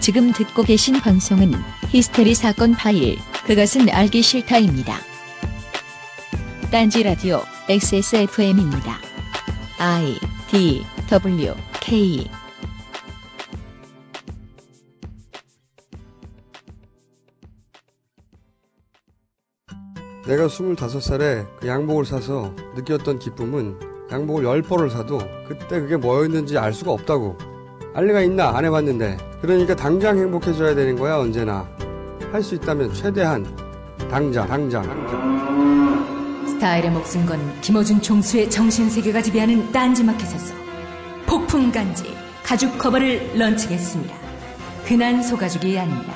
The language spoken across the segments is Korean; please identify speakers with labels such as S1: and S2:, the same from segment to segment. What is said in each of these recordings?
S1: 지금 듣고 계신 방송은 히스테리 사건 파일, 그것은 알기 싫다입니다. 딴지 라디오, XSFM입니다. I D W K
S2: 내가 25살에 그 양복을 사서 느꼈던 기쁨은 양복을 10벌을 사도 그때 그게 뭐였는지 알 수가 없다고. 알리가 있나? 안 해봤는데. 그러니까 당장 행복해져야 되는 거야, 언제나. 할 수 있다면 최대한. 당장, 당장.
S3: 스타일의 몫은 건 김어준 총수의 정신세계가 지배하는 딴지마켓에서 폭풍간지 가죽 커버를 런칭했습니다. 흔한 소가죽이 아닙니다.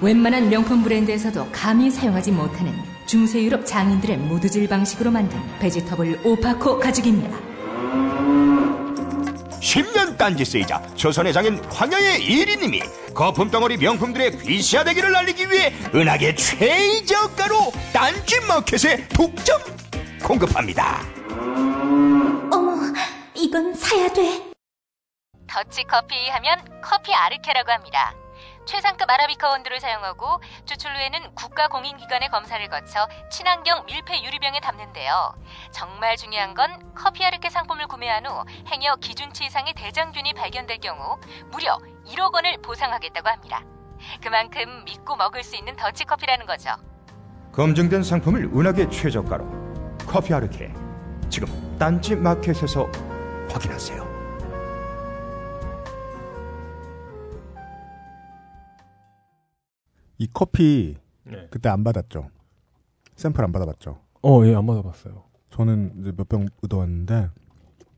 S3: 웬만한 명품 브랜드에서도 감히 사용하지 못하는 중세 유럽 장인들의 모두질 방식으로 만든 베지터블 오파코 가죽입니다.
S4: 10년 딴지 쓰이자 조선의 장인 황야의 1인님이 거품덩어리 명품들의 귀시화되기를 알리기 위해 은하계 최저가로 딴지 마켓에 독점 공급합니다.
S5: 어머, 이건 사야 돼.
S6: 더치 커피 하면 커피 아르케라고 합니다. 최상급 아라비카 그 원두를 사용하고 추출 후에는 국가 공인기관의 검사를 거쳐 친환경 밀폐 유리병에 담는데요. 정말 중요한 건 커피 아르케 상품을 구매한 후 행여 기준치 이상의 대장균이 발견될 경우 무려 1억 원을 보상하겠다고 합니다. 그만큼 믿고 먹을 수 있는 더치 커피라는 거죠.
S4: 검증된 상품을 은하계 최저가로 커피 아르케 지금 딴지 마켓에서 확인하세요.
S7: 이 커피
S8: 네.
S7: 그때 안 받았죠. 샘플 안 받아봤죠.
S8: 어, 예, 안 받아봤어요.
S7: 저는 이제 몇 병 얻어왔는데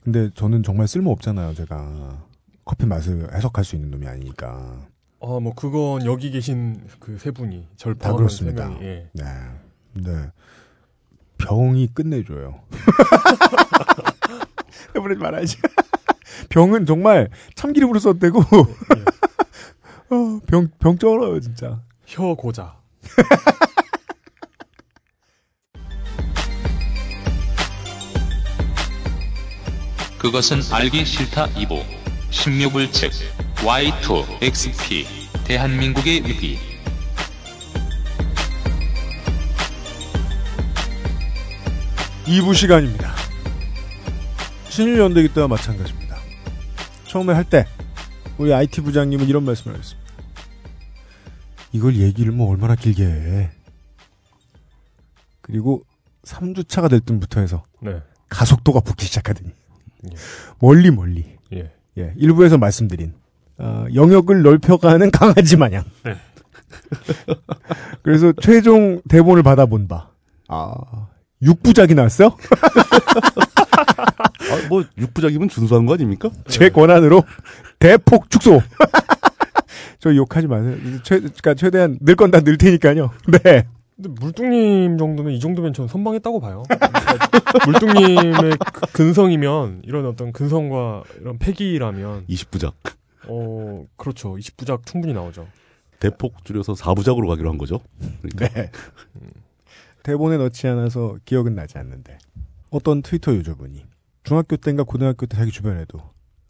S7: 근데 저는 정말 쓸모 없잖아요. 제가 커피 맛을 해석할 수 있는 놈이 아니니까.
S8: 아, 뭐 그건 여기 계신 그 세 분이 절
S7: 다
S8: 포함한
S7: 어, 그렇습니다.
S8: 세 명이, 예.
S7: 네. 네. 병이 끝내줘요. 해버리지 말아야지. 병은 정말 참기름으로 썼대고, 예, 어, 병, 병 쩔어요, 진짜.
S8: 혀 고자.
S9: 그것은 알기 싫다 2부 16을 책 Y2XP 대한민국의 위기
S7: 이부 시간입니다. 신일 연대기 때와 마찬가지입니다. 처음에 할 때, 우리 IT 부장님은 이런 말씀을 하셨습니다. 이걸 얘기를 뭐 얼마나 길게 해. 그리고 3주차가 될 때부터 해서
S8: 네.
S7: 가속도가 붙기 시작하더니,
S8: 예.
S7: 멀리 멀리,
S8: 예.
S7: 예, 일부에서 말씀드린, 어, 영역을 넓혀가는 강아지 마냥.
S8: 네.
S7: 그래서 최종 대본을 받아본 바, 아, 6부작이 나왔어요?
S10: 아, 뭐 육부작이면 준수한 거 아닙니까?
S7: 제 권한으로 대폭 축소. 저 욕하지 마세요. 최, 그러니까 최대한 늘 건 다 늘 테니까요. 네.
S8: 근데 물뚱님 정도면 이 정도면 전 선방했다고 봐요. 그러니까 물뚱님의 그 근성이면 이런 어떤 근성과 이런 패기라면
S10: 20부작
S8: 어, 그렇죠. 20부작 충분히 나오죠.
S10: 대폭 줄여서 4부작으로 가기로 한 거죠. 그러니까
S7: 네. 대본에 넣지 않아서 기억은 나지 않는데 어떤 트위터 유저분이 중학교 때인가 고등학교 때 자기 주변에도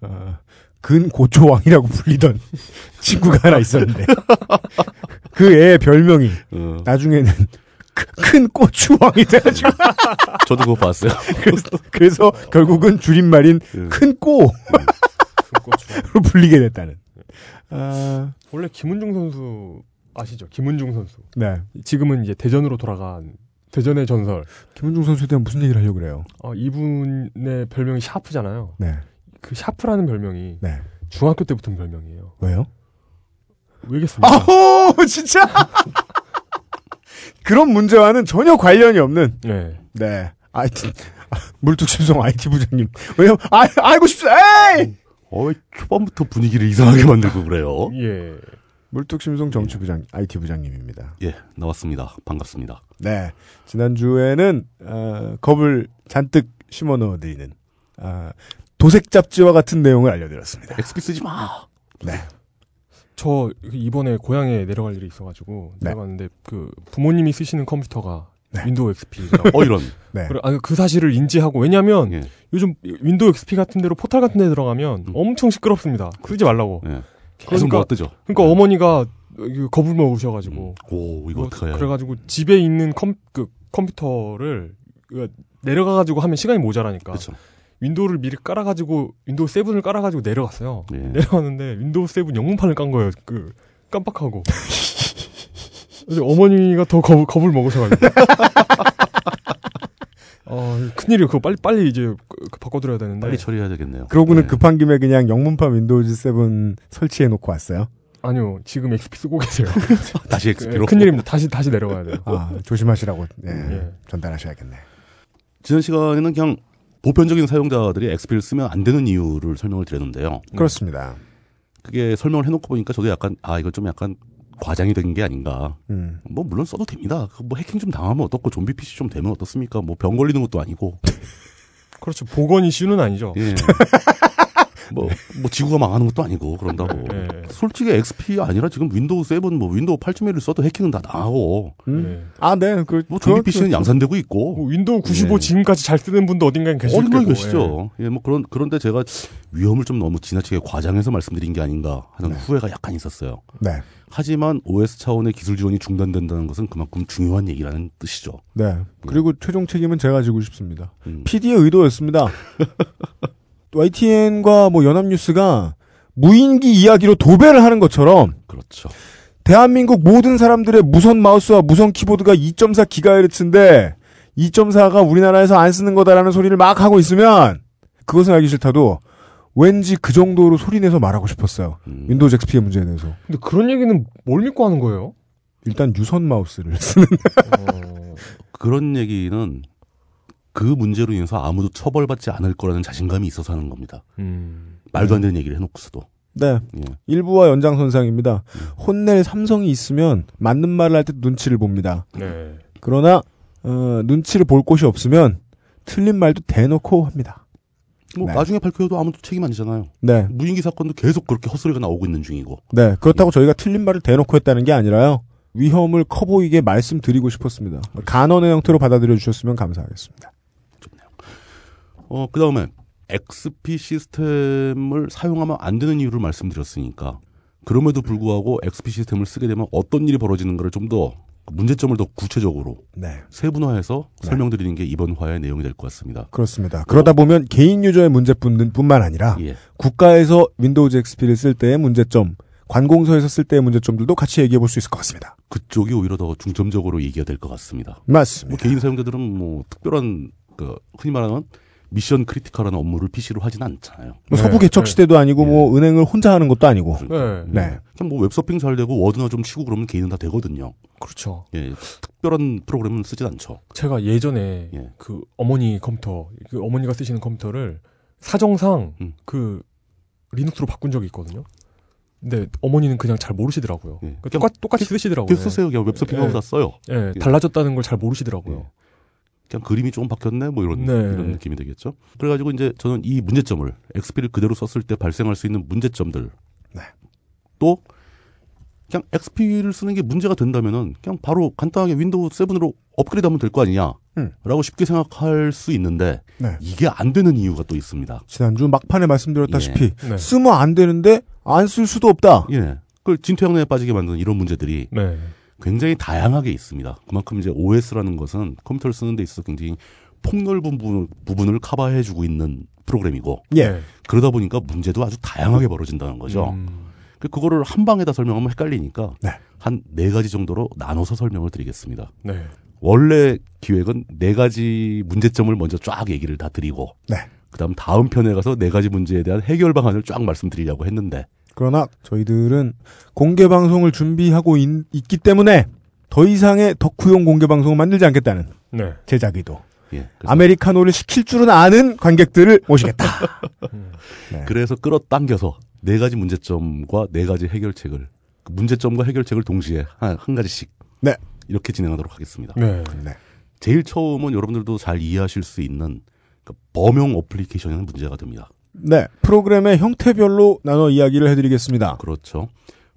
S7: 아, 근고초왕이라고 불리던 친구가 하나 있었는데 그 애의 별명이
S10: 어,
S7: 나중에는 큰 고추왕이 돼가지고
S10: 저도 그거 봤어요.
S7: 그래서, 그래서 결국은 줄임말인
S10: 음.
S7: 큰 꼬로
S8: 그렇죠.
S7: 불리게 됐다는. 아,
S8: 원래 김은중 선수 아시죠? 김은중 선수.
S7: 네.
S8: 지금은 이제 대전으로 돌아간 대전의 전설.
S7: 김은중 선수에 대한 무슨 얘기를 하려고 그래요?
S8: 어, 이분의 별명이 샤프잖아요.
S7: 네.
S8: 그 샤프라는 별명이
S7: 네.
S8: 중학교 때부터 별명이에요.
S7: 왜요?
S8: 왜겠습니까?
S7: 아호! 진짜! 그런 문제와는 전혀 관련이 없는,
S8: 네.
S7: 네. IT, 아, 물뚝심송 IT 부장님. 왜냐면, 아, 알고 싶어, 에이!
S10: 어, 왜 초반부터 분위기를 이상하게 만들고 그래요.
S8: 예.
S7: 물뚝심송 정치부장, IT 부장님입니다.
S10: 예, 나왔습니다. 반갑습니다.
S7: 네. 지난주에는, 어, 겁을 잔뜩 심어 넣어드리는, 아, 도색 잡지와 같은 내용을 알려드렸습니다. 네.
S10: 엑스피 쓰지
S8: 아.
S10: 마.
S8: 저 이번에 고향에 내려갈 일이 있어가지고
S7: 네.
S8: 내려갔는데 그 부모님이 쓰시는 컴퓨터가
S7: 네.
S8: 윈도우 XP라고.
S10: 어 이런.
S7: 네.
S8: 그래, 아, 그 사실을 인지하고 왜냐하면
S10: 예.
S8: 요즘 윈도우 XP 같은 데로 포털 같은 데 들어가면
S10: 음.
S8: 엄청 시끄럽습니다. 쓰지 말라고.
S10: 예. 계속
S8: 그러니까-
S10: 뭐가 뜨죠. 예.
S8: 그러니까 어머니가 그 겁을 먹으셔가지고
S10: 오 이거
S8: 뭐,
S10: 어떡하냐.
S8: 그래가지고 집에 있는 컴, 그 컴퓨터를 그 내려가가지고 하면 시간이 모자라니까
S10: 그쵸.
S8: 윈도우를 미리 깔아가지고 윈도우 7을 깔아가지고 내려갔어요.
S10: 예.
S8: 내려왔는데 윈도우 7 영문판을 깐 거예요. 그 깜빡하고. 그래서 어머니가 더 겁, 겁을 먹으셔가지고. 어, 큰일이에요. 그거 빨리, 빨리 이제 그- 그 바꿔드려야 되는데.
S10: 빨리 처리해야 되겠네요.
S7: 그러고는
S10: 예.
S7: 급한 김에 그냥 영문판 윈도우즈 7 설치해 놓고 왔어요.
S8: 아니요. 지금 XP 쓰고 계세요.
S10: 다시
S8: 그,
S10: 엑스피로.
S8: 큰일입니다. 다시, 다시 내려가야 돼요.
S7: 아, 조심하시라고 예,
S10: 네.
S8: 예.
S7: 전달하셔야겠네.
S10: 지난 시간에는 그냥 보편적인 사용자들이 엑스피를 쓰면 안 되는 이유를 설명을 드렸는데요.
S7: 그렇습니다.
S10: 그게 설명을 해놓고 보니까 저도 약간 아 이거 좀 약간 과장이 된 게 아닌가.
S7: 음.
S10: 뭐 물론 써도 됩니다. 그뭐 해킹 좀 당하면 어떻고 좀비 PC 좀 되면 어떻습니까? 뭐 병 걸리는 것도 아니고.
S8: 그렇죠. 보건 이슈는 아니죠.
S10: 예. 뭐, 뭐 지구가 망하는 것도 아니고 그런다고.
S8: 예, 예.
S10: 솔직히 XP 아니라 지금 윈도우 7, 뭐 윈도우 8.1을 써도 해킹은 다 나하고
S8: 예.
S7: 아, 네. 그,
S10: 뭐 좀비
S8: 그렇죠.
S7: 그거-
S10: PC는 양산되고 있고
S8: 뭐 윈도우 95
S10: 예.
S8: 지금까지 잘 쓰는 분도 어딘가에 그 계실
S10: 어딘가
S8: 거고.
S10: 계시죠. 예. 뭐 그런 그런데 제가 위험을 좀 너무 지나치게 과장해서 말씀드린 게 아닌가 하는 후회가 약간 있었어요.
S7: 네.
S10: 하지만 OS 차원의 기술 지원이 중단된다는 것은 그만큼 중요한 얘기라는 뜻이죠.
S7: 네. 그리고 최종 책임은 제가 지고 싶습니다.
S10: 음.
S7: PD의 의도였습니다. YTN과 뭐 연합뉴스가 무인기 이야기로 도배를 하는 것처럼
S10: 그렇죠.
S7: 대한민국 모든 사람들의 무선 마우스와 무선 키보드가 2.4GHz인데 2.4가 우리나라에서 안 쓰는 거다라는 소리를 막 하고 있으면 그것은 알기 싫다도 왠지 그 정도로 소리내서 말하고 싶었어요.
S10: 음.
S7: 윈도우즈 XP의 문제에 대해서.
S8: 예. 근데 그런 얘기는 뭘 믿고 하는 거예요?
S7: 일단 유선 마우스를 쓰는
S8: 어,
S10: 그런 얘기는 그 문제로 인해서 아무도 처벌받지 않을 거라는 자신감이 있어서 하는 겁니다.
S8: 음.
S10: 말도 안 되는 얘기를 해놓고서도.
S7: 네.
S10: 예.
S7: 일부와 연장선상입니다. 혼낼 삼성이 있으면 맞는 말을 할 때 눈치를 봅니다.
S8: 네.
S7: 그러나 어, 눈치를 볼 곳이 없으면 틀린 말도 대놓고 합니다.
S10: 뭐
S7: 네.
S10: 나중에 밝혀도 아무도 책임 안 지잖아요.
S7: 네,
S10: 무인기 사건도 계속 그렇게 헛소리가 나오고 있는 중이고.
S7: 네 그렇다고 저희가 틀린 말을 대놓고 했다는 게 아니라요. 위험을 커 보이게 말씀드리고 싶었습니다. 간언의 형태로 받아들여 주셨으면 감사하겠습니다.
S10: 어, 그 다음에 XP 시스템을 사용하면 안 되는 이유를 말씀드렸으니까 그럼에도 불구하고 XP 시스템을 쓰게 되면 어떤 일이 벌어지는가를 좀 더 문제점을 더 구체적으로
S7: 네,
S10: 세분화해서 설명드리는 게 이번 화의 내용이 될 것 같습니다.
S7: 그렇습니다. 그러다 보면 개인 유저의 문제뿐만 아니라
S10: 예.
S7: 국가에서 윈도우즈 XP를 쓸 때의 문제점, 관공서에서 쓸 때의 문제점들도 같이 얘기해 볼 수 있을 것 같습니다.
S10: 그쪽이 오히려 더 중점적으로 얘기가 될 것 같습니다. 뭐
S7: 맞습니다.
S10: 개인 사용자들은 뭐 특별한 그 흔히 말하는 미션 크리티컬한 업무를 PC로 하진 않잖아요.
S7: 뭐 서부 개척 시대도 아니고 뭐 은행을 혼자 하는 것도 아니고.
S8: 네.
S7: 네.
S10: 그냥 뭐 웹서핑 잘 되고 워드나 좀 치고 그러면 개인은 다 되거든요.
S8: 그렇죠.
S10: 예, 특별한 프로그램은 쓰진 않죠.
S8: 제가 예전에
S10: 예.
S8: 그 어머니 컴퓨터, 그 어머니가 쓰시는 컴퓨터를 사정상
S10: 음.
S8: 그 리눅스로 바꾼 적이 있거든요. 근데 어머니는 그냥 잘 모르시더라고요.
S10: 예.
S8: 그러니까 똑같, 똑같이
S7: 어,
S8: 쓰시더라고요.
S7: 네.
S10: 계속 쓰세요. 그냥 웹서핑하고
S8: 예.
S10: 다 써요.
S8: 예, 달라졌다는 걸 잘
S7: 네.
S8: 모르시더라고요.
S10: 그냥 그림이 조금 바뀌었네 뭐 이런
S8: 네.
S10: 이런 느낌이 되겠죠. 그래가지고 이제 저는 이 문제점을 XP를 그대로 썼을 때 발생할 수 있는 문제점들
S7: 네.
S10: 또 그냥 XP를 쓰는 게 문제가 된다면은 그냥 바로 간단하게 윈도우 7으로 업그레이드하면 될 거 아니냐라고
S7: 음.
S10: 쉽게 생각할 수 있는데
S7: 네.
S10: 이게 안 되는 이유가 또 있습니다.
S7: 지난주 막판에 말씀드렸다시피
S8: 네.
S7: 예. 쓰면 안 되는데 안 쓸 수도 없다.
S10: 예, 그걸 진퇴양난에 빠지게 만드는 이런 문제들이
S8: 네.
S10: 굉장히 다양하게 있습니다. 그만큼 이제 OS라는 것은 컴퓨터를 쓰는 데 있어서 굉장히 폭넓은 부분, 부분을 커버해주고 있는 프로그램이고
S7: 예.
S8: 네.
S10: 그러다 보니까 문제도 아주 다양하게 벌어진다는 거죠.
S8: 음.
S10: 그 그거를 한 방에다 설명하면 헷갈리니까
S7: 네.
S10: 한 네 가지 정도로 나눠서 설명을 드리겠습니다.
S8: 네.
S10: 원래 기획은 네 가지 문제점을 먼저 쫙 얘기를 다 드리고
S7: 네.
S10: 그다음 다음 편에 가서 네 가지 문제에 대한 해결 방안을 쫙 말씀드리려고 했는데
S7: 그러나 저희들은 공개 방송을 준비하고 있, 기 때문에 더 이상의 덕후용 공개 방송을 만들지 않겠다는
S8: 네.
S7: 제작이도
S10: 예, 그래서,
S7: 아메리카노를 시킬 줄은 아는 관객들을 모시겠다.
S10: 그래서 끌어당겨서 네 가지 문제점과 네 가지 해결책을 그 문제점과 해결책을 동시에 한, 한 가지씩
S7: 네.
S10: 이렇게 진행하도록 하겠습니다.
S8: 네.
S7: 네.
S10: 제일 처음은 여러분들도 잘 이해하실 수 있는 그 범용 어플리케이션이라는 문제가 됩니다.
S7: 네. 프로그램의 형태별로 나눠 이야기를 해드리겠습니다.
S10: 그렇죠.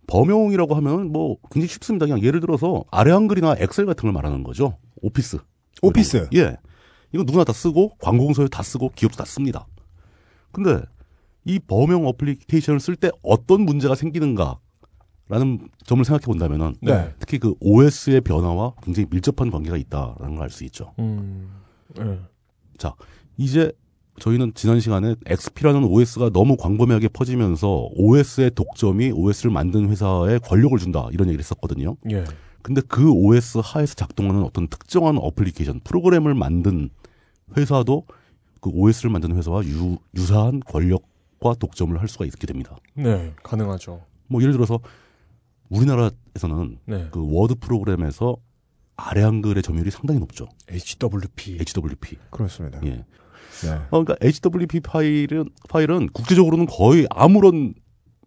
S10: 범용이라고 하면 뭐 굉장히 쉽습니다. 그냥 예를 들어서 아래 한글이나 엑셀 같은 걸 말하는 거죠. 오피스.
S7: 오피스.
S10: 예. 이거 누구나 다 쓰고 관공서에 다 쓰고 기업도 다 씁니다. 근데 이 범용 어플리케이션을 쓸 때 어떤 문제가 생기는가라는 점을 생각해 본다면은
S8: 네.
S10: 특히 그 OS의 변화와 굉장히 밀접한 관계가 있다라는 걸 알 수 있죠.
S8: 음. 네.
S10: 자, 이제 저희는 지난 시간에 XP라는 OS가 너무 광범위하게 퍼지면서 OS의 독점이 OS를 만든 회사에 권력을 준다 이런 얘기를 했었거든요.
S8: 예.
S10: 근데 그 OS 하에서 작동하는 어떤 특정한 어플리케이션 프로그램을 만든 회사도 그 OS를 만든 회사와 유, 유사한 권력과 독점을 할 수가 있게 됩니다.
S8: 네. 가능하죠.
S10: 뭐 예를 들어서 우리나라에서는
S8: 네.
S10: 그 워드 프로그램에서 아래 한글의 점유율이 상당히 높죠.
S8: HWP.
S10: HWP.
S7: 예. 그렇습니다.
S10: 예.
S7: 네.
S10: 어, 그러니까 HWP 파일은 파일은 국제적으로는 거의 아무런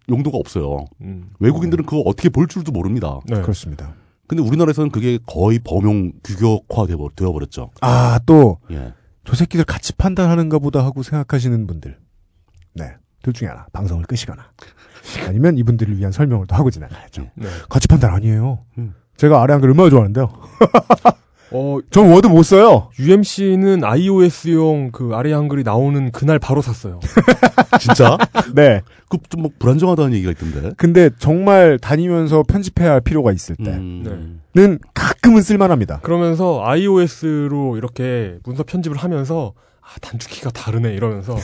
S10: 용도가 없어요.
S8: 음.
S10: 외국인들은 그거 어떻게 볼 줄도 모릅니다.
S8: 네.
S7: 그렇습니다.
S10: 근데 우리나라에서는 그게 거의 범용 규격화 되어 버렸죠.
S7: 아, 또,
S10: 예.
S7: 저 새끼들 같이 판단하는가 보다 하고 생각하시는 분들. 네. 둘 중에 하나. 방송을 끄시거나. 아니면 이분들을 위한 설명을 또 하고 지나가야죠.
S8: 네.
S7: 같이 판단 아니에요.
S10: 음.
S7: 제가 아래 한글 얼마나 좋아하는데요.
S8: 어,
S7: 전 워드 못 써요.
S8: UMC는 iOS용 그 아래 한글이 나오는 그날 바로 샀어요.
S10: 진짜?
S7: 네.
S10: 그좀뭐 불안정하다는 얘기가 있던데.
S7: 근데 정말 다니면서 편집해야 할 필요가 있을 때는
S10: 음,
S8: 네.
S7: 가끔은 쓸만합니다.
S8: 그러면서 iOS로 이렇게 문서 편집을 하면서 아, 단축키가 다르네 이러면서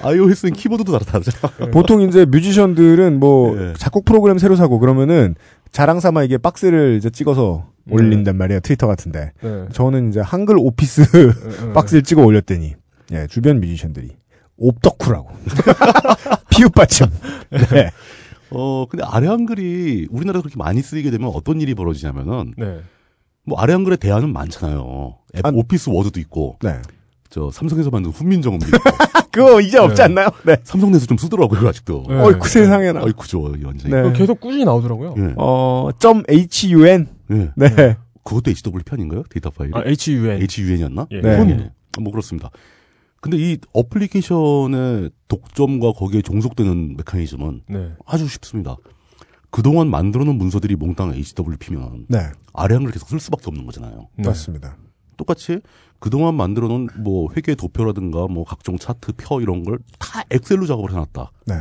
S10: iOS는 키보드도 다르다. 그러잖아.
S7: 네. 보통 이제 뮤지션들은 뭐
S10: 예.
S7: 작곡 프로그램 새로 사고 그러면은 자랑 삼아 이게 박스를 이제 찍어서 올린단 말이에요. 트위터 같은데.
S8: 네.
S7: 저는 이제 한글 오피스
S8: 네.
S7: 박스를 찍어 올렸더니 예, 주변 뮤지션들이 옵덕후라고 피웃받침 네.
S10: 어, 근데 아래 한글이 우리나라에서 그렇게 많이 쓰이게 되면 어떤 일이 벌어지냐면은
S8: 네.
S10: 뭐 아래 한글의 대안은 많잖아요. 앱
S7: 아,
S10: 오피스 워드도 있고
S7: 네.
S10: 저 삼성에서 만든 훈민정음도 있고
S7: 그거 이제 없지
S8: 네.
S7: 않나요? 네.
S10: 삼성 내에서 좀 쓰더라고요 아직도.
S8: 네.
S7: 어이 그 세상에나.
S10: 아이쿠죠 완전히.
S7: 네.
S8: 그거 계속 꾸준히 나오더라고요.
S10: 예.
S7: 어, 점 .hun.
S10: 예.
S7: 네.
S10: 그것도 HW 편인가요? 데이터 파일이?
S8: 아, HUN.
S10: HUN이었나?
S8: 예.
S7: 네.
S10: 뭐 그렇습니다. 근데 이 어플리케이션의 독점과 거기에 종속되는 메커니즘은
S8: 네.
S10: 아주 쉽습니다. 그동안 만들어 놓은 문서들이 몽땅 HWP면
S7: 네.
S10: 아래 한글 계속 쓸 수밖에 없는 거잖아요.
S8: 네.
S7: 맞습니다.
S10: 똑같이 그동안 만들어 놓은 뭐 회계 도표라든가 뭐 각종 차트, 표 이런 걸 다 엑셀로 작업을 해놨다.
S7: 네.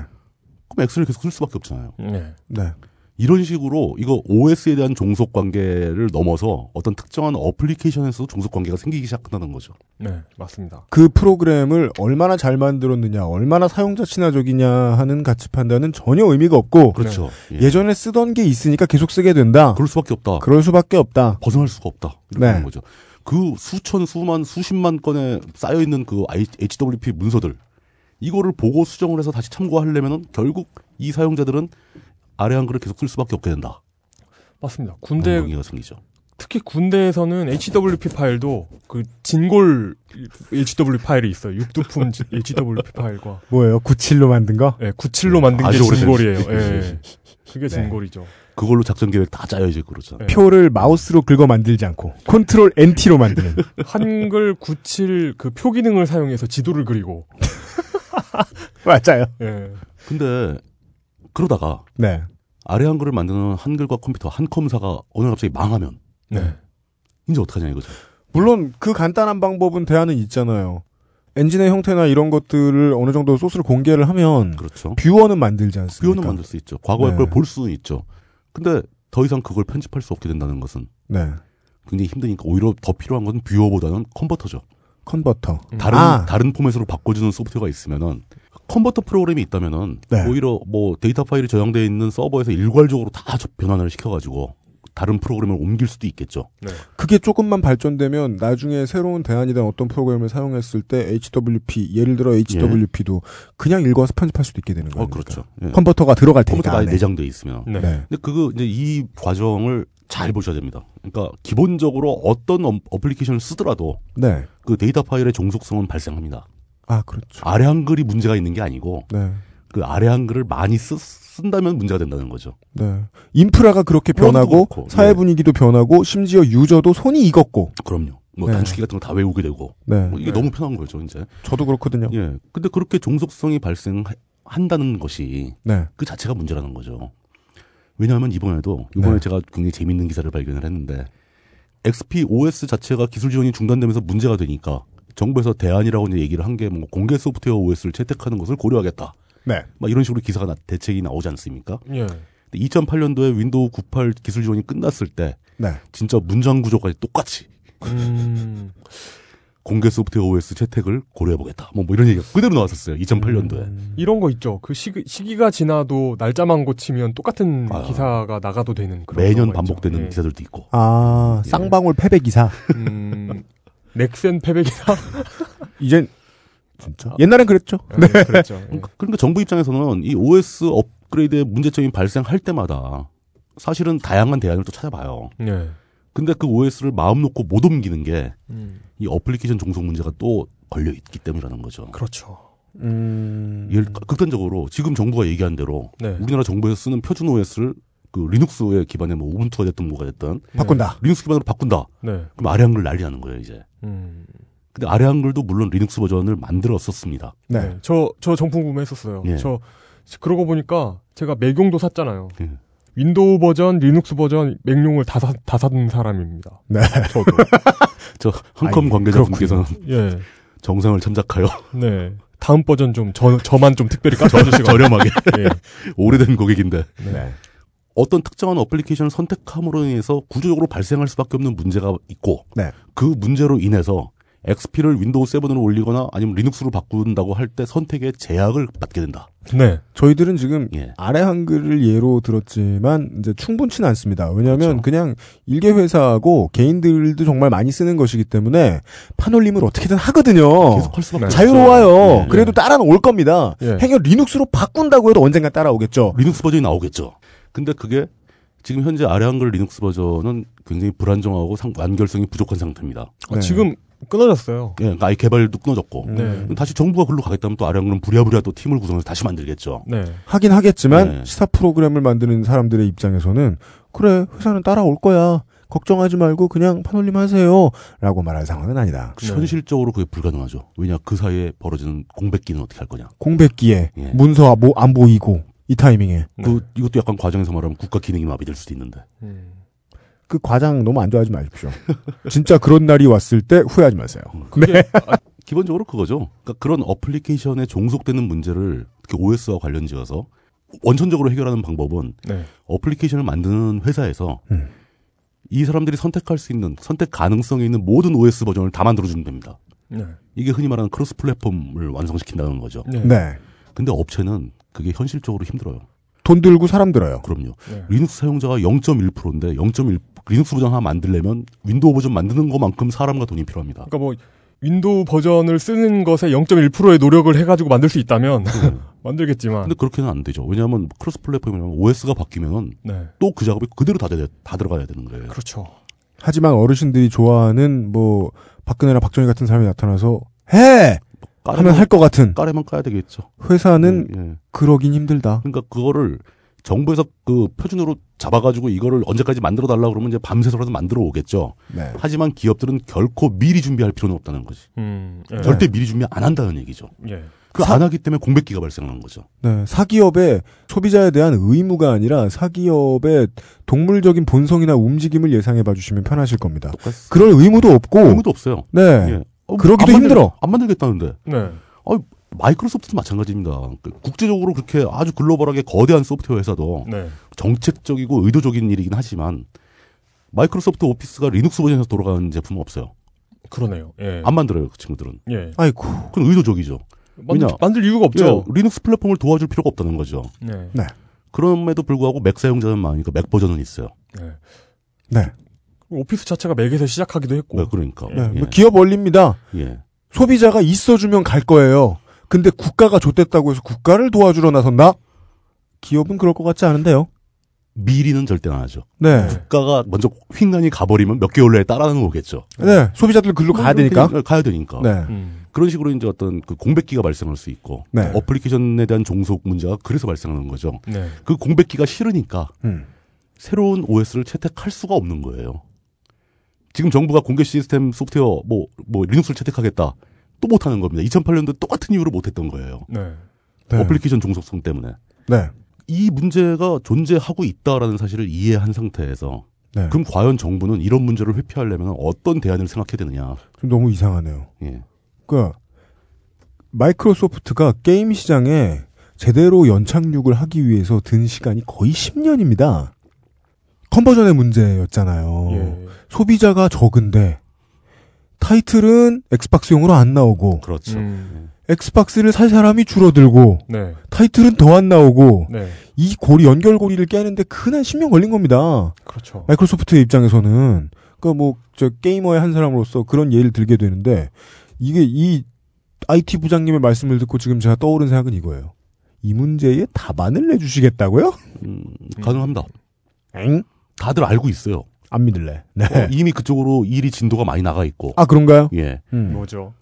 S10: 그럼 엑셀을 계속 쓸 수밖에 없잖아요.
S8: 네.
S7: 네.
S10: 이런 식으로 이거 OS에 대한 종속 관계를 넘어서 어떤 특정한 어플리케이션에서 종속 관계가 생기기 시작한다는 거죠.
S8: 네. 맞습니다.
S7: 그 프로그램을 얼마나 잘 만들었느냐, 얼마나 사용자 친화적이냐 하는 가치 판단은 전혀 의미가 없고
S10: 그렇죠. 예. 그렇죠.
S7: 예전에 쓰던 게 있으니까 계속 쓰게 된다.
S10: 그럴 수밖에 없다.
S7: 그럴 수밖에 없다.
S10: 벗어날 수가 없다. 이렇게
S7: 네.
S10: 되는 거죠. 그 수천, 수만, 수십만 건에 쌓여 있는 그 I- HWP 문서들 이거를 보고 수정을 해서 다시 참고하려면은 결국 이 사용자들은 아래 한글을 계속 쓸 수밖에 없게 된다.
S8: 맞습니다. 군대
S7: 음.
S10: 근데 관계가 생기죠.
S8: 특히 군대에서는 HWP 파일도 그 진골 HWP 파일이 있어요. 육두품 지- HWP 파일과
S7: 뭐예요? 97로 만든 거?
S8: 예, 97로 만든 게
S10: 아주 오래된-
S8: 진골이에요. 예. 그게
S7: 네.
S8: 진골이죠.
S10: 그걸로 작전 계획 다 짜여야지 그러죠.
S8: 네.
S7: 표를 마우스로 긁어 만들지 않고 컨트롤 NT로 만드는
S8: 한글 97 그 표 기능을 사용해서 지도를 그리고
S7: 맞아요.
S8: 예.
S10: 근데 그러다가
S7: 네.
S10: 아래 한글을 만드는 한글과 컴퓨터 한컴사가 어느 날 갑자기 망하면
S8: 네.
S10: 이제 어떡하냐 이거죠.
S7: 물론 그 간단한 방법은 대안은 있잖아요. 엔진의 형태나 이런 것들을 어느 정도 소스를 공개를 하면
S10: 그렇죠.
S7: 뷰어는 만들지 않습니까?
S10: 뷰어는 만들 수 있죠. 과거의
S7: 네.
S10: 걸 볼 수는 있죠. 근데 더 이상 그걸 편집할 수 없게 된다는 것은
S7: 네.
S10: 굉장히 힘드니까 오히려 더 필요한 건 뷰어보다는 컨버터죠.
S7: 컨버터.
S8: 음.
S10: 다른
S7: 아.
S10: 다른 포맷으로 바꿔주는 소프트웨어가 있으면은 컨버터 프로그램이 있다면은
S7: 네.
S10: 오히려 뭐 데이터 파일이 저장되어 있는 서버에서 일괄적으로 다 저- 변환을 시켜가지고 다른 프로그램을 옮길 수도 있겠죠.
S7: 그게 조금만 발전되면 나중에 새로운 대안이든 어떤 프로그램을 사용했을 때 HWP 예를 들어 HWP도 그냥 읽어서 편집할 수도 있게 되는 거예요.
S10: 예. 어 그렇죠. 예.
S7: 컨버터가 들어갈 테니까.
S10: 컴퓨터가 아예
S7: 그러니까. 안에.
S10: 내장되어 있으면.
S8: 네.
S7: 네.
S10: 근데 그거 이제 이 과정을 잘 보셔야 됩니다. 그러니까 기본적으로 어떤 어- 어플리케이션을 쓰더라도
S7: 네.
S10: 그 데이터 파일의 종속성은 발생합니다.
S7: 아 그렇죠.
S10: 아래 한글이 문제가 있는 게 아니고
S7: 네.
S10: 그 아래 한글을 많이 쓰, 쓴다면 문제가 된다는 거죠.
S7: 네. 인프라가 그렇게 변하고
S10: 그렇고, 네.
S7: 사회 분위기도 변하고 심지어 유저도 손이 익었고.
S10: 그럼요. 뭐
S7: 네.
S10: 단축키 같은 거 다 외우게 되고
S7: 네.
S10: 뭐 이게 너무 편한 거죠 이제.
S7: 저도 그렇거든요.
S10: 예. 근데 그렇게 종속성이 발생한다는 것이
S7: 네.
S10: 그 자체가 문제라는 거죠. 왜냐하면 이번에도 이번에
S7: 네.
S10: 제가 굉장히 재밌는 기사를 발견을 했는데 XP OS 자체가 기술 지원이 중단되면서 문제가 되니까 정부에서 대안이라고 이제 얘기를 한 게 뭐 공개 소프트웨어 OS를 채택하는 것을 고려하겠다.
S7: 네.
S10: 막 이런 식으로 기사가 나, 대책이 나오지 않습니까?
S8: 예.
S10: 근데 2008년도에 윈도우 98 기술 지원이 끝났을 때
S7: 네.
S10: 진짜 문장 구조까지 똑같이
S8: 음,
S10: 공개 소프트웨어 OS 채택을 고려해보겠다. 뭐, 뭐 이런 얘기가 그대로 나왔었어요.
S8: 음,
S10: 2008년도에.
S8: 이런 거 있죠. 그 시기, 시기가 지나도 날짜만 고치면 똑같은
S10: 아.
S8: 기사가 나가도 되는 그런
S10: 매년
S8: 경우가 있죠.
S10: 반복되는
S8: 예.
S10: 기사들도 있고.
S7: 아,
S10: 예.
S7: 쌍방울 패배 기사.
S10: 아,
S8: 음, 넥센 패배 기사
S7: 이젠 진짜? 옛날엔 그랬죠.
S8: 네. 그랬죠. 예.
S10: 그러니까 정부 입장에서는 이 OS 업그레이드의 문제점이 발생할 때마다 사실은 다양한 대안을 또 찾아봐요.
S8: 예.
S10: 근데 그 OS를 마음 놓고 못 옮기는 게 이
S8: 음,
S10: 어플리케이션 종속 문제가 또 걸려 있기 때문이라는 거죠.
S8: 그렇죠.
S7: 음.
S10: 예를 그, 극단적으로 지금 정부가 얘기한 대로
S8: 네.
S10: 우리나라 정부에서 쓰는 표준 OS를 그 리눅스의 기반에 뭐 우분투가 됐든 뭐가 됐든
S7: 바꾼다.
S10: 리눅스 기반으로 바꾼다.
S8: 네.
S10: 그럼 아래 한글 난리 나는 거예요, 이제.
S8: 음.
S10: 근데 아래 한글도 물론 리눅스 버전을 만들었었습니다.
S7: 네.
S8: 네. 저, 저 정품 구매했었어요.
S10: 예.
S8: 저, 그러고 보니까 제가 맥용도 샀잖아요.
S10: 예.
S8: 윈도우 버전, 리눅스 버전, 맥용을 다, 사, 다 사는 사람입니다.
S7: 네.
S8: 저도.
S10: 저 한컴
S7: 아이,
S10: 관계자분께서는
S8: 예.
S10: 정상을 참작하여
S8: 네. 다음 버전 좀, 저, 저만 좀 특별히 깎아주시고.
S10: 저렴하게
S8: 예.
S10: 오래된 고객인데
S7: 네.
S10: 어떤 특정한 어플리케이션을 선택함으로 인해서 구조적으로 발생할 수밖에 없는 문제가 있고
S7: 네.
S10: 그 문제로 인해서 XP를 윈도우 7으로 올리거나 아니면 리눅스로 바꾼다고 할 때 선택의 제약을 받게 된다.
S8: 네.
S7: 저희들은 지금
S10: 예.
S7: 아래 한글을 예로 들었지만 이제 충분치는 않습니다.
S10: 그렇죠.
S7: 왜냐하면 그냥 일개 회사하고 개인들도 정말 많이 쓰는 것이기 때문에 판올림을 어떻게든 하거든요.
S10: 계속 할 수밖에
S8: 네.
S10: 없어요.
S7: 자유로워요.
S10: 예.
S7: 그래도 따라 올 겁니다.
S8: 예.
S7: 행여 리눅스로 바꾼다고 해도 언젠가 따라오겠죠.
S10: 리눅스 버전이 나오겠죠. 근데 그게 지금 현재 아래 한글 리눅스 버전은 굉장히 불안정하고 상- 완결성이 부족한 상태입니다.
S8: 아,
S7: 네.
S8: 지금 끊어졌어요.
S10: 예, 그러니까 아예 개발도
S7: 음.
S10: 끊어졌고
S8: 네.
S10: 다시 정부가 글로 가겠다면 또 아래 한글은 부랴부랴 또 팀을 구성해서 다시 만들겠죠.
S8: 네.
S7: 하긴 하겠지만
S10: 네.
S7: 시사 프로그램을 만드는 사람들의 입장에서는 그래 회사는 따라올 거야. 걱정하지 말고 그냥 판올림 하세요. 라고 말할 상황은 아니다.
S8: 네.
S10: 현실적으로 그게 불가능하죠. 왜냐 그 사이에 벌어지는 공백기는 어떻게 할 거냐.
S7: 공백기에
S10: 예.
S7: 문서 뭐 안 보이고 이 타이밍에
S8: 네.
S10: 그 이것도 약간 과정에서 말하면 국가 기능이 마비될 수도 있는데.
S8: 음.
S7: 그 과장 너무 안 좋아하지 마십시오. 진짜 그런 날이 왔을 때 후회하지 마세요.
S10: 기본적으로 그거죠. 그러니까 그런 어플리케이션에 종속되는 문제를 특히 OS와 관련 지어서 원천적으로 해결하는 방법은
S8: 네.
S10: 어플리케이션을 만드는 회사에서
S7: 음.
S10: 이 사람들이 선택할 수 있는 선택 가능성이 있는 모든 OS 버전을 다 만들어 주면 됩니다.
S8: 네.
S10: 이게 흔히 말하는 크로스 플랫폼을 완성시킨다는 거죠.
S8: 네.
S7: 네.
S10: 근데 업체는 그게 현실적으로 힘들어요.
S7: 돈 들고 사람 들어요.
S10: 그럼요.
S8: 네.
S10: 리눅스 사용자가 0.1%인데 0.1 리눅스 버전 하나 만들려면 윈도우 버전 만드는 것만큼 사람과 돈이 필요합니다.
S8: 그러니까 뭐, 윈도우 버전을 쓰는 것에 0.1%의 노력을 해가지고 만들 수 있다면
S7: 음.
S8: 만들겠지만.
S10: 근데 그렇게는 안 되죠. 왜냐하면 크로스 플랫폼이라면 OS가 바뀌면은
S8: 네.
S10: 또 그 작업이 그대로 다, 돼- 다 들어가야 되는 거예요.
S8: 그렇죠.
S7: 하지만 어르신들이 좋아하는 뭐 박근혜나 박정희 같은 사람이 나타나서 해 하면 할 것 같은
S10: 까레만 까야 되겠죠.
S7: 회사는
S10: 음, 예.
S7: 그러긴 힘들다.
S10: 그러니까 그거를 정부에서 그 표준으로 잡아가지고 이거를 언제까지 만들어 달라 그러면 이제 밤새서라도 만들어 오겠죠.
S7: 네.
S10: 하지만 기업들은 결코 미리 준비할 필요는 없다는 거지.
S8: 음. 예.
S10: 절대 미리 준비 안 한다는 얘기죠.
S8: 예.
S10: 그 안 하기 때문에 공백기가 발생하는 거죠.
S7: 네, 사기업의 소비자에 대한 의무가 아니라 사기업의 동물적인 본성이나 움직임을 예상해 봐주시면 편하실 겁니다.
S10: 똑같습니다.
S7: 그럴 의무도 없고,
S10: 의무도 없어요.
S7: 네,
S10: 예. 어,
S7: 그러기도
S10: 안 만들-
S7: 힘들어.
S10: 안 만들겠다는데.
S8: 네.
S10: 마이크로소프트도 마찬가지입니다. 그 국제적으로 그렇게 아주 글로벌하게 거대한 소프트웨어 회사도
S8: 네.
S10: 정책적이고 의도적인 일이긴 하지만 마이크로소프트 오피스가 리눅스 버전에서 돌아가는 제품은 없어요.
S8: 그러네요. 예.
S10: 안 만들어요, 그 친구들은.
S8: 예.
S7: 아이고,
S10: 그건 의도적이죠.
S8: 만들,
S10: 왜냐?
S8: 만들 이유가 없죠.
S10: 예, 리눅스 플랫폼을 도와줄 필요가 없다는 거죠.
S7: 예.
S8: 네.
S10: 그럼에도 불구하고 맥 사용자는 많으니까 맥 버전은 있어요.
S8: 네.
S7: 네,
S8: 오피스 자체가 맥에서 시작하기도 했고.
S10: 네, 그러니까.
S7: 네,
S10: 예,
S7: 뭐 기업 원리입니다.
S10: 예.
S7: 소비자가 있어주면 갈 거예요. 근데 국가가 좆됐다고 해서 국가를 도와주러 나선다? 기업은 그럴 것 같지 않은데요.
S10: 미리는 절대 안 하죠.
S7: 네,
S10: 국가가 먼저 휘간이 가버리면 몇 개월 내에 따라는 거겠죠. 그러니까
S7: 네, 소비자들 글로 가야 되니까.
S10: 가야 되니까.
S7: 네,
S8: 음.
S10: 그런 식으로 이제 어떤 그 공백기가 발생할 수 있고
S7: 네.
S10: 어플리케이션에 대한 종속 문제가 그래서 발생하는 거죠.
S8: 네.
S10: 그 공백기가 싫으니까
S7: 음.
S10: 새로운 OS를 채택할 수가 없는 거예요. 지금 정부가 공개 시스템 소프트웨어 뭐, 뭐 리눅스를 채택하겠다. 또 못하는 겁니다. 2008년도 똑같은 이유로 못했던 거예요.
S8: 네.
S7: 네.
S10: 어플리케이션 종속성 때문에.
S7: 네,
S10: 이 문제가 존재하고 있다라는 사실을 이해한 상태에서
S7: 네.
S10: 그럼 과연 정부는 이런 문제를 회피하려면 어떤 대안을 생각해야 되느냐.
S7: 좀 너무 이상하네요.
S10: 예.
S7: 그러니까 마이크로소프트가 게임 시장에 제대로 연착륙을 하기 위해서 든 시간이 거의 10년입니다. 컨버전의 문제였잖아요.
S8: 예.
S7: 소비자가 적은데 타이틀은 엑스박스용으로 안 나오고
S10: 그렇죠.
S8: 음.
S7: 엑스박스를 살 사람이 줄어들고
S8: 네.
S7: 타이틀은 더 안 나오고
S8: 네.
S7: 이 고리 연결고리를 깨는데 그날 10년 걸린 겁니다.
S8: 그렇죠.
S7: 네. 마이크로소프트의 입장에서는 그뭐저 게이머의 한 사람으로서 그런 예를 들게 되는데 이게 이 IT 부장님의 말씀을 듣고 지금 제가 떠오른 생각은 이거예요. 이 문제에 답안을 내주시겠다고요?
S10: 음, 가능합니다.
S7: 엥?
S10: 다들 알고 있어요.
S7: 안 믿을래. 네.
S10: 어, 이미 그쪽으로 일이 진도가 많이 나가 있고.
S7: 아 그런가요?
S10: 예.
S7: 음.
S8: 뭐죠?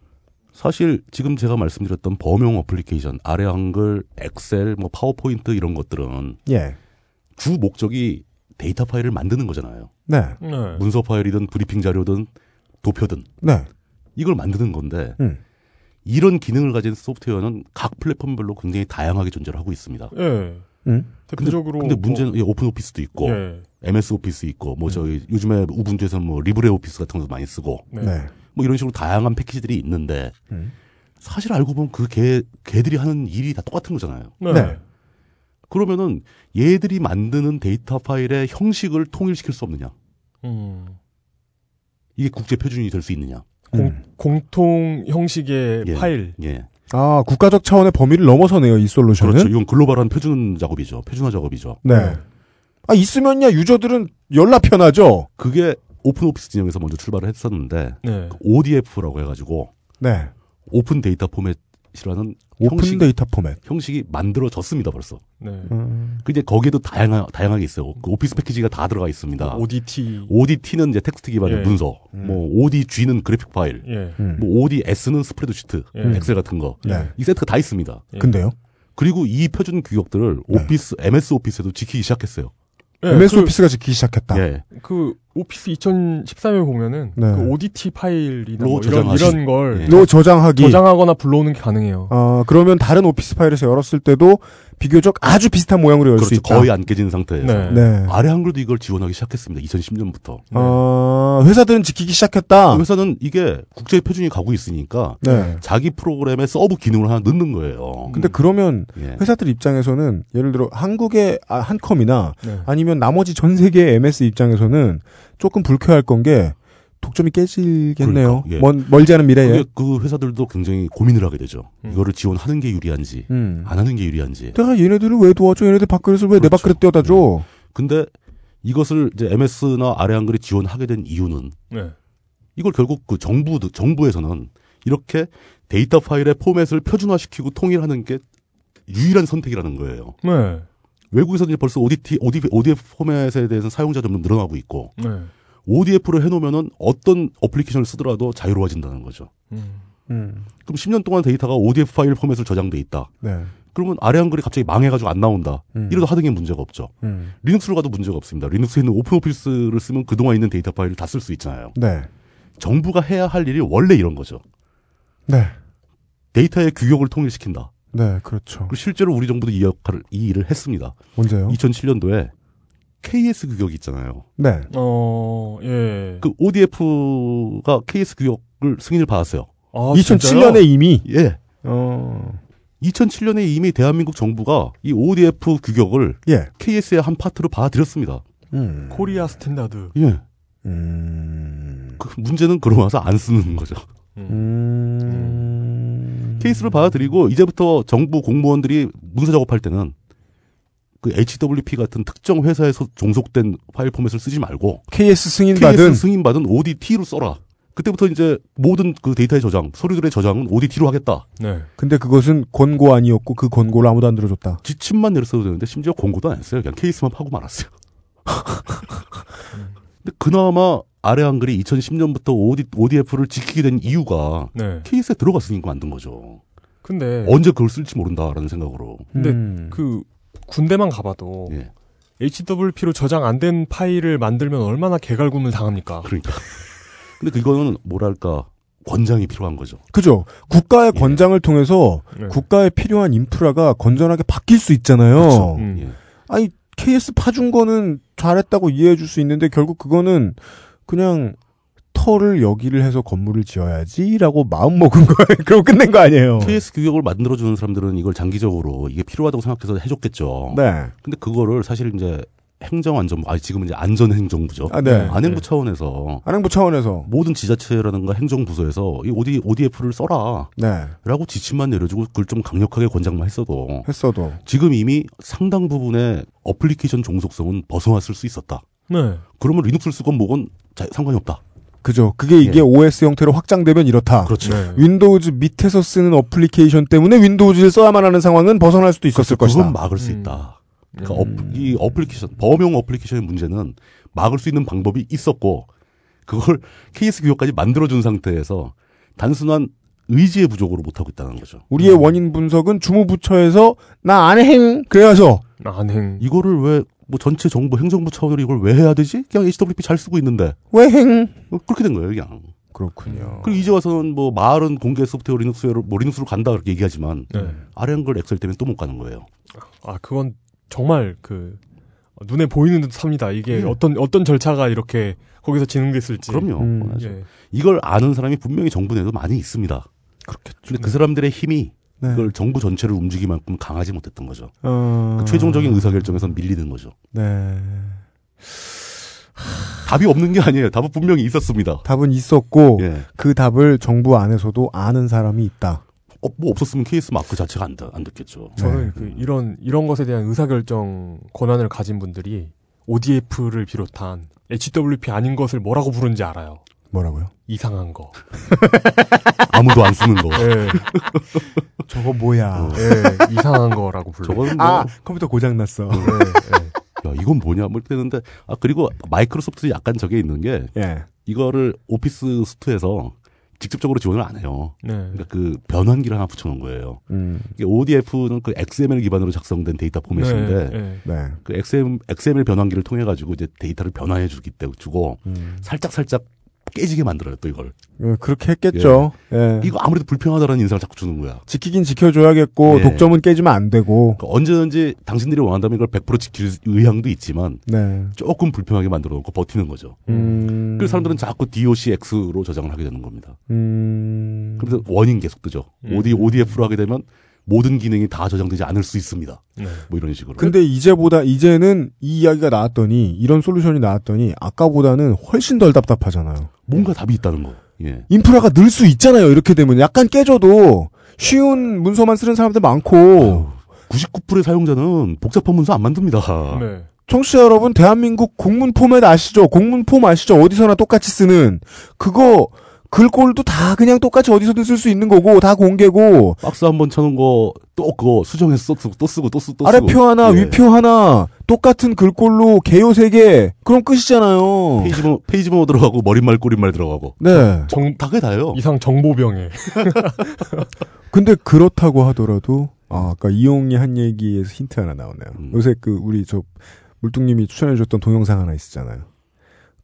S10: 사실 지금 제가 말씀드렸던 범용 어플리케이션, 아래 한글, 엑셀, 뭐 파워포인트 이런 것들은
S7: 예.
S10: 주 목적이 데이터 파일을 만드는 거잖아요.
S7: 네.
S8: 네.
S10: 문서 파일이든 브리핑 자료든 도표든
S7: 네.
S10: 이걸 만드는 건데
S7: 음.
S10: 이런 기능을 가진 소프트웨어는 각 플랫폼별로 굉장히 다양하게 존재를 하고 있습니다.
S8: 예.
S7: 음.
S8: 대표적으로
S10: 근데
S8: 뭐-
S10: 문제는 예, 오픈 오피스도 있고
S8: 예. 음.
S10: MS 오피스 있고 뭐 저희 요즘에 우분투에서 뭐 리브레 오피스 같은 것도 많이 쓰고
S8: 네.
S7: 네.
S10: 뭐 이런 식으로 다양한 패키지들이 있는데
S7: 음.
S10: 사실 알고 보면 그 걔, 걔들이 하는 일이 다 똑같은 거잖아요.
S8: 네.
S7: 네.
S10: 그러면은 얘들이 만드는 데이터 파일의 형식을 통일시킬 수 없느냐?
S8: 음.
S10: 이게 국제 표준이 될 수 있느냐?
S8: 공,
S7: 음.
S8: 공통 형식의
S10: 예.
S8: 파일.
S10: 예.
S7: 아 국가적 차원의 범위를 넘어서네요 이 솔루션은.
S10: 그렇죠. 이건 글로벌한 표준 작업이죠. 표준화 작업이죠.
S7: 네. 아 있으면야 유저들은 열나 편하죠.
S10: 그게 오픈 오피스 진영에서 먼저 출발을 했었는데
S8: 네.
S10: ODF라고 해가지고
S7: 네.
S10: 오픈 데이터 포맷이라는
S7: 오픈
S10: 형식,
S7: 데이터 포맷.
S10: 형식이 만들어졌습니다 벌써.
S8: 네.
S7: 음.
S10: 근데 거기에도 다양하, 다양하게 있어요. 그 오피스 패키지가 다 들어가 있습니다.
S7: 음.
S8: ODT.
S10: ODT는 이제 텍스트 기반의
S8: 예.
S10: 문서, 뭐 ODG는 그래픽 파일,
S8: 예.
S7: 음.
S10: 뭐 ODS는 스프레드시트,
S8: 예.
S10: 엑셀 같은 거.
S7: 네.
S10: 이 세트가 다 있습니다.
S8: 예.
S7: 근데요.
S10: 그리고 이 표준 규격들을
S7: 네.
S10: 오피스, MS 오피스에도 지키기 시작했어요.
S8: 예,
S7: MS
S8: 그,
S7: 오피스가 지키기 시작했다.
S10: 예.
S8: 그 오피스 2013에 보면은
S7: 네.
S8: 그 ODT 파일이나
S10: 로
S8: 뭐 이런
S10: 저장하시-
S8: 이런 걸
S10: 예.
S7: 로 저장하기.
S8: 저장하거나 불러오는 게 가능해요.
S7: 아, 그러면 다른 오피스 파일에서 열었을 때도 비교적 아주 비슷한 모양으로 열 수
S10: 그렇죠.
S7: 있다.
S10: 거의 안 깨진 상태에서.
S8: 네.
S7: 네.
S10: 아래 한글도 이걸 지원하기 시작했습니다. 2010년부터.
S7: 아, 회사들은 지키기 시작했다.
S10: 네. 아, 회사는 이게 국제 표준이 가고 있으니까
S7: 아. 네.
S10: 자기 프로그램에 서브 기능을 하나 넣는 거예요.
S7: 근데 그러면
S10: 예.
S7: 회사들 입장에서는 예를 들어 한국의 아, 한컴이나
S8: 네.
S7: 아니면 나머지 전 세계의 MS 입장에서는 조금 불쾌할 건 게 독점이 깨지겠네요.
S10: 그러니까, 예.
S7: 먼, 멀지 않은 미래에.
S10: 그게 그 회사들도 굉장히 고민을 하게 되죠.
S8: 음.
S10: 이거를 지원하는 게 유리한지
S7: 음.
S10: 안 하는 게 유리한지.
S7: 내가 얘네들을 왜 도와줘? 얘네들 밥그릇을 왜 내
S10: 아, 그렇죠.
S7: 밥그릇 떼어다 줘?
S10: 근데 이것을 이제 MS나 아래 한글이 지원하게 된 이유는
S8: 네.
S10: 이걸 결국 그 정부 정부에서는 이렇게 데이터 파일의 포맷을 표준화시키고 통일하는 게 유일한 선택이라는 거예요.
S8: 네.
S10: 외국에서는 이제 벌써 ODT, ODF, ODF 포맷에 대해서 사용자 점점 늘어나고 있고
S8: 네.
S10: ODF로 해놓으면은 어떤 어플리케이션을 쓰더라도 자유로워진다는 거죠.
S8: 음.
S10: 네.
S7: 음.
S10: 그럼 10년 동안 데이터가 ODF 파일 포맷으로 저장돼 있다.
S7: 네.
S10: 그러면 아래 한글이 갑자기 망해가지고 안 나온다.
S7: 음.
S10: 이래도 하등의 문제가 없죠.
S7: 음.
S10: 리눅스로 가도 문제가 없습니다. 리눅스에 있는 오픈 오피스를 쓰면 그동안 있는 데이터 파일을 다 쓸 수 있잖아요.
S7: 네.
S10: 정부가 해야 할 일이 원래 이런 거죠.
S7: 네.
S10: 데이터의 규격을 통일시킨다.
S7: 네, 그렇죠.
S10: 그리고 실제로 우리 정부도 이 역할을, 이 일을 했습니다.
S7: 언제요?
S10: 2007년도에 KS 규격이 있잖아요.
S7: 네.
S8: 어, 예.
S10: 그 ODF가 KS 규격을 승인을 받았어요.
S8: 아,
S7: 2007년에 이미
S10: 예.
S7: 어.
S10: 2007년에 이미 대한민국 정부가 이 ODF 규격을
S7: 예.
S10: KS의 한 파트로 받아들였습니다.
S7: 음.
S8: 코리아 스탠다드.
S10: 예.
S7: 음.
S10: 그 문제는 그러고 나서 안 쓰는 거죠.
S7: 음.
S10: 케이스를 받아들이고 이제부터 정부 공무원들이 문서 작업할 때는 그 HWP 같은 특정 회사에 소- 종속된 파일 포맷을 쓰지 말고
S7: KS 승인 받은
S10: KS 승인받은 ODT로 써라. 그때부터 이제 모든 그 데이터의 저장, 서류들의 저장은 ODT로 하겠다.
S8: 네.
S7: 근데 그것은 권고 아니었고 그 권고를 아무도 안 들어줬다.
S10: 지침만 내렸어도 되는데 심지어 공고도 안 했어요. 그냥 케이스만 파고 말았어요. 근데 그나마 아래 한글이 2010년부터 OD, ODF를 지키게 된 이유가
S8: 네.
S10: 케이스에 들어갔으니까 만든 거죠.
S8: 근데
S10: 언제 그걸 쓸지 모른다라는 생각으로.
S8: 근데
S7: 음.
S8: 그 군대만 가봐도
S10: 예.
S8: HWP로 저장 안 된 파일을 만들면 얼마나 개갈굼을 당합니까?
S10: 그러니까. 근데 그거는 뭐랄까 권장이 필요한 거죠.
S7: 그죠. 국가의 권장을 통해서
S8: 네.
S7: 국가에 필요한 인프라가 건전하게 바뀔 수 있잖아요.
S10: 그렇죠.
S8: 음.
S10: 예.
S7: 아니 KS 파준 거는 잘했다고 이해해 줄 수 있는데 결국 그거는 그냥 터를 여기를 해서 건물을 지어야지라고 마음 먹은 거예요. 그럼 끝낸 거 아니에요.
S10: KS 규격을 만들어주는 사람들은 이걸 장기적으로 이게 필요하다고 생각해서 해줬겠죠.
S7: 네.
S10: 근데 그거를 사실 이제 행정안전부, 아, 지금 이제 안전행정부죠.
S7: 아, 네.
S10: 안행부
S8: 네.
S10: 차원에서
S7: 안행부 차원에서
S10: 모든 지자체라든가 행정부서에서 이 OD, ODF를 써라.
S7: 네
S10: 라고 지침만 내려주고 그걸 좀 강력하게 권장만 했어도
S7: 했어도
S10: 지금 이미 상당 부분의 어플리케이션 종속성은 벗어났을 수 있었다.
S8: 네.
S10: 그러면 리눅스를 쓰건 뭐건 자- 상관이 없다.
S7: 그죠. 그게 이게
S10: 예.
S7: OS 형태로 확장되면 이렇다.
S10: 그렇죠.
S8: 네.
S7: 윈도우즈 밑에서 쓰는 어플리케이션 때문에 윈도우즈를 써야만 하는 상황은 벗어날 수도 있었을 것이다.
S10: 그건 막을 수
S8: 음.
S10: 있다. 그러니까
S7: 음.
S10: 어, 이 어플리케이션 범용 어플리케이션의 문제는 막을 수 있는 방법이 있었고 그걸 KS 규격까지 만들어준 상태에서 단순한 의지의 부족으로 못 하고 있다는 거죠.
S7: 우리의 원인 분석은 주무부처에서 나 안 해. 그래서
S8: 안행.
S10: 이거를 왜 뭐 전체 정부 행정부 차원으로 이걸 왜 해야 되지? 그냥 HWP 잘 쓰고 있는데
S7: 왜 행?
S10: 어, 그렇게 된 거예요, 그냥.
S7: 그렇군요.
S10: 그리고 이제 와서는 뭐 말은 공개 소프트웨어 리눅스로 뭐 리눅스로 간다 그렇게 얘기하지만
S8: 네.
S10: 아래한걸 엑셀 때문에 또 못 가는 거예요.
S8: 아 그건 정말 그 눈에 보이는 듯 삽니다. 이게 어떤 어떤 절차가 이렇게 거기서 진행됐을지.
S10: 음. 그럼요.
S7: 음,
S10: 뻔하죠.
S8: 예.
S10: 이걸 아는 사람이 분명히 정부 내에도 많이 있습니다. 그렇겠죠. 근데 그 사람들의 힘이
S7: 네.
S10: 그걸 정부 전체를 움직이만큼 강하지 못했던 거죠.
S7: 어...
S10: 그 최종적인 의사결정에선 밀리는 거죠.
S7: 네.
S10: 답이 없는 게 아니에요. 답은 분명히 있었습니다.
S7: 답은 있었고
S10: 예.
S7: 그 답을 정부 안에서도 아는 사람이 있다.
S10: 어, 뭐 없었으면 케이스 마크 자체가 안, 돼- 안 됐겠죠. 예.
S8: 저는 그 이런 이런 것에 대한 의사결정 권한을 가진 분들이 ODF를 비롯한 HWP 아닌 것을 뭐라고 부른지 알아요.
S7: 뭐라고요?
S8: 이상한 거.
S10: 아무도 안 쓰는 거. 어.
S8: 예.
S7: 저거 뭐야?
S8: 예, 이상한 거라고 불러.
S10: 저건 뭐,
S7: 아 컴퓨터 고장 났어.
S10: 야, 이건 뭐냐, 뭐 이렇게 되는데, 아, 그리고 마이크로소프트 약간 저게 있는 게,
S7: 예.
S10: 이거를 오피스 수트에서 직접적으로 지원을 안 해요.
S8: 네.
S10: 그러니까 그 변환기를 하나 붙여놓은 거예요.
S7: 음.
S10: 이게 ODF는 그 XML 기반으로 작성된 데이터 포맷인데,
S8: 네.
S7: 네.
S10: 그 XM, XML 변환기를 통해 가지고 이제 데이터를 변화해 주기 때 주고
S7: 음.
S10: 살짝 살짝 깨지게 만들어요 또 이걸
S7: 예, 그렇게 했겠죠. 예.
S10: 네. 이거 아무래도 불편하다라는 인상을 자꾸 주는 거야
S7: 지키긴 지켜줘야겠고
S10: 예.
S7: 독점은 깨지면 안 되고.
S10: 그러니까 언제든지 당신들이 원한다면 이걸 100% 지킬 의향도 있지만
S7: 네.
S10: 조금 불편하게 만들어 놓고 버티는 거죠
S7: 음.
S10: 그래서 사람들은 자꾸 DOCX로 저장을 하게 되는 겁니다
S7: 음.
S10: 그래서 원인 계속 뜨죠
S8: 음.
S10: OD, ODF로 하게 되면 모든 기능이 다 저장되지 않을 수 있습니다
S8: 네.
S10: 뭐 이런 식으로
S7: 근데 이제보다 이제는 이 이야기가 나왔더니 이런 솔루션이 나왔더니 아까보다는 훨씬 덜 답답하잖아요.
S10: 뭔가 답이 있다는 거 예.
S7: 인프라가 늘 수 있잖아요. 이렇게 되면 약간 깨져도 쉬운 문서만 쓰는 사람들 많고
S10: 99%의 사용자는 복잡한 문서 안 만듭니다
S8: 네.
S7: 청취자 여러분 대한민국 공문 포맷 아시죠? 공문 폼 아시죠? 어디서나 똑같이 쓰는 그거 글꼴도 다 그냥 똑같이 어디서든 쓸 수 있는 거고 다 공개고
S10: 박스 한 번 쳐놓은 거, 또 그거 수정해서 또 쓰고, 또 쓰고, 또 쓰고. 또 쓰고.
S7: 아래표 하나,
S10: 예.
S7: 위표 하나, 똑같은 글꼴로 개요 세개 그럼 끝이잖아요.
S10: 페이지 번호, 페이지 번호 들어가고, 머릿말, 꼬릿말 들어가고.
S7: 네.
S8: 정
S10: 다 그게 다예요.
S8: 이상 정보병에.
S7: 근데 그렇다고 하더라도, 아, 아까 이용이 한 얘기에서 힌트 하나 나오네요.
S10: 음.
S7: 요새 그, 우리 저, 물뚱님이 추천해주셨던 동영상 하나 있었잖아요.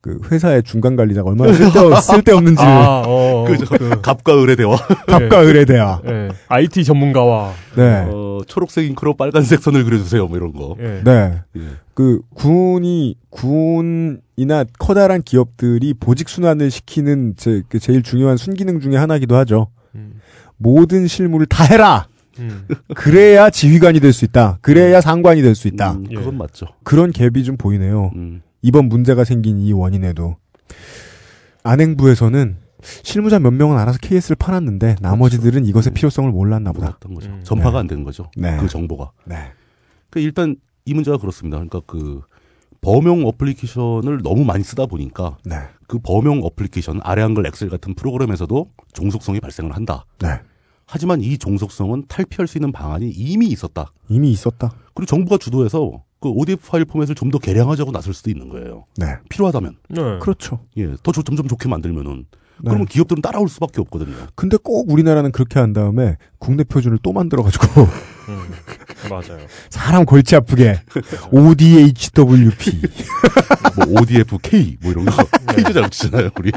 S7: 그, 회사의 중간 관리자가 얼마나 쓸데없, 쓸데없는지.
S8: 아, 어.
S10: 그, 저,
S8: 그,
S10: 갑과 을의 대화.
S7: 갑과 을에 대하.
S8: 예. IT 전문가와
S7: 네.
S10: 어, 초록색 잉크로 빨간색 선을 그려주세요. 뭐 이런 거.
S8: 예.
S7: 네.
S10: 예.
S7: 그 군이 군이나 커다란 기업들이 보직 순환을 시키는 제, 그 제일 중요한 순기능 중에 하나이기도 하죠.
S8: 음.
S7: 모든 실무를 다 해라.
S8: 음.
S7: 그래야 지휘관이 될 수 있다. 그래야 상관이 될 수 있다.
S10: 음, 그건 맞죠.
S7: 그런 갭이 좀 보이네요.
S10: 음.
S7: 이번 문제가 생긴 이 원인에도 안행부에서는 실무자 몇 명은 알아서 KS를 팔았는데 나머지들은 이것의 필요성을 몰랐나 보다.
S10: 몰랐던 거죠.
S8: 음.
S10: 전파가
S7: 네.
S10: 안 되는 거죠.
S7: 네.
S10: 그 정보가.
S7: 네.
S10: 그 일단 이 문제가 그렇습니다. 그러니까 그 범용 어플리케이션을 너무 많이 쓰다 보니까
S7: 네.
S10: 그 범용 어플리케이션 아래 한글 엑셀 같은 프로그램에서도 종속성이 발생을 한다.
S7: 네.
S10: 하지만 이 종속성은 탈피할 수 있는 방안이 이미 있었다.
S7: 이미 있었다.
S10: 그리고 정부가 주도해서 그 ODF 파일 포맷을 좀 더 개량하자고 나설 수도 있는 거예요.
S7: 네.
S10: 필요하다면.
S8: 네.
S7: 그렇죠.
S10: 예. 더 조- 점점 좋게 만들면은.
S7: 네.
S10: 그러면 기업들은 따라올 수밖에 없거든요.
S7: 근데 꼭 우리나라는 그렇게 한 다음에 국내 표준을 또 만들어가지고
S8: 음. 맞아요.
S7: 사람 골치 아프게 ODHWP
S10: 뭐 ODFK 뭐 이런 거. K도 잘 붙이잖아요, 우리.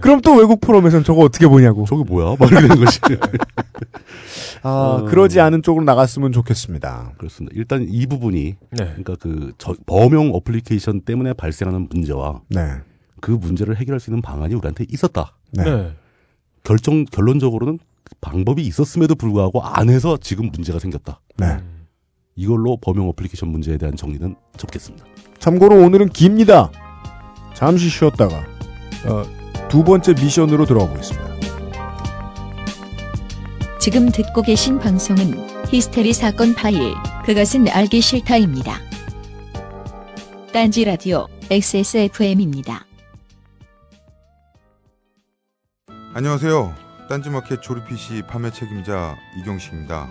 S7: 그럼 또 외국 포럼에선 저거 어떻게 보냐고
S10: 어, 저게 뭐야? 막 이렇게 되는 거지.
S7: 아,
S10: 음.
S7: 그러지 않은 쪽으로 나갔으면 좋겠습니다
S10: 그렇습니다. 일단 이 부분이
S8: 네.
S10: 그러니까 그 저- 범용 어플리케이션 때문에 발생하는 문제와
S7: 네
S10: 그 문제를 해결할 수 있는 방안이 우리한테 있었다.
S7: 네.
S8: 네.
S10: 결정 결론적으로는 방법이 있었음에도 불구하고 안 해서 지금 문제가 생겼다.
S7: 네.
S8: 음.
S10: 이걸로 범용 어플리케이션 문제에 대한 정리는 접겠습니다.
S7: 참고로 오늘은 깁니다. 잠시 쉬었다가 어, 두 번째 미션으로 들어가 보겠습니다.
S1: 지금 듣고 계신 방송은 히스테리 사건 파일, 그것은 알기 싫다입니다. 딴지 라디오 XSFM입니다.
S4: 안녕하세요. 딴지마켓 조립 PC 판매 책임자 이경식입니다.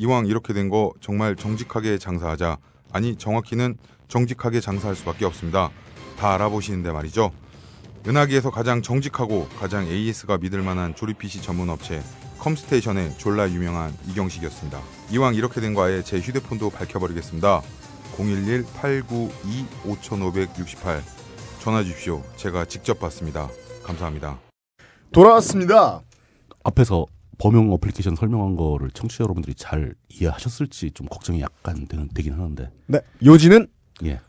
S4: 이왕 이렇게 된 거 정말 정직하게 장사하자. 아니 정확히는 정직하게 장사할 수밖에 없습니다. 다 알아보시는데 말이죠. 은하계에서 가장 정직하고 가장 AS가 믿을 만한 조립 PC 전문 업체 컴스테이션의 졸라 유명한 이경식이었습니다. 이왕 이렇게 된 거 아예 제 휴대폰도 밝혀버리겠습니다. 011-892-5568 전화 주십시오. 제가 직접 받습니다. 감사합니다.
S7: 돌아왔습니다.
S10: 앞에서 범용 어플리케이션 설명한 거를 청취자 여러분들이 잘 이해하셨을지 좀 걱정이 약간 되는, 되긴 하는데.
S7: 네. 요지는
S10: 예.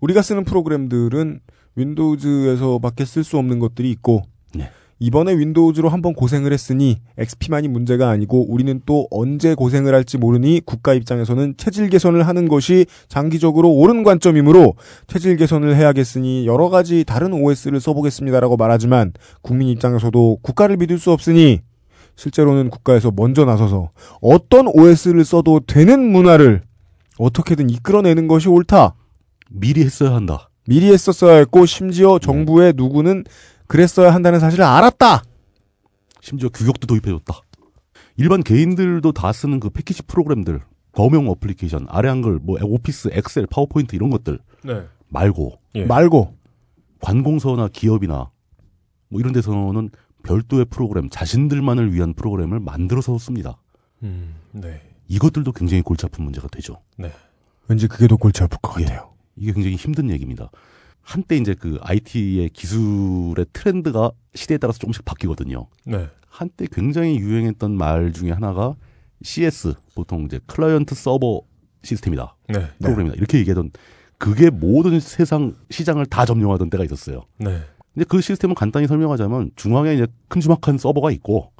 S7: 우리가 쓰는 프로그램들은 윈도우즈에서밖에 쓸 수 없는 것들이 있고
S10: 네.
S7: 이번에 윈도우즈로 한번 고생을 했으니 XP만이 문제가 아니고 우리는 또 언제 고생을 할지 모르니 국가 입장에서는 체질 개선을 하는 것이 장기적으로 옳은 관점이므로 체질 개선을 해야겠으니 여러 가지 다른 OS를 써보겠습니다라고 말하지만 국민 입장에서도 국가를 믿을 수 없으니 실제로는 국가에서 먼저 나서서 어떤 OS를 써도 되는 문화를 어떻게든 이끌어내는 것이 옳다.
S10: 미리 했어야 한다.
S7: 미리 했었어야 했고 심지어 정부의 누구는 그랬어야 한다는 사실을 알았다.
S10: 심지어 규격도 도입해줬다. 일반 개인들도 다 쓰는 그 패키지 프로그램들, 범용 어플리케이션, 아래 한글, 뭐 오피스, 엑셀, 파워포인트 이런 것들
S8: 네.
S10: 말고
S8: 예.
S7: 말고
S10: 관공서나 기업이나 뭐 이런 데서는 별도의 프로그램, 자신들만을 위한 프로그램을 만들어서 씁니다.
S8: 음. 네.
S10: 이것들도 굉장히 골치 아픈 문제가 되죠.
S7: 왠지 그게 더 골치 아플 것 같아요.
S10: 이게 굉장히 힘든 얘기입니다. 한때 이제 그 IT의 기술의 트렌드가 시대에 따라서 조금씩 바뀌거든요.
S8: 네.
S10: 한때 굉장히 유행했던 말 중에 하나가 CS, 보통 이제 클라이언트 서버 시스템이다.
S8: 네.
S10: 프로그램이다. 이렇게 얘기하던 그게 모든 세상 시장을 다 점령하던 때가 있었어요.
S8: 네.
S10: 근데 그 시스템을 간단히 설명하자면 중앙에 이제 큼지막한 서버가 있고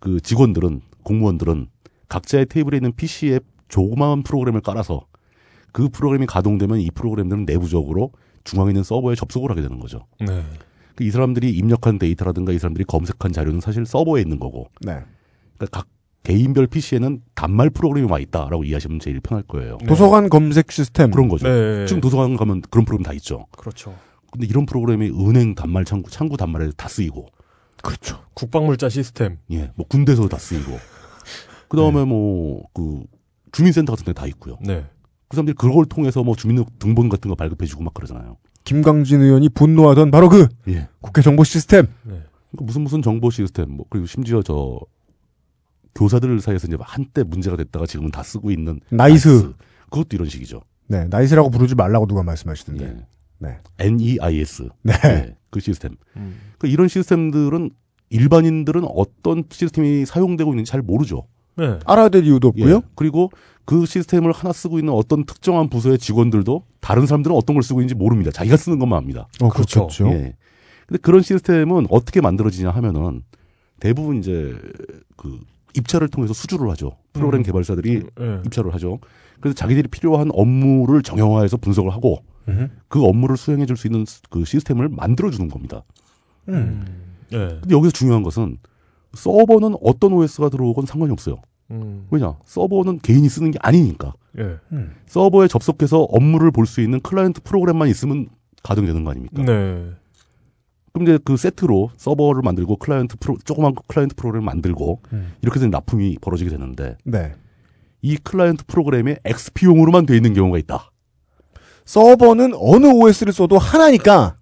S10: 그 직원들은 공무원들은 각자의 테이블에 있는 PC에 조그마한 프로그램을 깔아서 그 프로그램이 가동되면 이 프로그램들은 내부적으로 중앙에 있는 서버에 접속을 하게 되는 거죠.
S8: 네.
S10: 그 이 사람들이 입력한 데이터라든가 이 사람들이 검색한 자료는 사실 서버에 있는 거고
S7: 네.
S10: 그러니까 각 개인별 PC에는 단말 프로그램이 와 있다라고 이해하시면 제일 편할 거예요.
S8: 네.
S7: 도서관 검색 시스템.
S10: 그런 거죠.
S8: 네.
S10: 지금 도서관 가면 그런 프로그램 다 있죠.
S8: 그렇죠.
S10: 근데 이런 프로그램이 은행 단말 창구, 창구 단말에 다 쓰이고
S8: 그렇죠. 국방물자 시스템.
S10: 예, 뭐 군대에서 다 쓰이고. 그 다음에
S7: 네.
S10: 뭐, 그, 주민센터 같은 데 다 있고요.
S8: 네.
S10: 그 사람들이 그걸 통해서 뭐 주민등본 같은 거 발급해주고 막 그러잖아요.
S7: 김강진 의원이 분노하던 바로 그
S10: 예.
S7: 국회 정보 시스템.
S10: 그러니까 무슨 무슨 정보 시스템, 뭐, 그리고 심지어 저, 교사들 사이에서 이제 한때 문제가 됐다가 지금은 다 쓰고 있는.
S7: 나이스.
S10: 그것도 이런 식이죠.
S7: 네, 나이스라고 부르지 말라고 누가 말씀하시던데.
S10: 예.
S7: 네.
S10: NEIS.
S7: 네.
S10: 예, 그 시스템.
S8: 음.
S10: 그 이런 시스템들은 일반인들은 어떤 시스템이 사용되고 있는지 잘 모르죠.
S8: 네.
S7: 알아야 될 이유도
S10: 예.
S7: 없고요.
S10: 그리고 그 시스템을 하나 쓰고 있는 어떤 특정한 부서의 직원들도 다른 사람들은 어떤 걸 쓰고 있는지 모릅니다. 자기가 쓰는 것만 압니다.
S7: 어,
S8: 그렇죠.
S7: 그렇겠죠.
S10: 예. 근데 그런 시스템은 어떻게 만들어지냐 하면은 대부분 이제 그 입찰을 통해서 수주를 하죠. 프로그램
S8: 음.
S10: 개발사들이
S8: 네.
S10: 입찰을 하죠. 그래서 자기들이 필요한 업무를 정형화해서 분석을 하고
S7: 음.
S10: 그 업무를 수행해 줄 수 있는 스- 그 시스템을 만들어 주는 겁니다.
S7: 음.
S8: 네.
S10: 근데 여기서 중요한 것은 서버는 어떤 OS가 들어오건 상관이 없어요.
S8: 음.
S10: 왜냐? 서버는 개인이 쓰는 게 아니니까.
S8: 예.
S10: 서버에 접속해서 업무를 볼 수 있는 클라이언트 프로그램만 있으면 가동되는 거 아닙니까?
S8: 네.
S10: 그럼 이제 그 세트로 서버를 만들고 클라이언트 프로 조그만 클라이언트 프로그램을 만들고
S7: 음.
S10: 이렇게 된 납품이 벌어지게 되는데
S7: 네.
S10: 이 클라이언트 프로그램이 XP용으로만 돼 있는 경우가 있다.
S7: 서버는 어느 OS를 써도 하나니까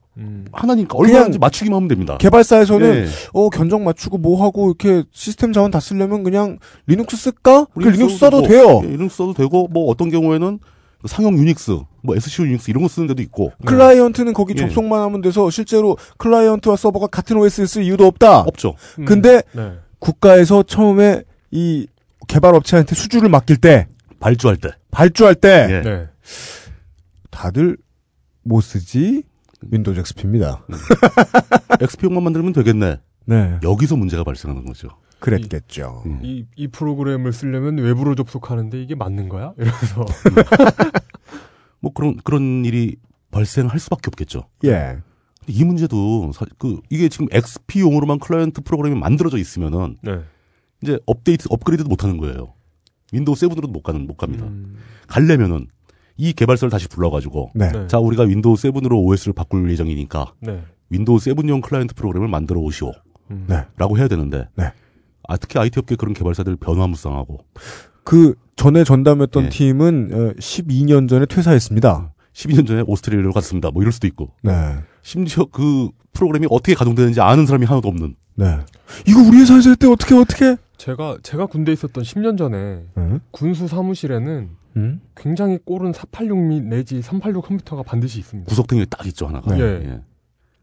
S10: 하나니까 얼마든지 맞추기만 하면 됩니다.
S7: 개발사에서는
S10: 예.
S7: 어 견적 맞추고 뭐 하고 이렇게 시스템 자원 다 쓰려면 그냥 리눅스 쓸까? 그 리눅스 써도
S10: 되고,
S7: 돼요.
S10: 예, 리눅스 써도 되고 뭐 어떤 경우에는 그 상용 유닉스, 뭐 SCO 유닉스 이런 거 쓰는 데도 있고.
S7: 클라이언트는 거기
S10: 예.
S7: 접속만 하면 돼서 실제로 클라이언트와 서버가 같은 OS를 쓸 이유도 없다.
S10: 없죠.
S7: 근데
S8: 음.
S10: 네.
S7: 국가에서 처음에 이 개발 업체한테 수주를 맡길 때 네.
S10: 발주할 때
S7: 발주할 때
S10: 예.
S8: 네.
S7: 다들 못 쓰지 윈도우즈 XP입니다.
S10: XP용만 만들면 되겠네.
S7: 네.
S10: 여기서 문제가 발생하는 거죠.
S7: 그랬겠죠.
S8: 이, 이 프로그램을 쓰려면 외부로 접속하는데 이게 맞는 거야? 이러면서
S10: 뭐 그런 그런 일이 발생할 수밖에 없겠죠.
S7: 예.
S10: 근데 이 문제도 사- 그 이게 지금 XP용으로만 클라이언트 프로그램이 만들어져 있으면은 이제 업데이트 업그레이드도 못 하는 거예요. 윈도우 7으로도 못 가는 못 갑니다.
S8: 음.
S10: 가려면은 이 개발사를 다시 불러가지고
S7: 네. 네.
S10: 자 우리가 윈도우 7으로 OS를 바꿀 예정이니까
S8: 네.
S10: 윈도우 7용 클라이언트 프로그램을 만들어 오시오.
S8: 음.
S7: 네.
S10: 라고 해야 되는데
S7: 네.
S10: 아, 특히 IT 업계 그런 개발사들 변화무쌍하고
S7: 그 전에 전담했던 팀은 어, 12년 전에 퇴사했습니다.
S10: 12년 전에 오스트레일리아로 갔습니다. 뭐 이럴 수도 있고
S7: 네.
S10: 심지어 그 프로그램이 어떻게 가동되는지 아는 사람이 하나도 없는
S7: 네. 이거 우리 회사에서 했대 어떻게 어떻게?
S8: 제가 제가 군대 있었던 10년 전에
S10: 음.
S7: 응?
S8: 군수 사무실에는
S7: 응?
S8: 굉장히 꼴은 486 및 내지 386 컴퓨터가 반드시 있습니다.
S10: 구석탱이 딱 있죠 하나가
S8: 네.
S10: 예.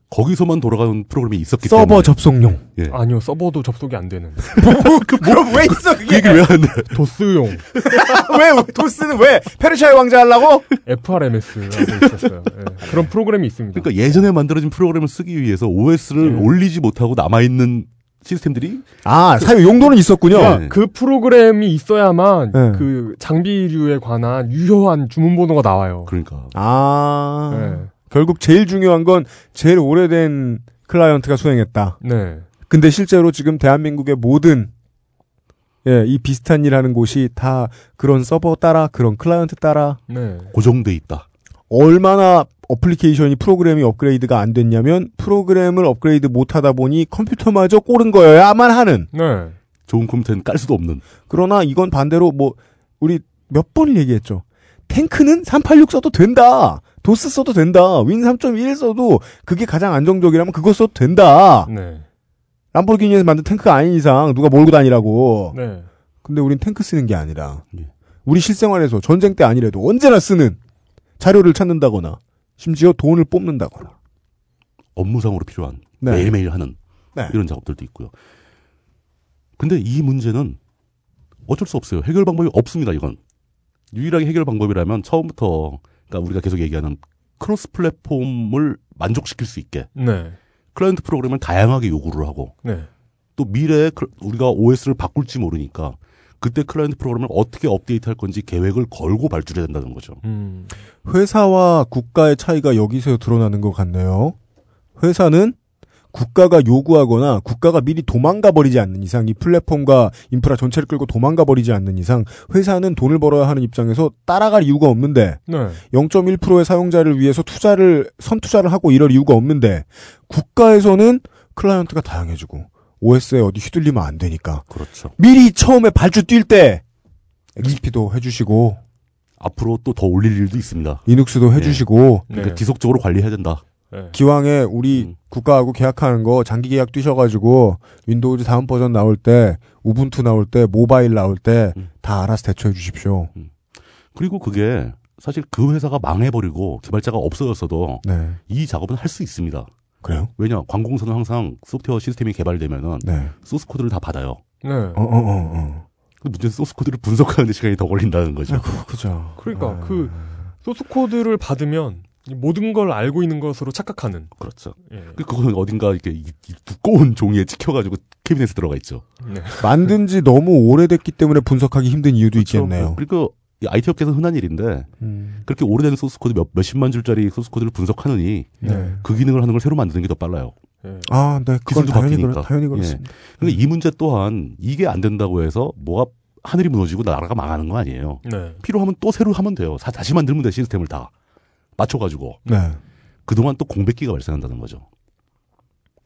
S10: 거기서만 돌아가는 프로그램이 있었기
S7: 서버
S10: 때문에
S7: 접속용.
S10: 예.
S8: 아니요 서버도 접속이 안 되는.
S7: 그 그럼 왜 있어
S10: 그 얘기를 왜안 돼?
S8: 도스용
S7: 왜 도스는 왜 페르시아의 왕자 하려고?
S8: FRMS라고 있었어요. 예. 그런 프로그램이 있습니다.
S10: 그러니까 예전에 만들어진 프로그램을 쓰기 위해서
S7: 네.
S10: OS를 올리지 못하고 남아있는 시스템들이
S7: 아 사유 용도는 있었군요.
S8: 그러니까 그 프로그램이 있어야만
S10: 네.
S8: 그 장비류에 관한 유효한 주문 번호가 나와요.
S10: 그러니까
S7: 아
S8: 네.
S7: 결국 제일 중요한 건 제일 오래된 클라이언트가 수행했다.
S8: 네.
S7: 근데 실제로 지금 대한민국의 모든 예, 이 비슷한 일 하는 곳이 다 그런 서버 따라 그런 클라이언트 따라
S8: 네.
S10: 고정돼 있다.
S7: 얼마나 어플리케이션이 프로그램이 업그레이드가 안 됐냐면 프로그램을 업그레이드 못 하다 보니 컴퓨터마저 꼬른 거여야만 하는
S8: 네.
S10: 좋은 컴퓨터는 깔 수도 없는
S7: 그러나 이건 반대로 뭐 우리 몇 번을 얘기했죠. 탱크는 386 써도 된다. 도스 써도 된다. 윈 3.1 써도 그게 가장 안정적이라면 그거 써도 된다.
S8: 네.
S7: 람보르기니에서 만든 탱크가 아닌 이상 누가 몰고 다니라고.
S8: 네.
S7: 근데 우린 탱크 쓰는 게 아니라 우리 실생활에서 전쟁 때 아니래도 언제나 쓰는 자료를 찾는다거나 심지어 돈을 뽑는다거나
S10: 업무상으로 필요한
S7: 네.
S10: 매일매일 하는
S7: 네.
S10: 이런 작업들도 있고요. 근데 이 문제는 어쩔 수 없어요. 해결 방법이 없습니다. 이건 유일하게 해결 방법이라면 처음부터 그러니까 우리가 계속 얘기하는 크로스 플랫폼을 만족시킬 수 있게
S8: 네.
S10: 클라이언트 프로그램을 다양하게 요구를 하고
S8: 네.
S10: 또 미래에 클- 우리가 OS를 바꿀지 모르니까 그때 클라이언트 프로그램을 어떻게 업데이트할 건지 계획을 걸고 발주해야 된다는 거죠.
S8: 음,
S7: 회사와 국가의 차이가 여기서 드러나는 것 같네요. 회사는 국가가 요구하거나 국가가 미리 도망가 버리지 않는 이상 이 플랫폼과 인프라 전체를 끌고 도망가 버리지 않는 이상 회사는 돈을 벌어야 하는 입장에서 따라갈 이유가 없는데
S8: 네.
S7: 0.1%의 사용자를 위해서 투자를 선투자를 하고 이럴 이유가 없는데 국가에서는 클라이언트가 다양해지고 OS에 어디 휘둘리면 안 되니까
S10: 그렇죠.
S7: 미리 처음에 발주 뛸 때 XP도 해주시고
S10: 앞으로 또 더 올릴 일도 있습니다.
S7: 리눅스도 해주시고
S10: 그러니까
S8: 네.
S10: 지속적으로 관리해야 된다.
S7: 기왕에 우리 국가하고 계약하는 거 장기 계약 뛰셔가지고 윈도우즈 다음 버전 나올 때 우분투 나올 때 모바일 나올 때 다 알아서 대처해 주십시오.
S10: 그리고 그게 사실 그 회사가 망해버리고 개발자가 없어졌어도
S7: 네.
S10: 이 작업은 할 수 있습니다.
S7: 그래요?
S10: 왜냐 관공서는 항상 소프트웨어 시스템이 개발되면은
S7: 네.
S10: 소스 코드를 다 받아요.
S8: 네. 어,
S7: 어, 어, 어.
S10: 그 문제는 소스 코드를 분석하는데 시간이 더 걸린다는 거죠.
S7: 그죠. 아.
S8: 그러니까 그 소스 코드를 받으면 이 모든 걸 알고 있는 것으로 착각하는.
S7: 아,
S10: 그렇죠.
S8: 예.
S10: 그 그거는 어딘가 이렇게 이- 이 두꺼운 종이에 찍혀가지고 캐비넷에 들어가 있죠.
S8: 네.
S7: 만든 지 너무 오래됐기 때문에 분석하기 힘든 이유도
S10: 그렇죠.
S7: 있겠네요. 음.
S10: 그리고 이 IT 업계에서 흔한 일인데 그렇게 오래된 소스 코드 몇 몇십만 줄짜리 소스 코드를 분석하느니
S7: 네.
S10: 그 기능을 하는 걸 새로 만드는 게 더 빨라요.
S8: 예.
S7: 아, 네. 그건
S10: 기술도
S7: 당연히,
S10: 바뀌니까.
S7: 그렇, 당연히
S10: 예.
S7: 그렇습니다.
S10: 근데 이 문제 또한 이게 안 된다고 해서 뭐가 하늘이 무너지고 나라가 망하는 거 아니에요.
S8: 네.
S10: 필요하면 또 새로 하면 돼요. 사- 다시 만들면 돼 시스템을 다 맞춰가지고
S7: 네.
S10: 그동안 또 공백기가 발생한다는 거죠.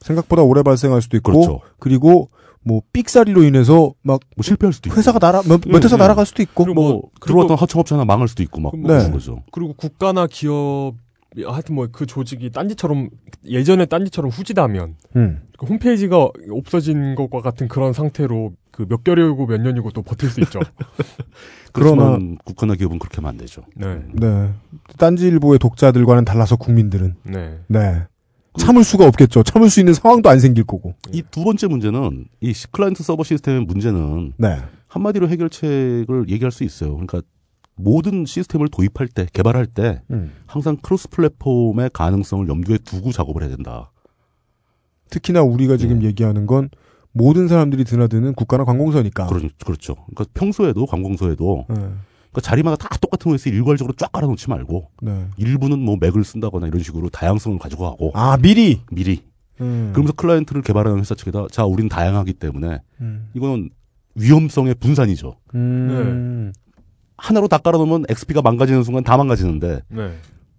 S7: 생각보다 오래 발생할 수도 있고
S10: 그렇죠.
S7: 그리고뭐 삑사리로 인해서 막
S10: 뭐 실패할 수도 있고
S7: 회사가 날아 몇, 몇
S10: 네. 예,
S7: 회사
S10: 예.
S7: 날아갈 수도 있고
S10: 뭐 들어왔던 하청업체 하나 망할 수도 있고 막
S7: 네.
S10: 그런 거죠.
S8: 그리고 국가나 기업 하여튼 뭐 그 조직이 딴지처럼 예전에 딴지처럼 후지다면
S7: 음.
S8: 그 홈페이지가 없어진 것과 같은 그런 상태로 그 몇 개월이고 몇 년이고 또 버틸 수 있죠.
S10: 그러나 국가나 기업은 그렇게 하면 안 되죠.
S8: 네.
S7: 네. 딴지일보의 독자들과는 달라서 국민들은
S8: 네.
S7: 네.
S10: 그
S7: 참을 수가 없겠죠. 참을 수 있는 상황도 안 생길 거고.
S10: 이 두 번째 문제는 이 시- 클라이언트 서버 시스템의 문제는
S7: 네.
S10: 한마디로 해결책을 얘기할 수 있어요. 그러니까 모든 시스템을 도입할 때 개발할 때
S7: 음.
S10: 항상 크로스 플랫폼의 가능성을 염두에 두고 작업을 해야 된다.
S7: 특히나 우리가 지금
S10: 네.
S7: 얘기하는 건 모든 사람들이 드나드는 국가나 관공서니까.
S10: 그러, 그렇죠. 그러니까 평소에도
S7: 예. 네.
S10: 관공서에도 그러니까 자리마다 다 똑같은 OS 일괄적으로 쫙 깔아놓지 말고
S7: 네.
S10: 일부는 뭐 맥을 쓴다거나 이런 식으로 다양성을 가지고 하고
S7: 아 미리
S10: 미리
S7: 음.
S10: 그러면서 클라이언트를 개발하는 회사 측에다 자 우린 다양하기 때문에
S7: 음.
S10: 이거는 위험성의 분산이죠. 네.
S7: 음.
S10: 하나로 다 깔아놓으면 XP가 망가지는 순간 다 망가지는데
S8: 네.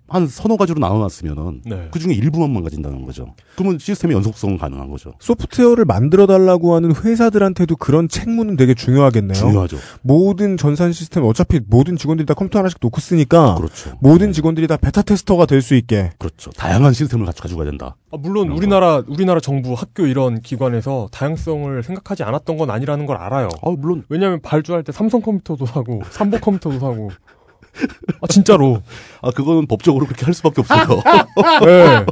S10: 한 서너 가지로 나눠놨으면은
S8: 네.
S10: 그 중에 일부만 망가진다는 거죠. 그러면 시스템의 연속성은 가능한 거죠.
S7: 소프트웨어를 만들어 달라고 하는 회사들한테도 그런 책무는 되게 중요하겠네요.
S10: 중요하죠.
S7: 모든 전산 시스템 어차피 모든 직원들이 다 컴퓨터 하나씩 놓고 쓰니까 모든 직원들이 다 베타 테스터가 될 수 있게
S10: 그렇죠. 다양한 시스템을 같이 가지고 가야 된다.
S8: 아, 물론 우리나라 우리나라 정부 학교 이런 기관에서 다양성을 생각하지 않았던 건 아니라는 걸 알아요.
S10: 물론
S8: 왜냐하면 발주할 때 삼성 컴퓨터도 사고 삼보 컴퓨터도 사고. 아 진짜로.
S10: 아 그거는 법적으로 그렇게 할 수밖에 없어요.
S8: 네.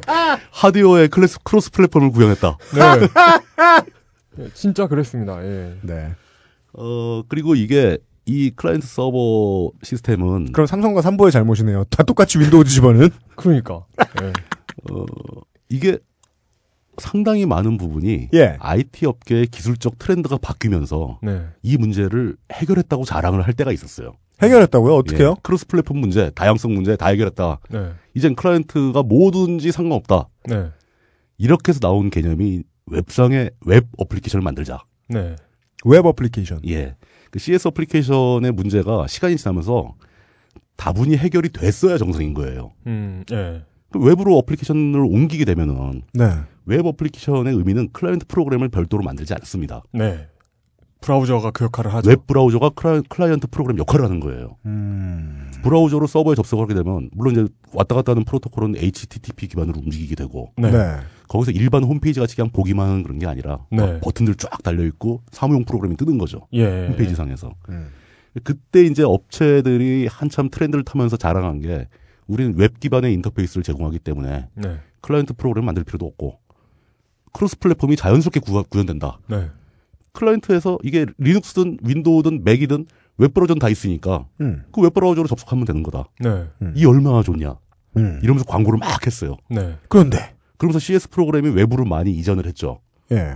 S10: 하드웨어의 클래스 크로스 플랫폼을 구현했다.
S8: 네. 예, 진짜 그랬습니다. 예.
S7: 네.
S10: 어 그리고 이게 이 클라이언트 서버 시스템은
S7: 그럼 삼성과 삼보의 잘못이네요. 다 똑같이 윈도우 집어는.
S8: 그러니까. 예.
S10: 어, 이게 상당히 많은 부분이
S7: 예.
S10: IT 업계의 기술적 트렌드가 바뀌면서
S8: 네.
S10: 이 문제를 해결했다고 자랑을 할 때가 있었어요.
S7: 해결했다고요? 어떻게요?
S10: 예, 크로스 플랫폼 문제, 다양성 문제 다 해결했다.
S8: 네.
S10: 이젠 클라이언트가 뭐든지 상관없다.
S8: 네.
S10: 이렇게 해서 나온 개념이 웹상의 웹 어플리케이션을 만들자.
S8: 네.
S7: 웹 어플리케이션.
S10: 예. 그 CS 어플리케이션의 문제가 시간이 지나면서 다분히 해결이 됐어야 정상인 거예요.
S8: 음. 예.
S10: 그 웹으로 어플리케이션을 옮기게 되면은
S7: 네.
S10: 웹 어플리케이션의 의미는 클라이언트 프로그램을 별도로 만들지 않습니다.
S8: 네. 브라우저가 그 역할을 하죠.
S10: 웹 브라우저가 클라- 클라이언트 프로그램 역할을 하는 거예요.
S7: 음.
S10: 브라우저로 서버에 접속하게 되면 물론 이제 왔다 갔다 하는 프로토콜은 HTTP 기반으로 움직이게 되고
S8: 네. 네.
S10: 거기서 일반 홈페이지 같이 그냥 보기만 하는 그런 게 아니라
S8: 네.
S10: 막 어, 버튼들 쫙 달려 있고 사무용 프로그램이 뜨는 거죠.
S8: 예.
S10: 홈페이지 상에서. 그때 이제 업체들이 한참 트렌드를 타면서 자랑한 게 우리는 웹 기반의 인터페이스를 제공하기 때문에
S8: 네.
S10: 클라이언트 프로그램 만들 필요도 없고 크로스 플랫폼이 자연스럽게 구- 구현된다.
S8: 네.
S10: 클라이언트에서 이게 리눅스든 윈도우든 맥이든 웹브라우저는 다 있으니까
S7: 음.
S10: 그 웹브라우저로 접속하면 되는 거다.
S8: 네.
S10: 이 얼마나 좋냐.
S7: 음.
S10: 이러면서 광고를 막 했어요.
S8: 네.
S7: 그런데
S10: 음. 그러면서 CS 프로그램이 외부로 많이 이전을 했죠.
S8: 네.
S7: 예.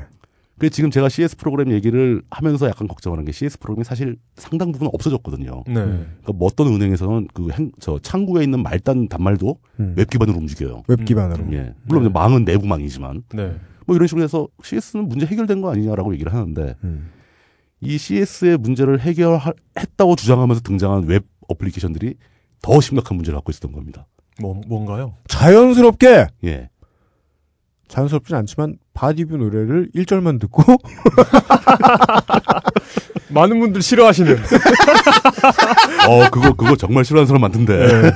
S10: 그 지금 제가 CS 프로그램 얘기를 하면서 약간 걱정하는 게 CS 프로그램이 사실 상당 부분 없어졌거든요.
S7: 음.
S8: 네.
S10: 그러니까 뭐 어떤 은행에서는 그 행, 저 창구에 있는 말단 단말도
S7: 음.
S10: 웹 기반으로 움직여요.
S7: 웹 기반으로. 음.
S10: 예. 물론 이제 망은 내부 망이지만
S8: 네.
S10: 뭐 이런 식으로 해서 CS는 문제 해결된 거 아니냐라고 얘기를 하는데 이 CS의 문제를 해결했다고 주장하면서 등장한 웹 어플리케이션들이 더 심각한 문제를 갖고 있었던 겁니다.
S8: 뭐 뭔가요?
S7: 자연스럽게
S10: 예.
S7: 자연스럽진 않지만 바디뷰 노래를 1절만 듣고 아,
S8: 많은 분들 싫어하시는.
S10: 어 그거 그거 정말 싫어하는 사람 많던데.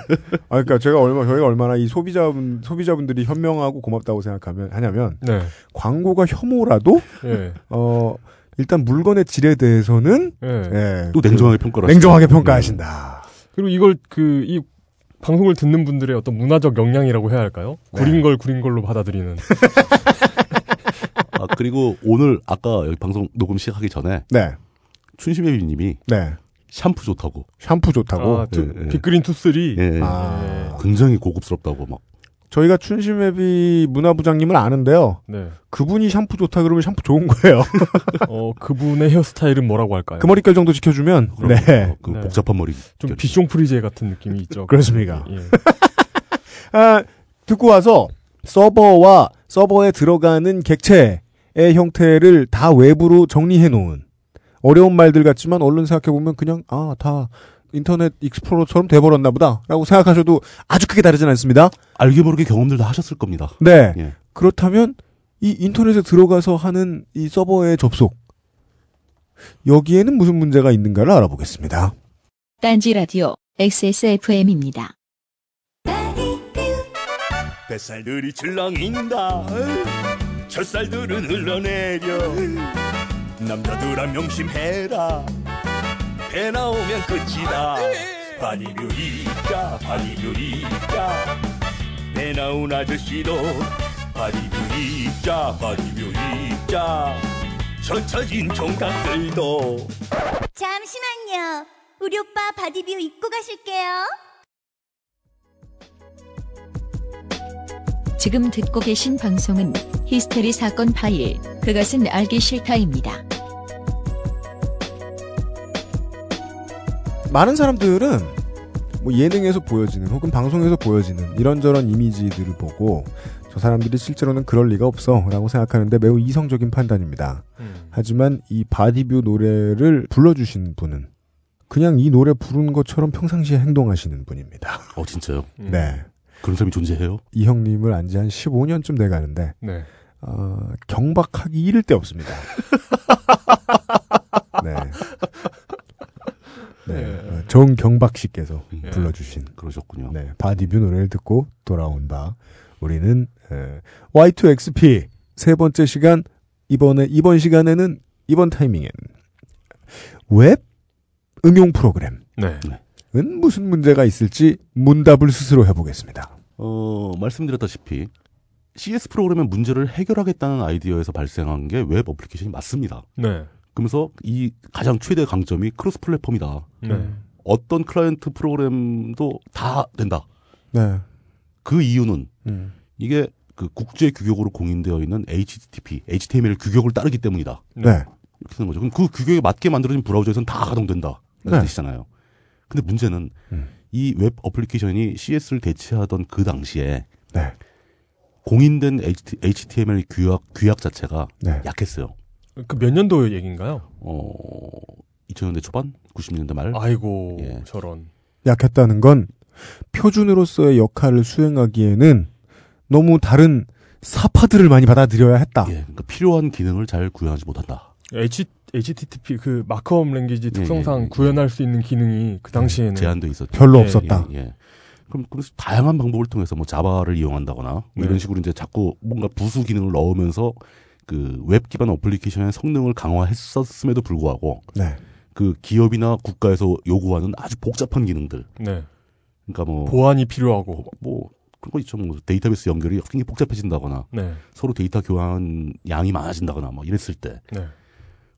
S7: 아 그러니까 제가 얼마 저희가 얼마나 이 소비자분 소비자분들이 현명하고 고맙다고 생각하면 하냐면
S8: 네.
S7: 광고가 혐오라도
S8: 예.
S7: 어 일단 물건의 질에 대해서는 그
S8: 예.
S10: 네. 또 냉정하게 평가를
S7: 네. 냉정하게
S10: 하시죠. 예.
S7: 평가하신다.
S8: 그리고 이걸 그 이 방송을 듣는 분들의 어떤 문화적 역량이라고 해야 할까요?
S7: 네.
S8: 구린 걸 구린 걸로 받아들이는.
S10: 아 그리고 오늘 아까 여기 방송 녹음 시작하기 전에
S7: 네.
S10: 춘심의 비님이
S7: 네.
S10: 샴푸 좋다고.
S7: 샴푸 좋다고.
S8: 아, 투-
S10: 예, 예.
S8: 빅그린 투쓰리. 네.
S10: 예.
S7: 아.
S10: 굉장히 고급스럽다고 막.
S7: 저희가 춘심회비 문화부장님을 아는데요.
S8: 네.
S7: 그분이 샴푸 좋다 그러면 샴푸 좋은 거예요.
S8: 어 그분의 헤어스타일은 뭐라고 할까요?
S7: 그 머릿결 정도 지켜주면
S10: 그럼
S7: 네.
S10: 그
S8: 네.
S10: 복잡한 머리.
S8: 좀 비숑 프리제 같은 느낌이 있죠.
S7: 그렇습니까? 네.
S8: 예.
S7: 아, 듣고 와서 서버와 서버에 들어가는 객체의 형태를 다 외부로 정리해 놓은 어려운 말들 같지만 얼른 생각해 보면 그냥 아 다 인터넷 익스플로러처럼 돼버렸나 보다라고 생각하셔도 아주 크게 다르진 않습니다.
S10: 알게 모르게 경험들 다 하셨을 겁니다.
S7: 네.
S10: 예.
S7: 그렇다면 이 인터넷에 들어가서 하는 이 서버의 접속 여기에는 무슨 문제가 있는가를 알아보겠습니다.
S1: 딴지 라디오 XSFM입니다.
S11: 뱃살들이 질랑인다 젖살들은 흘러내려 남자들아 명심해라 배 나오면 끝이다 바디뷰이자 바디뷰이자 배 나온 아저씨도 바디뷰이자 바디뷰이자 젖혀진 총각들도
S5: 잠시만요. 우리 오빠 바디뷰 입고 가실게요.
S1: 지금 듣고 계신 방송은 히스테리 사건 파일, 그것은 알기 싫다입니다.
S7: 많은 사람들은 뭐 예능에서 보여지는 혹은 방송에서 보여지는 이런저런 이미지들을 보고 저 사람들이 실제로는 그럴 리가 없어라고 생각하는데 매우 이성적인 판단입니다.
S8: 음,
S7: 하지만 이 바디뷰 노래를 불러주신 분은 그냥 이 노래 부른 것처럼 평상시에 행동하시는 분입니다.
S10: 어 진짜요?
S8: 음.
S7: 네.
S10: 그런 사람이 존재해요?
S7: 이 형님을 안지 한 15년쯤 돼 가는데
S10: 네.
S7: 어, 경박하기 이를 데 없습니다. 네. 네. 어, 정경박
S10: 네.
S7: 씨께서 불러주신
S10: 그러셨군요.
S7: 네. 바디뷰 노래를 듣고 돌아온 바 우리는 에, Y2XP 세 번째 시간 이번에 이번 시간에는 이번 타이밍엔 웹 응용 프로그램
S8: 네.
S7: 은 무슨 문제가 있을지 문답을 스스로 해보겠습니다.
S10: 어, 말씀드렸다시피 CS 프로그램의 문제를 해결하겠다는 아이디어에서 발생한 게 웹 어플리케이션이 맞습니다.
S8: 네.
S10: 그러면서 이 가장 최대 강점이 크로스 플랫폼이다.
S8: 네.
S10: 어떤 클라이언트 프로그램도 다 된다.
S7: 네.
S10: 그 이유는
S7: 음.
S10: 이게 그 국제 규격으로 공인되어 있는 HTTP, HTML 규격을 따르기 때문이다.
S7: 네.
S10: 이렇게 되는 거죠. 그럼 그 규격에 맞게 만들어진 브라우저에서는 다 가동된다. 라는
S7: 네. 음.
S10: 뜻이잖아요. 근데 문제는 이 웹 어플리케이션이 CS를 대체하던 그 당시에
S7: 네.
S10: 공인된 HT, HTML 규약, 규약 자체가
S7: 네.
S10: 약했어요.
S8: 그 몇 년도 얘기인가요?
S10: 어, 2000년대 초반, 90년대
S7: 네.
S10: 말.
S8: 아이고
S7: 예.
S8: 저런.
S7: 약했다는 건 표준으로서의 역할을 수행하기에는 너무 다른 사파들을 많이 받아들여야 했다.
S10: 그러니까 필요한 기능을 잘 구현하지 못한다.
S8: H, HTTP 그 마크업 랭귀지 특성상
S10: 예, 예.
S8: 구현할 수 있는 기능이 그 당시에는
S10: 제한도 있었죠.
S8: 예,
S10: 예, 예. 그럼 그래서 다양한 방법을 통해서 뭐 자바를 이용한다거나 뭐
S8: 네.
S10: 이런 식으로 이제 자꾸 뭔가 부수 기능을 넣으면서 그 웹 기반 어플리케이션의 성능을 강화했었음에도 불구하고
S7: 네.
S10: 그 기업이나 국가에서 요구하는 아주 복잡한 기능들.
S8: 예. 네.
S10: 그러니까 뭐
S8: 보안이 필요하고
S10: 뭐 그런 거 있죠. 뭐 데이터베이스 연결이 굉장히 복잡해진다거나
S8: 네.
S10: 서로 데이터 교환 양이 많아진다거나 뭐 이랬을 때
S8: 네.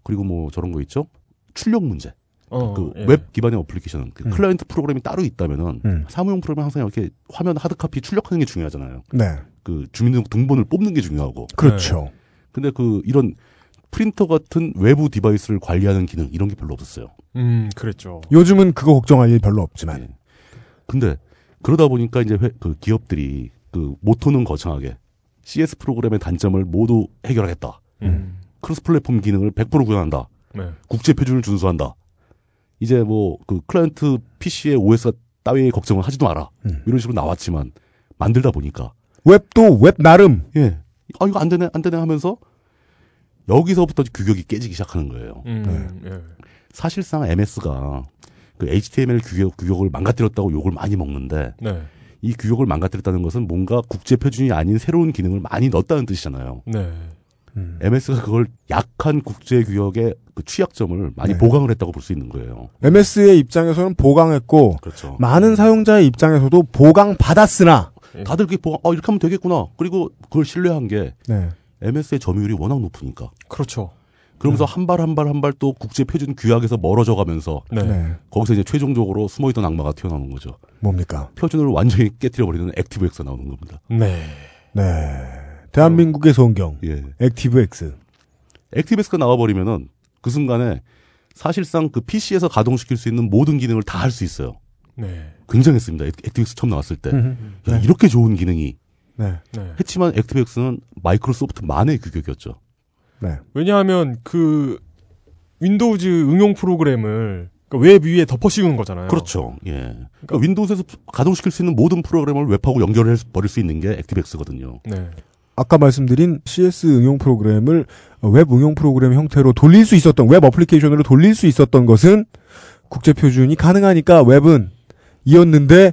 S10: 그리고 뭐 저런 거 있죠. 출력 문제.
S8: 어,
S10: 그
S8: 예.
S10: 웹 기반의 어플리케이션, 그
S8: 음.
S10: 클라이언트 프로그램이 따로 있다면은
S7: 음.
S10: 사무용 프로그램 항상 이렇게 화면 하드카피 출력하는 게 중요하잖아요.
S7: 네.
S10: 그 주민등록번호를 뽑는 게 중요하고.
S7: 그렇죠.
S10: 근데 그 이런 프린터 같은 외부 디바이스를 관리하는 기능 이런 게 별로 없었어요.
S8: 음, 그랬죠.
S7: 요즘은 그거 걱정할 일 별로 없지만.
S10: 근데 그러다 보니까 이제 회- 그 기업들이 그 모토는 거창하게 CS 프로그램의 단점을 모두 해결하겠다.
S8: 음.
S10: 크로스 플랫폼 기능을 100% 구현한다.
S7: 음.
S8: 네.
S10: 국제 표준을 준수한다. 이제 뭐 그 클라이언트 PC의 OS 따위의 걱정을 하지도 마라. 이런 식으로 나왔지만 만들다 보니까
S7: 웹도 웹 나름.
S10: 예. 아 이거 안 되네 안 되네 하면서 여기서부터 규격이 깨지기 시작하는 거예요.
S8: 음,
S7: 네.
S8: 예.
S10: 사실상 MS가 그 HTML 규격, 규격을 망가뜨렸다고 욕을 많이 먹는데
S8: 네.
S10: 이 규격을 망가뜨렸다는 것은 뭔가 국제 표준이 아닌 새로운 기능을 많이 넣었다는 뜻이잖아요.
S8: 네.
S10: MS가 그걸 약한 국제 규격의 그 취약점을 많이 보강을 했다고 볼 수 있는 거예요.
S7: MS의 입장에서는 보강했고 많은 사용자의 입장에서도 보강 받았으나
S10: 다들 그게 보강, 아, 이렇게 하면 되겠구나. 그리고 그걸 신뢰한 게
S7: 네.
S10: MS의 점유율이 워낙 높으니까.
S8: 그렇죠.
S10: 그러면서 한 발 한 발 한 발 또 국제 표준 규약에서 멀어져 가면서
S8: 네. 네.
S10: 거기서 이제 최종적으로 숨어있던 악마가 튀어나오는 거죠.
S7: 뭡니까?
S10: 표준을 완전히 깨뜨려버리는 액티브엑스가 나오는 겁니다.
S8: 네.
S7: 네. 대한민국의 성경. 액티브엑스.
S10: 예. 액티브엑스가 나와버리면은 그 순간에 사실상 그 PC에서 가동시킬 수 있는 모든 기능을 다 할 수 있어요.
S8: 네.
S10: 굉장했습니다. 액- 액티브엑스 처음 나왔을 때.
S7: 음,
S10: 야, 이렇게 좋은 기능이.
S7: 네.
S8: 네.
S10: 했지만 액티브엑스는 마이크로소프트만의 규격이었죠.
S7: 네.
S8: 왜냐하면 그 윈도우즈 응용 프로그램을 그웹 위에 덮어씌우는 거잖아요.
S10: 그렇죠. 예. 그러니까 윈도우에서 가동시킬 수 있는 모든 프로그램을 웹하고 연결해 버릴 수 있는 게 액티브엑스거든요.
S8: 네.
S7: 아까 말씀드린 CS 응용 프로그램을 웹 응용 프로그램 형태로 돌릴 수 있었던 웹 어플리케이션으로 돌릴 수 있었던 것은 국제 표준이 가능하니까 웹은 이었는데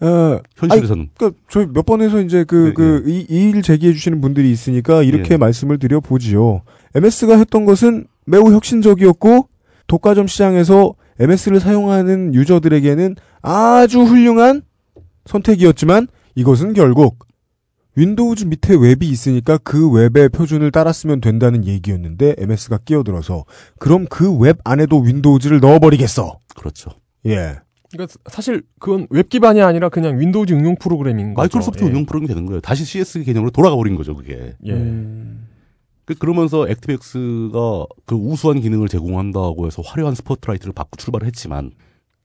S7: 어,
S10: 현실에서는.
S7: 아니, 그러니까 저희 몇 번해서 이제 그 그이일 제기해 주시는 분들이 있으니까 이렇게
S10: 예.
S7: 말씀을 드려 보지요. MS가 했던 것은 매우 혁신적이었고 독과점 시장에서 MS를 사용하는 유저들에게는 아주 훌륭한 선택이었지만 이것은 결국 윈도우즈 밑에 웹이 있으니까 그 웹의 표준을 따랐으면 된다는 얘기였는데 MS가 끼어들어서 그럼 그 웹 안에도 윈도우즈를 넣어버리겠어.
S10: 그렇죠.
S7: 예.
S8: 그러니까 사실 그건 웹 기반이 아니라 그냥 윈도우즈 응용 프로그램인 거죠.
S10: 마이크로소프트
S8: 예.
S10: 운영 프로그램이 되는 거예요. 다시 CS 개념으로 돌아가 버린 거죠, 그게. 음.
S8: 예.
S10: 그- 그러면서 액티비엑스가 그 우수한 기능을 제공한다고 해서 화려한 스포트라이트를 받고 출발을 했지만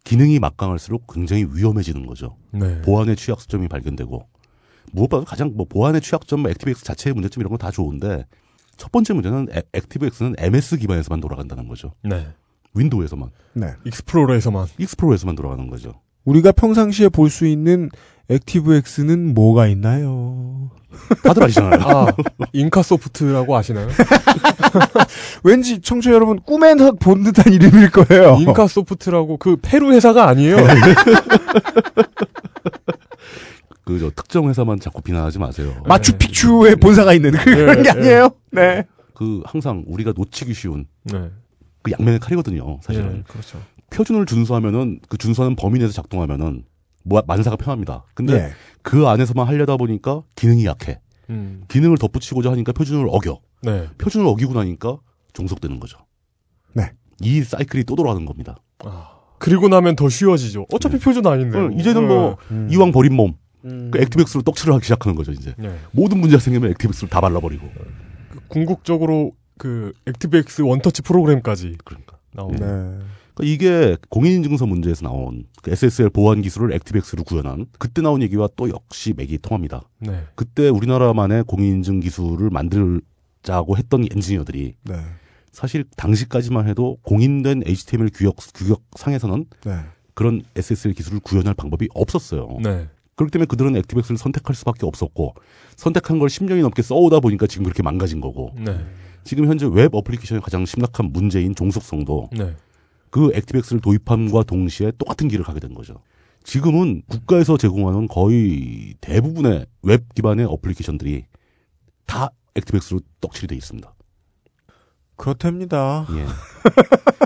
S10: 기능이 막강할수록 굉장히 위험해지는 거죠.
S8: 네.
S10: 보안의 취약점이 발견되고 무엇보다 가장 뭐 보안의 취약점, 액티비엑스 자체의 문제점 이런 건 다 좋은데 첫 번째 문제는 액- 액티비엑스는 MS 기반에서만 돌아간다는 거죠.
S8: 네.
S10: 윈도우에서만.
S7: 네.
S8: 익스플로러에서만.
S10: 익스플로러에서만 돌아가는 거죠.
S7: 우리가 평상시에 볼 수 있는 액티브엑스는 뭐가 있나요?
S10: 다들 아시잖아요.
S8: 아, 인카소프트라고 아시나요?
S7: 왠지 청취자 여러분 꿈에서 본 듯한 이름일 거예요.
S8: 인카소프트라고 그 페루 회사가 아니에요.
S10: 그 저 특정 회사만 자꾸 비난하지 마세요.
S7: 마추픽추의 본사가 있는 그런
S10: 예,
S8: 네.
S7: 게
S10: 예.
S7: 아니에요. 네.
S10: 그 항상 우리가 놓치기 쉬운
S8: 네.
S10: 그 양면의 칼이거든요. 사실은.
S8: 예, 그렇죠.
S10: 표준을 준수하면은 그 준수하는 범위 내에서 작동하면은 뭐 만사가 편합니다. 근데
S7: 네.
S8: 예.
S10: 그 안에서만 하려다 보니까 기능이 약해.
S8: 음.
S10: 기능을 덧붙이고자 하니까 표준을 어겨.
S8: 네.
S10: 표준을 어기고 나니까 종속되는 거죠.
S7: 네.
S10: 이 사이클이 또 돌아가는 겁니다.
S8: 그리고 나면 더 쉬워지죠. 어차피 표준 아닌데.
S10: 어, 이제는 뭐
S8: 음.
S10: 이왕 버린 몸, 그 액티백스로 떡칠을 하기 시작하는 거죠 이제.
S8: 네.
S10: 모든 문제가 생기면 액티백스를 다 발라버리고.
S8: 궁극적으로 그 액티브엑스 원터치 프로그램까지
S10: 그러니까
S8: 나오고.
S10: 그러니까 이게 공인인증서 문제에서 나온 그 SSL 보안 기술을 액티백스로 구현한 그때 나온 얘기와 또 역시 맥이 통합니다.
S8: 네.
S10: 그때 우리나라만의 공인인증 기술을 만들자고 했던 엔지니어들이
S7: 네.
S10: 사실 당시까지만 해도 공인된 HTML 규격, 규격상에서는
S7: 네.
S10: 그런 SSL 기술을 구현할 방법이 없었어요.
S8: 네.
S10: 그렇기 때문에 그들은 액티백스를 선택할 수밖에 없었고 선택한 걸 10년이 넘게 써오다 보니까 지금 그렇게 망가진 거고
S8: 네.
S10: 지금 현재 웹 어플리케이션의 가장 심각한 문제인 종속성도
S8: 네.
S10: 그 액티백스를 도입함과 동시에 똑같은 길을 가게 된 거죠. 지금은 국가에서 제공하는 거의 대부분의 웹 기반의 어플리케이션들이 다 액티백스로 떡칠이 돼 있습니다.
S7: 그렇답니다.
S10: 예.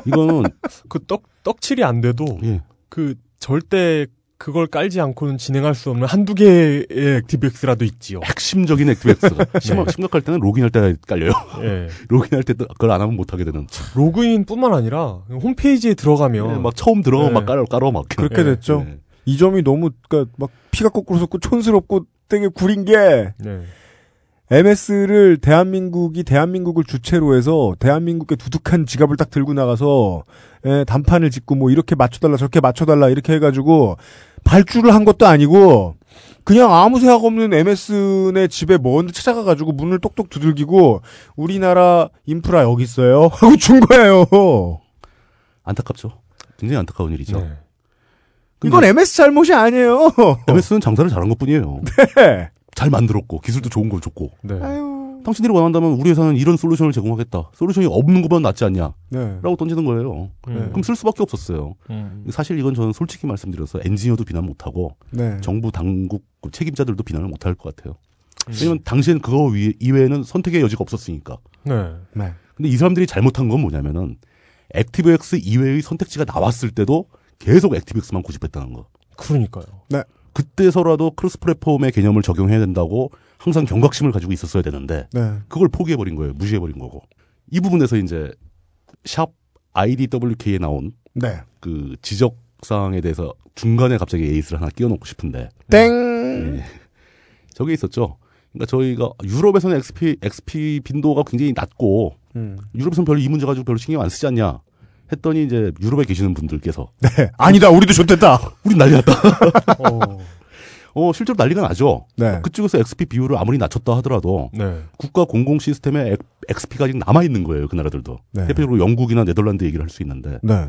S10: 이거는
S7: 어.
S8: 그 떡, 떡칠이 안
S10: 예.
S8: 돼도 그 절대 그걸 깔지 않고는 진행할 수 없는 한두 개의 액티브엑스라도 있지요.
S10: 핵심적인 액티백스가 심,
S8: 네.
S10: 심각할 때는 로그인할 때 깔려요.
S8: 예.
S10: 로그인할 때도 그걸 안 하면 못 하게 되는.
S8: 로그인뿐만 아니라 홈페이지에 들어가면
S7: 네,
S10: 예, 막 처음 들어가면 막 깔아 깔아 막 예.
S7: 그렇게 됐죠.
S8: 네.
S7: 이 점이 너무 그러니까 막 피가 거꾸로 솟고 촌스럽고 되게 구린 게
S8: 네.
S7: MS를 대한민국이 대한민국을 주체로 해서 대한민국의 두둑한 지갑을 딱 들고 나가서 에, 단판을 짓고 뭐 이렇게 맞춰달라 저렇게 맞춰달라 이렇게 해가지고 발주를 한 것도 아니고 그냥 아무 생각 없는 MS네 집에 먼데 찾아가가지고 문을 똑똑 두들기고 우리나라 인프라 여기 있어요 하고 준 거예요.
S10: 안타깝죠. 굉장히 안타까운 일이죠.
S7: 네.
S8: 네.
S7: 이건 MS 잘못이 아니에요.
S10: MS는 장사를 잘한 것 뿐이에요.
S7: 어. 네.
S10: 잘 만들었고 기술도 좋은 걸 줬고.
S8: 네.
S7: 아유.
S10: 당신들이 원한다면 우리 회사는 이런 솔루션을 제공하겠다. 솔루션이 없는 것보다 낫지 않냐?
S7: 네.
S10: 라고 던지는 거예요.
S7: 네.
S10: 그럼 쓸 수밖에 없었어요.
S7: 음.
S10: 사실 이건 저는 솔직히 말씀드려서 엔지니어도 비난 못하고
S7: 네.
S10: 정부 당국 그 책임자들도 비난을 못할 것 같아요.
S7: 음.
S10: 왜냐면 당시엔 그거 위- 이외에는 선택의 여지가 없었으니까.
S8: 네.
S7: 네.
S10: 근데 이 사람들이 잘못한 건 뭐냐면은 액티브엑스 이외의 선택지가 나왔을 때도 계속 액티브엑스만 고집했다는 거.
S8: 그러니까요.
S7: 네.
S10: 그때서라도 크로스 플랫폼의 개념을 적용해야 된다고 항상 경각심을 가지고 있었어야 되는데
S7: 네.
S10: 그걸 포기해버린 거예요. 무시해버린 거고. 이 부분에서 이제 샵 IDWK에 나온
S7: 네.
S10: 그 지적사항에 대해서 중간에 갑자기 에이스를 하나 끼워놓고 싶은데
S8: 네.
S7: 땡.
S10: 저게 있었죠. 그러니까 저희가 유럽에서는 XP, XP 빈도가 굉장히 낮고
S7: 음.
S10: 유럽에서는 별로 이 문제 가지고 별로 신경 안 쓰지 않냐 했더니 이제 유럽에 계시는 분들께서
S7: 네. 아니다. 우리도 좋댔다.
S10: 우린 난리 났다. 어, 실제로 난리가 나죠. 그쪽에서 XP 비율을 아무리 낮췄다 하더라도
S8: 네.
S10: 국가 공공 시스템에 XP가 아직 남아 있는 거예요. 그 나라들도
S7: 네.
S10: 대표적으로 영국이나 네덜란드 얘기를 할 수 있는데
S7: 네.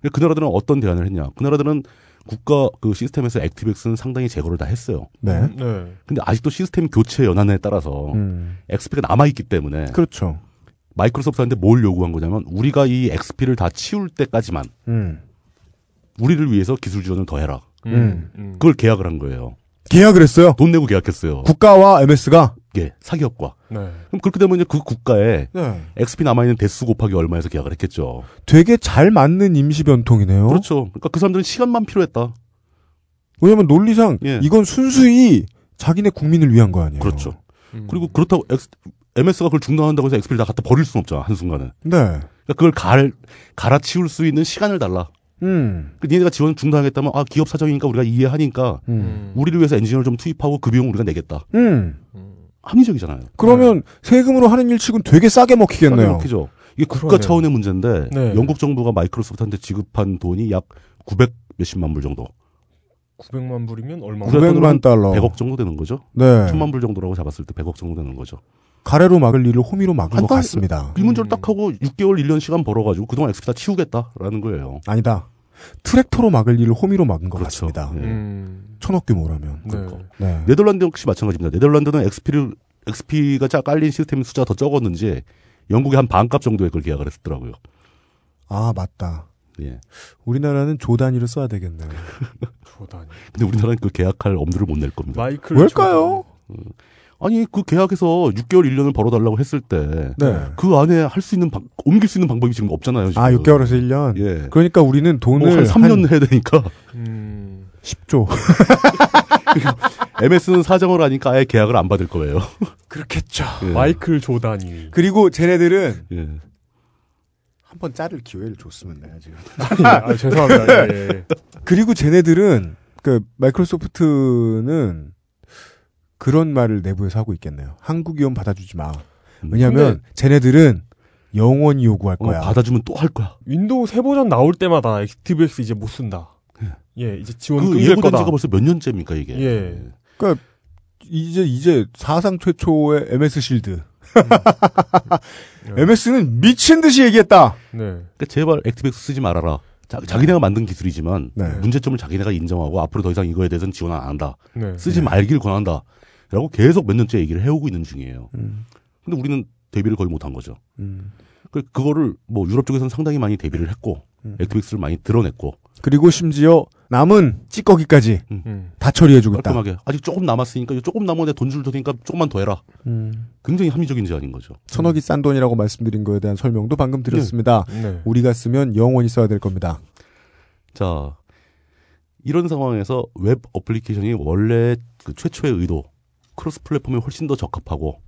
S10: 근데 그 나라들은 어떤 대안을 했냐? 그 나라들은 국가 그 시스템에서 액티백스는 상당히 제거를 다 했어요.
S7: 네.
S8: 네.
S10: 근데 아직도 시스템 교체 연한에 따라서
S8: 음.
S10: XP가 남아 있기 때문에
S7: 음. 그렇죠.
S10: 마이크로소프트한테 뭘 요구한 거냐면 우리가 이 XP를 다 치울 때까지만
S7: 음.
S10: 우리를 위해서 기술 지원을 더 해라.
S8: 음.
S10: 그걸 계약을 한 거예요.
S7: 계약을 했어요?
S10: 돈 내고 계약했어요.
S7: 국가와 MS가
S10: 예, 사기업과.
S8: 네.
S10: 그럼 그렇게 되면 이제 그 국가에
S7: 네.
S10: XP 남아있는 대수 곱하기 얼마에서 계약을 했겠죠.
S7: 되게 잘 맞는 임시 변통이네요.
S10: 그렇죠. 그러니까 그 사람들은 시간만 필요했다.
S7: 왜냐면 논리상 이건 순수히 자기네 국민을 위한 거 아니에요.
S10: 그렇죠. 그리고 그렇다고 엑스- MS가 그걸 중단한다고 해서 XP를 다 갖다 버릴 수는 없잖아, 한순간은.
S7: 네.
S10: 그러니까 그걸 갈, 갈아치울 수 있는 시간을 달라.
S7: 음.
S10: 그 니네가 지원 중단하겠다면, 아, 기업 사정이니까 우리가 이해하니까,
S7: 음.
S10: 우리를 위해서 엔지니어를 좀 투입하고 그 비용 우리가 내겠다.
S7: 음.
S10: 합리적이잖아요.
S8: 네.
S7: 그러면 세금으로 하는 일치곤 되게 싸게 먹히겠네요.
S10: 싸게 먹히죠. 이게 국가
S7: 그러네요.
S10: 차원의 문제인데,
S7: 네.
S10: 영국 정부가 마이크로소프트한테 지급한 돈이 약 900 몇십만 불 정도.
S8: 900만 불이면 얼마?
S7: 900만 달러.
S10: 100억 정도 되는 거죠?
S7: 어. 네.
S10: 천만 불 정도라고 잡았을 때 100억 정도 되는 거죠.
S7: 가래로 막을 일을 호미로 막을
S10: 한
S7: 것
S10: 달-
S7: 같습니다.
S10: 이 문제를 딱 하고 6개월, 1년 시간 벌어가지고 그동안 엑스피 다 치우겠다라는 거예요.
S7: 아니다. 트랙터로 막을 일을 호미로 막은 것 같습니다. 음.
S10: 예.
S8: 음.
S7: 천억 규모라면.
S10: 그러니까.
S7: 네.
S10: 네덜란드 역시 마찬가지입니다. 네덜란드는 XP를, XP가 짜 깔린 시스템 숫자가 더 적었는지 영국의 한 반값 정도에 그걸 계약을 했더라고요.
S7: 아 맞다.
S10: 예.
S7: 우리나라는 조 단위를 써야 되겠네요.
S10: 근데 우리나라는 그 계약할 엄두를 못 낼 겁니다.
S8: 마이클
S7: 왜일까요?
S10: 아니 그 계약에서 6개월 1년을 벌어달라고 했을 때 그
S7: 네.
S10: 안에 할 수 있는 방- 옮길 수 있는 방법이 지금 없잖아요. 지금.
S7: 아 6개월에서 1년.
S10: 예.
S7: 그러니까 우리는 돈을
S10: 어, 한 3년 해야 되니까
S8: 음.
S7: 10조.
S10: MS는 사정을 하니까 아예 계약을 안 받을 거예요.
S8: 그렇겠죠.
S10: 예.
S8: 마이클 조단이.
S7: 그리고 쟤네들은
S10: 예.
S7: 한 번 자를 기회를 줬으면 내야지.
S8: 아, 죄송합니다. 예, 예.
S7: 그리고 쟤네들은 그 마이크로소프트는 그런 말을 내부에서 하고 있겠네요. 한국 이원 받아주지 마. 왜냐하면 쟤네들은 영원히 요구할
S10: 어,
S7: 거야.
S10: 받아주면 또 할 거야.
S8: 윈도우 새 버전 나올 때마다 액티브엑스 이제 못 쓴다. 예, 이제 지원
S10: 그
S8: 끊길
S10: 예고된
S8: 거다.
S10: 지가 벌써 몇 년째입니까 이게?
S8: 예.
S7: 그러니까 이제 이제 사상 최초의 MS 실드.
S10: 네.
S8: 예.
S7: MS는 미친 듯이 얘기했다.
S8: 네,
S10: 그러니까 제발 액티백스 쓰지 말아라. 자, 자기네가 만든 기술이지만
S7: 네.
S10: 문제점을 자기네가 인정하고 앞으로 더 이상 이거에 대해서는 지원 안 한다.
S8: 네.
S10: 쓰지 말길 권한다. 라고 계속 몇 년째 얘기를 해오고 있는 중이에요. 근데 우리는 대비를 거의 못 한 거죠. 그- 그거를 뭐 유럽 쪽에서는 상당히 많이 대비를 했고 액티백스를 많이 드러냈고
S7: 그리고 심지어 남은 찌꺼기까지
S8: 음.
S7: 다 처리해주고 있다.
S10: 깔끔하게 아직 조금 남았으니까 이거 조금 남았는데 돈 줄 테니까 조금만 더 해라.
S7: 음.
S10: 굉장히 합리적인 제안인 거죠.
S7: 천억이 싼 돈이라고 말씀드린 거에 대한 설명도 방금 드렸습니다.
S10: 네. 네.
S7: 우리가 쓰면 영원히 써야 될 겁니다.
S10: 자, 이런 상황에서 웹 어플리케이션이 원래 그 최초의 의도, 크로스 플랫폼에 훨씬 더 적합하고,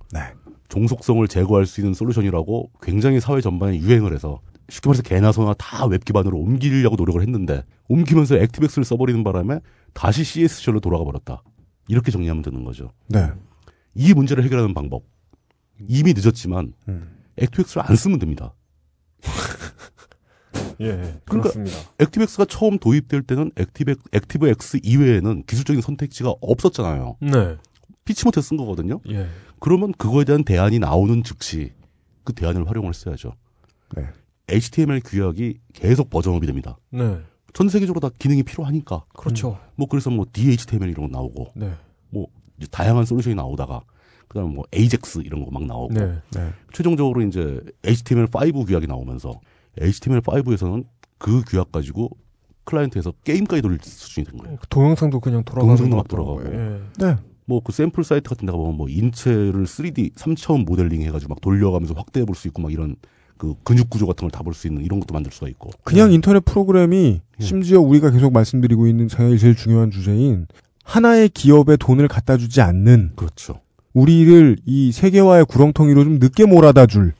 S10: 종속성을 제거할 수 있는 솔루션이라고 굉장히 사회 전반에 유행을 해서, 쉽게 말해서 개나 소나 다 웹 기반으로 옮기려고 노력을 했는데, 옮기면서 액티백스를 써버리는 바람에 다시 CS절로 돌아가 버렸다. 이렇게 정리하면 되는 거죠.
S7: 네.
S10: 이 문제를 해결하는 방법. 이미 늦었지만, 액티백스를 안 쓰면 됩니다.
S8: 예,
S10: 그러니까
S8: 그렇습니다.
S10: 액티백스가 처음 도입될 때는 액티백, 액티브엑스 이외에는 기술적인 선택지가 없었잖아요.
S8: 네.
S10: 피치 못해 쓴 거거든요.
S8: 예.
S10: 그러면 그거에 대한 대안이 나오는 즉시 그 대안을 활용을 했어야죠.
S7: 네.
S10: HTML 규약이 계속 버전업이 됩니다.
S8: 네.
S10: 전 세계적으로 다 기능이 필요하니까.
S8: 그렇죠.
S10: 음. 뭐 그래서 뭐 DHTML 이런 거 나오고,
S8: 네.
S10: 뭐 이제 다양한 솔루션이 나오다가 그다음 뭐 AJAX 이런 거 막 나오고,
S8: 네.
S7: 네.
S10: 최종적으로 이제 HTML5 규약이 나오면서 HTML5에서는 그 규약 가지고 클라이언트에서 게임까지 돌릴 수준이 된 거예요.
S8: 동영상도 음, 그냥 돌아가는
S10: 동영상도 막
S8: 것 같더라고요. 예.
S10: 돌아가고.
S7: 네.
S10: 뭐 그 샘플 사이트 같은 데가 보면 뭐 인체를 3D 3차원 모델링 해가지고 막 돌려가면서 확대해 볼 수 있고 막 이런 그 근육 구조 같은 걸 다 볼 수 있는 이런 것도 만들 수가 있고. 네.
S7: 그냥 인터넷 프로그램이
S10: 예.
S7: 심지어 우리가 계속 말씀드리고 있는 제일 제일 중요한 주제인 하나의 기업에 돈을 갖다 주지 않는
S10: 그렇죠.
S7: 우리를 이 세계화의 구렁텅이로 좀 늦게 몰아다 줄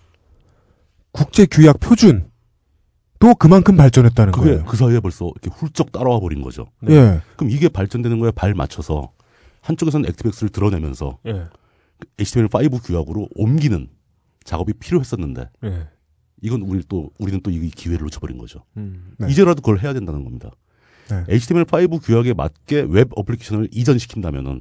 S7: 국제 규약 표준 도 그만큼 발전했다는
S10: 그게
S7: 거예요.
S10: 그 사이에 벌써 이렇게 훌쩍 따라와 버린 거죠.
S7: 네. 예.
S10: 그럼 이게 발전되는 거에 발 맞춰서 한쪽에서는 액티백스를 드러내면서
S8: 예.
S10: HTML5 규약으로 옮기는 작업이 필요했었는데
S8: 예.
S10: 이건 우리 또 우리는 또 이 기회를 놓쳐버린 거죠.
S8: 음.
S10: 이제라도 그걸 해야 된다는 겁니다.
S7: 네.
S10: HTML5 규약에 맞게 웹 어플리케이션을 이전시킨다면은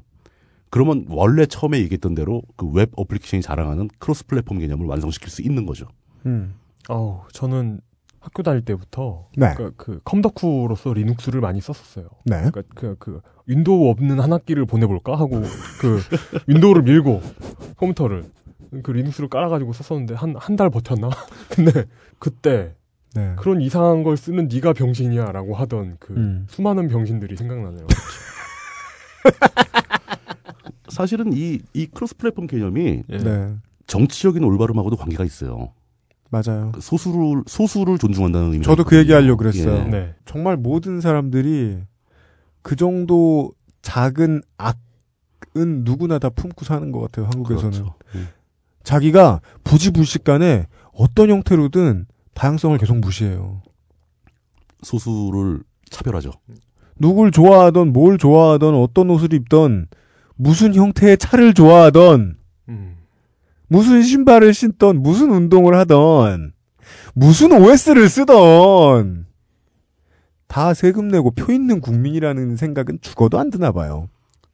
S10: 그러면 원래 처음에 얘기했던 대로 그 웹 어플리케이션이 자랑하는 크로스 플랫폼 개념을 완성시킬 수 있는 거죠.
S7: 음.
S8: 아우, 저는 학교 다닐 때부터
S7: 네.
S8: 그러니까 그 컴덕후로서 리눅스를 많이 썼었어요.
S7: 네.
S8: 그러니까 그, 그 윈도우 없는 한 학기를 보내볼까 하고 그 윈도우를 밀고 컴퓨터를 그 리눅스를 깔아가지고 썼었는데 한 한 달 버텼나? 근데 그때
S7: 네.
S8: 그런 이상한 걸 쓰는 네가 병신이야라고 하던 그
S7: 음.
S8: 수많은 병신들이 생각나네요.
S10: 사실은 이, 이 크로스 플랫폼 개념이
S8: 예.
S7: 네.
S10: 정치적인 올바름하고도 관계가 있어요.
S7: 맞아요.
S10: 그 소수를, 소수를 존중한다는 예. 의미.
S7: 저도 그 얘기하려고 그랬어요.
S8: 네.
S7: 정말 모든 사람들이 그 정도 작은 악은 누구나 다 품고 사는 것 같아요. 한국에서는
S10: 그렇죠.
S7: 자기가 부지불식간에 어떤 형태로든 다양성을 계속 무시해요.
S10: 소수를 차별하죠.
S7: 누굴 좋아하던 뭘 좋아하던 어떤 옷을 입던 무슨 형태의 차를 좋아하던
S8: 음.
S7: 무슨 신발을 신던 무슨 운동을 하던 무슨 OS를 쓰던 다 세금 내고 표 있는 국민이라는 생각은 죽어도 안 드나 봐요.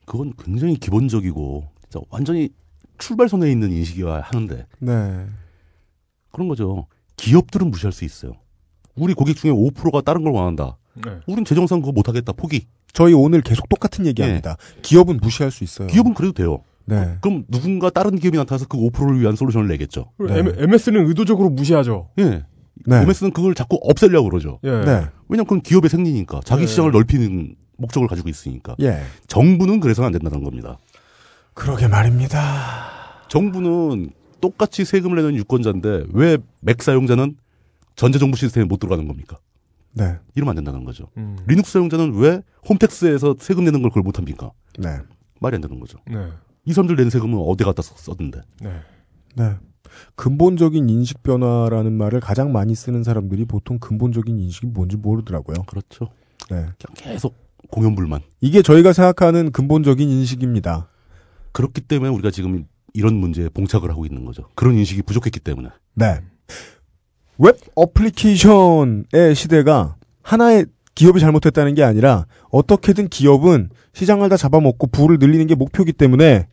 S10: 그건 굉장히 기본적이고 진짜 완전히 출발선에 있는 인식이어야 하는데
S7: 네.
S10: 그런 거죠. 기업들은 무시할 수 있어요. 우리 고객 중에 5%가 다른 걸 원한다.
S7: 네.
S10: 우린 재정상 그거 못하겠다 포기.
S7: 저희 오늘 계속 똑같은 얘기합니다. 기업은 무시할 수 있어요.
S10: 네. 기업은 그래도 돼요.
S7: 네.
S10: 그럼 누군가 다른 기업이 나타나서 그 5%를 위한 솔루션을 내겠죠.
S8: MS는 의도적으로 무시하죠.
S10: 예.
S7: 네.
S10: MS는 그걸 자꾸 없애려고 그러죠.
S8: 예. 네.
S10: 왜냐면 그건 기업의 생리니까 자기
S8: 예.
S10: 시장을 넓히는 목적을 가지고 있으니까.
S7: 예.
S10: 정부는 그래서는 안 된다는 겁니다.
S7: 그러게 말입니다.
S10: 정부는 똑같이 세금을 내는 유권자인데 왜 맥 사용자는 전자 정부 시스템에 못 들어가는 겁니까?
S7: 네.
S10: 이러면 안 된다는 거죠.
S8: 음.
S10: 리눅스 사용자는 왜 홈택스에서 세금 내는 걸 그걸 못 합니까?
S7: 네.
S10: 말이 안 되는 거죠.
S8: 네.
S10: 이 사람들 낸 세금은 어디 갖다 써- 썼는데?
S8: 네.
S7: 네. 근본적인 인식 변화라는 말을 가장 많이 쓰는 사람들이 보통 근본적인 인식이 뭔지 모르더라고요.
S10: 그렇죠.
S7: 네.
S10: 계속 공연불만.
S7: 이게 저희가 생각하는 근본적인 인식입니다.
S10: 그렇기 때문에 우리가 지금 이런 문제에 봉착을 하고 있는 거죠. 그런 인식이 부족했기 때문에.
S7: 네. 웹 어플리케이션의 시대가 하나의 기업이 잘못했다는 게 아니라 어떻게든 기업은 시장을 다 잡아먹고 부를 늘리는 게 목표이기 때문에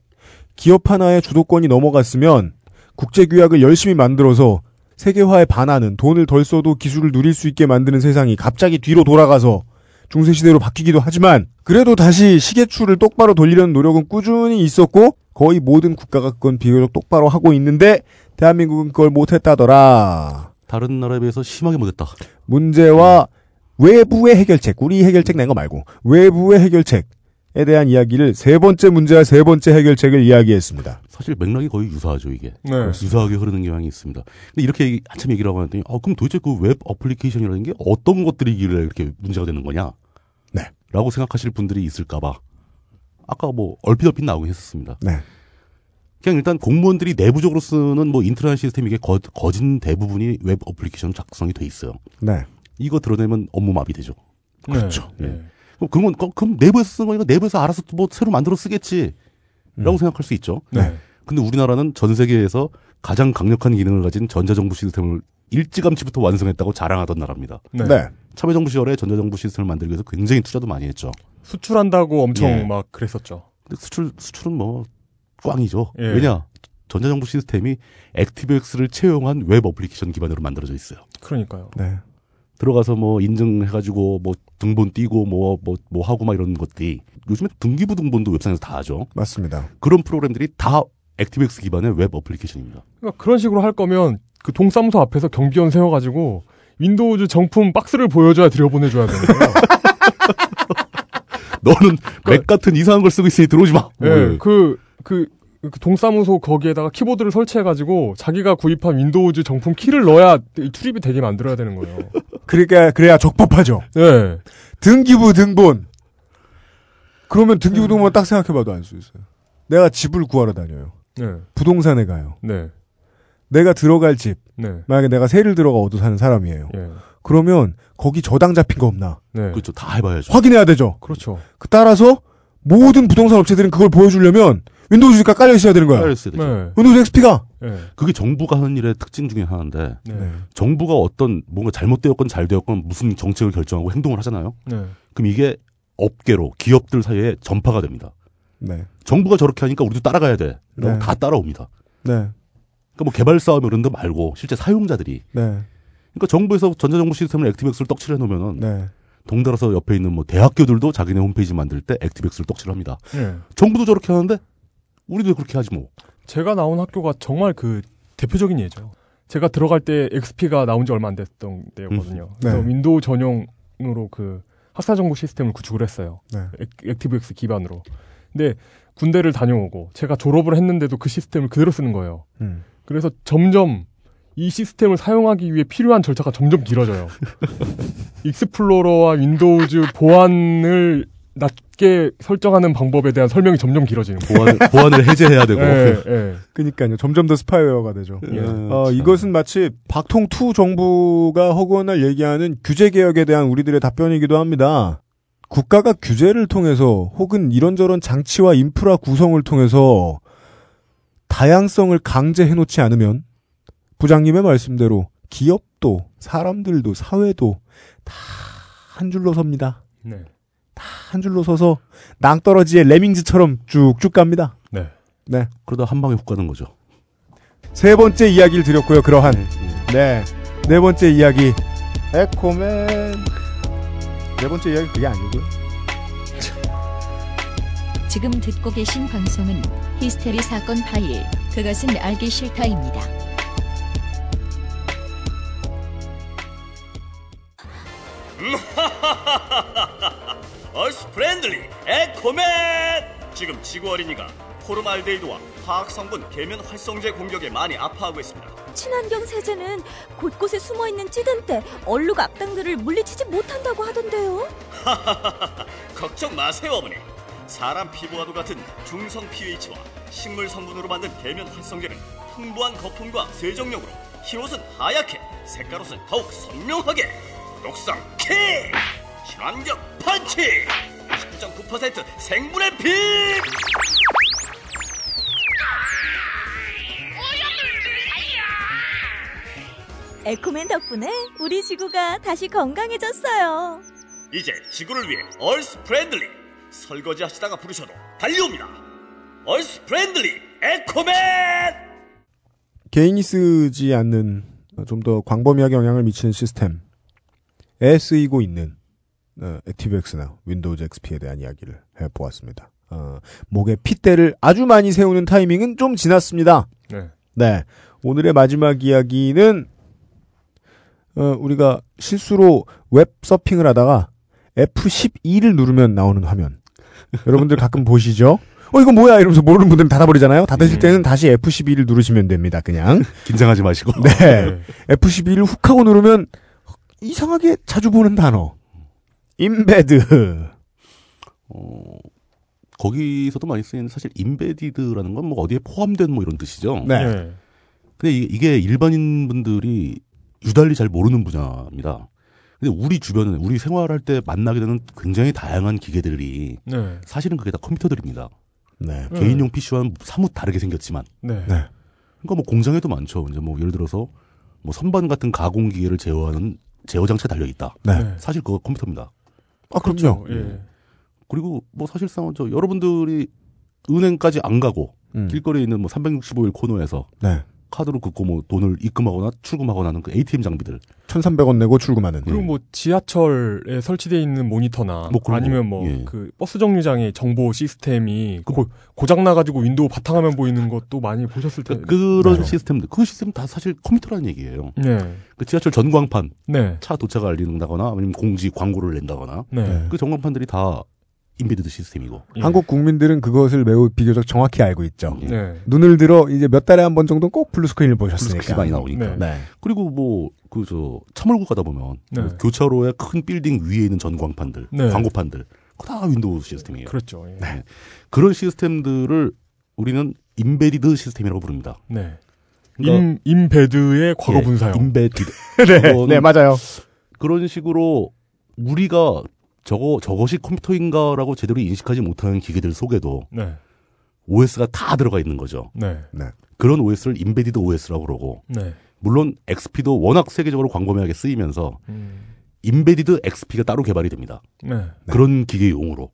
S7: 기업 하나의 주도권이 넘어갔으면 국제 규약을 열심히 만들어서 세계화에 반하는 돈을 덜 써도 기술을 누릴 수 있게 만드는 세상이 갑자기 뒤로 돌아가서 중세 시대로 바뀌기도 하지만 그래도 다시 시계추를 똑바로 돌리려는 노력은 꾸준히 있었고 거의 모든 국가가 그건 비교적 똑바로 하고 있는데 대한민국은 그걸 못했다더라.
S10: 다른 나라에 비해서 심하게 못했다.
S7: 문제와 외부의 해결책, 우리 해결책 낸 거 말고 외부의 해결책에 대한 이야기를 세 번째 문제와 세 번째 해결책을 이야기했습니다.
S10: 사실 맥락이 거의 유사하죠 이게
S7: 네.
S10: 유사하게 흐르는 경향이 있습니다. 근데 이렇게 얘기- 한참 얘기를 하고 하더니 아, 그럼 도대체 그 웹 어플리케이션이라는 게 어떤 것들이길래 이렇게 문제가 되는 거냐? 라고 생각하실 분들이 있을까봐 아까 뭐 얼핏얼핏 나오긴 했었습니다.
S7: 네.
S10: 그냥 일단 공무원들이 내부적으로 쓰는 뭐 인트라넷 시스템 이게 거, 거진 대부분이 웹 어플리케이션 작성이 돼 있어요.
S7: 네.
S10: 이거 드러내면 업무 마비되죠.
S8: 네.
S10: 그렇죠. 예. 그럼 그건 거- 그럼 내부에서 쓴 거니까 내부에서 알아서 또뭐 새로 만들어 쓰겠지라고
S8: 음.
S10: 생각할 수 있죠.
S7: 네.
S10: 근데 우리나라는 전 세계에서 가장 강력한 기능을 가진 전자정부 시스템을 일찌감치부터 완성했다고 자랑하던 나라입니다.
S8: 네. 네.
S10: 참여정부 시절에 전자정부 시스템을 만들기 위해서 굉장히 투자도 많이 했죠.
S8: 수출한다고 엄청
S10: 예.
S8: 막 그랬었죠.
S10: 근데 수출 수출은 뭐 꽝이죠.
S8: 예.
S10: 왜냐 전자정부 시스템이 액티브엑스를 채용한 웹 어플리케이션 기반으로 만들어져 있어요.
S8: 그러니까요.
S7: 네.
S10: 들어가서 뭐 인증해가지고 뭐 등본 띄고 뭐 뭐 뭐 하고 막 이런 것들이 요즘에 등기부 등본도 웹상에서 다 하죠.
S7: 맞습니다.
S10: 그런 프로그램들이 다 액티브엑스 기반의 웹 어플리케이션입니다.
S8: 그러니까 그런 식으로 할 거면 그 동사무소 앞에서 경비원 세워가지고 윈도우즈 정품 박스를 보여줘야 들여보내줘야 되는 거예요.
S10: 너는 맥 같은 이상한 걸 쓰고 있으니 들어오지 마.
S8: 예, 그, 그, 그 동사무소 거기에다가 키보드를 설치해가지고 자기가 구입한 윈도우즈 정품 키를 넣어야 이 출입이 되게 만들어야 되는 거예요.
S7: 그러니까 그래야 적법하죠.
S8: 예.
S7: 등기부 등본. 그러면 등기부 등본 딱 생각해봐도 알 수 있어요. 내가 집을 구하러 다녀요.
S8: 네.
S7: 부동산에 가요.
S8: 네.
S7: 내가 들어갈 집.
S8: 네.
S7: 만약에 내가 세를 들어가 얻어 사는 사람이에요.
S8: 예.
S7: 그러면 거기 저당 잡힌 거 없나?
S8: 네.
S10: 그렇죠. 다 해봐야죠.
S7: 확인해야 되죠.
S8: 그렇죠.
S7: 그 따라서 모든 부동산 업체들은 그걸 보여주려면 윈도우즈 가 깔려 있어야 되는 거야.
S10: 깔려있어야 되죠. 네.
S7: 윈도우즈 XP가
S8: 예.
S10: 그게 정부가 하는 일의 특징 중에 하나인데
S8: 네.
S7: 네.
S10: 정부가 어떤 뭔가 잘못되었건 잘되었건 무슨 정책을 결정하고 행동을 하잖아요.
S8: 네.
S10: 그럼 이게 업계로 기업들 사이에 전파가 됩니다.
S7: 네.
S10: 정부가 저렇게 하니까 우리도 따라가야 돼. 라고
S7: 네.
S10: 다 따라옵니다.
S7: 네.
S10: 그러니까 뭐 개발 싸움 이런 데 말고 실제 사용자들이
S7: 네.
S10: 그러니까 정부에서 전자정부 시스템을 액티백스를 떡칠해 놓으면은
S7: 네.
S10: 동달아서 옆에 있는 뭐 대학교들도 자기네 홈페이지 만들 때 액티백스를 떡칠합니다.
S8: 예.
S10: 정부도 저렇게 하는데 우리도 그렇게 하지 뭐.
S8: 제가 나온 학교가 정말 그 대표적인 예죠. 제가 들어갈 때 XP가 나온 지 얼마 안 됐던 때였거든요.
S7: 음.
S8: 그래서
S7: 네.
S8: 윈도우 전용으로 그 학사 정보 시스템을 구축을 했어요.
S7: 네.
S8: 액- 액티브엑스 기반으로. 근데 군대를 다녀오고 제가 졸업을 했는데도 그 시스템을 그대로 쓰는 거예요.
S7: 음.
S8: 그래서 점점 이 시스템을 사용하기 위해 필요한 절차가 점점 길어져요. 익스플로러와 윈도우즈 보안을 낮게 설정하는 방법에 대한 설명이 점점 길어지는 거예요.
S10: 보안을- 보안을 해제해야 되고.
S7: 네.
S8: 예, 예.
S7: 그러니까요. 점점 더 스파이웨어가 되죠.
S8: 예.
S7: 어, 이것은 마치 박통2 정부가 허구날 얘기하는 규제 개혁에 대한 우리들의 답변이기도 합니다. 국가가 규제를 통해서 혹은 이런저런 장치와 인프라 구성을 통해서 다양성을 강제해놓지 않으면 부장님의 말씀대로 기업도 사람들도 사회도 다 한 줄로 섭니다.
S8: 네.
S7: 한 줄로 서서 낭떠러지의 레밍즈처럼 쭉쭉 갑니다.
S8: 네.
S7: 네.
S10: 그러다 한 방에 훅 가는 거죠.
S7: 세 번째 이야기를 드렸고요. 그러한 네. 네 번째 이야기 에코맨 네 번째 이야기 그게 아니고요.
S1: 지금 듣고 계신 방송은 히스테리 사건 파일, 그것은 알기 싫다입니다.
S11: 어스 프렌들리 에코맨 지금 지구 어린이가 포름알데히드와 화학 성분 계면 활성제 공격에 많이 아파하고 있습니다.
S5: 친환경 세제는 곳곳에 숨어 있는 찌든때, 얼룩 악당들을 물리치지 못한다고 하던데요.
S11: 걱정 마세요 어머니 사람 피부와도 같은 중성 pH와 식물 성분으로 만든 계면 활성제는 풍부한 거품과 세정력으로 흰옷은 하얗게 색깔옷은 더욱 선명하게 녹상 킥 친환경 펀치 19.9% 생분의 빛
S5: 에코맨 덕분에 우리 지구가 다시 건강해졌어요.
S11: 이제 지구를 위해 얼스 프렌들리 설거지 하시다가 부르셔도 달려옵니다 얼스 프렌들리 에코맨
S7: 개인이 쓰지 않는 좀 더 광범위하게 영향을 미치는 시스템에 쓰이고 있는 어, 액티브엑스나 윈도우즈 XP에 대한 이야기를 해보았습니다. 어, 목에 핏대를 아주 많이 세우는 타이밍은 좀 지났습니다.
S8: 네.
S7: 네. 오늘의 마지막 이야기는 어, 우리가 실수로 웹 서핑을 하다가 F12를 누르면 나오는 화면. 여러분들 가끔 보시죠? 어 이거 뭐야 이러면서 모르는 분들은 닫아버리잖아요.
S8: 예.
S7: 닫으실 때는 다시 F12를 누르시면 됩니다. 그냥
S10: 긴장하지 마시고.
S7: 네. F12를 훅 하고 누르면 이상하게 자주 보는 단어. 임베드.
S10: 어, 거기서도 많이 쓰이는 사실 인베디드라는 건 뭐 어디에 포함된 뭐 이런 뜻이죠.
S7: 네. 네.
S10: 근데 이- 이게 일반인 분들이 유달리 잘 모르는 분야입니다. 근데 우리 주변에 우리 생활할 때 만나게 되는 굉장히 다양한 기계들이
S8: 네.
S10: 사실은 그게 다 컴퓨터들입니다.
S7: 네.
S10: 개인용 PC와는 사뭇 다르게 생겼지만.
S8: 네.
S10: 그러니까 뭐 공장에도 많죠. 이제 뭐 예를 들어서 뭐 선반 같은 가공 기계를 제어하는 제어 장치 달려 있다.
S7: 네.
S10: 사실 그거 컴퓨터입니다.
S7: 아
S8: 어, 음,
S7: 그럼요.
S10: 예. 그리고 뭐 사실상 저 여러분들이 은행까지 안 가고 길거리에 있는 뭐 365일 코너에서
S7: 음, 네.
S10: 카드로 긋고 뭐 돈을 입금하거나 출금하거나 하는 그 ATM 장비들
S7: 1,300원 내고 출금하는.
S8: 그리고 뭐 지하철에 설치되어 있는 모니터나
S10: 예. 뭐 그런
S8: 아니면
S10: 거.
S8: 뭐
S10: 예.
S8: 그 버스 정류장의 정보 시스템이 그 고, 고장 나가지고 윈도우 바탕화면 보이는 것도 많이 보셨을 텐데
S10: 그런 시스템들 그 시스템 다 사실 컴퓨터라는 얘기예요.
S8: 네.
S10: 그 지하철 전광판
S8: 네.
S10: 차 도착을 알린다거나 아니면 공지 광고를 낸다거나
S8: 네.
S10: 그 전광판들이 다 인비디드 시스템이고
S8: 예.
S7: 한국 국민들은 그것을 매우 비교적 정확히 알고 있죠.
S10: 네.
S7: 눈을 들어 이제 몇 달에 한 번 정도 는꼭 블루 스크린을 보셨으니까.
S10: 스크린이 많이 나오니까.
S7: 네.
S10: 그리고 뭐 그 저 차몰고 가다 보면
S7: 네.
S10: 뭐 교차로의 큰 빌딩 위에 있는 전광판들,
S7: 네.
S10: 광고판들 그거 다 윈도우 시스템이에요.
S8: 그렇죠. 예.
S10: 네. 그런 시스템들을 우리는 인베디드 시스템이라고 부릅니다.
S8: 네.
S10: 그러니까-
S8: 임 임베드의 과거
S10: 예,
S8: 분사형.
S10: 인베디드.
S7: 네,
S10: 그거는
S7: 네, 맞아요.
S10: 그런 식으로 우리가 저거 저것이 컴퓨터인가라고 제대로 인식하지 못하는 기계들 속에도
S8: 네.
S10: OS가 다 들어가 있는 거죠.
S8: 네.
S10: 그런 OS를 인베디드 OS라고 그러고
S8: 네.
S10: 물론 XP도 워낙 세계적으로 광범위하게 쓰이면서 인베디드 XP가 따로 개발이 됩니다.
S8: 음. 네.
S10: 그런 기계용으로.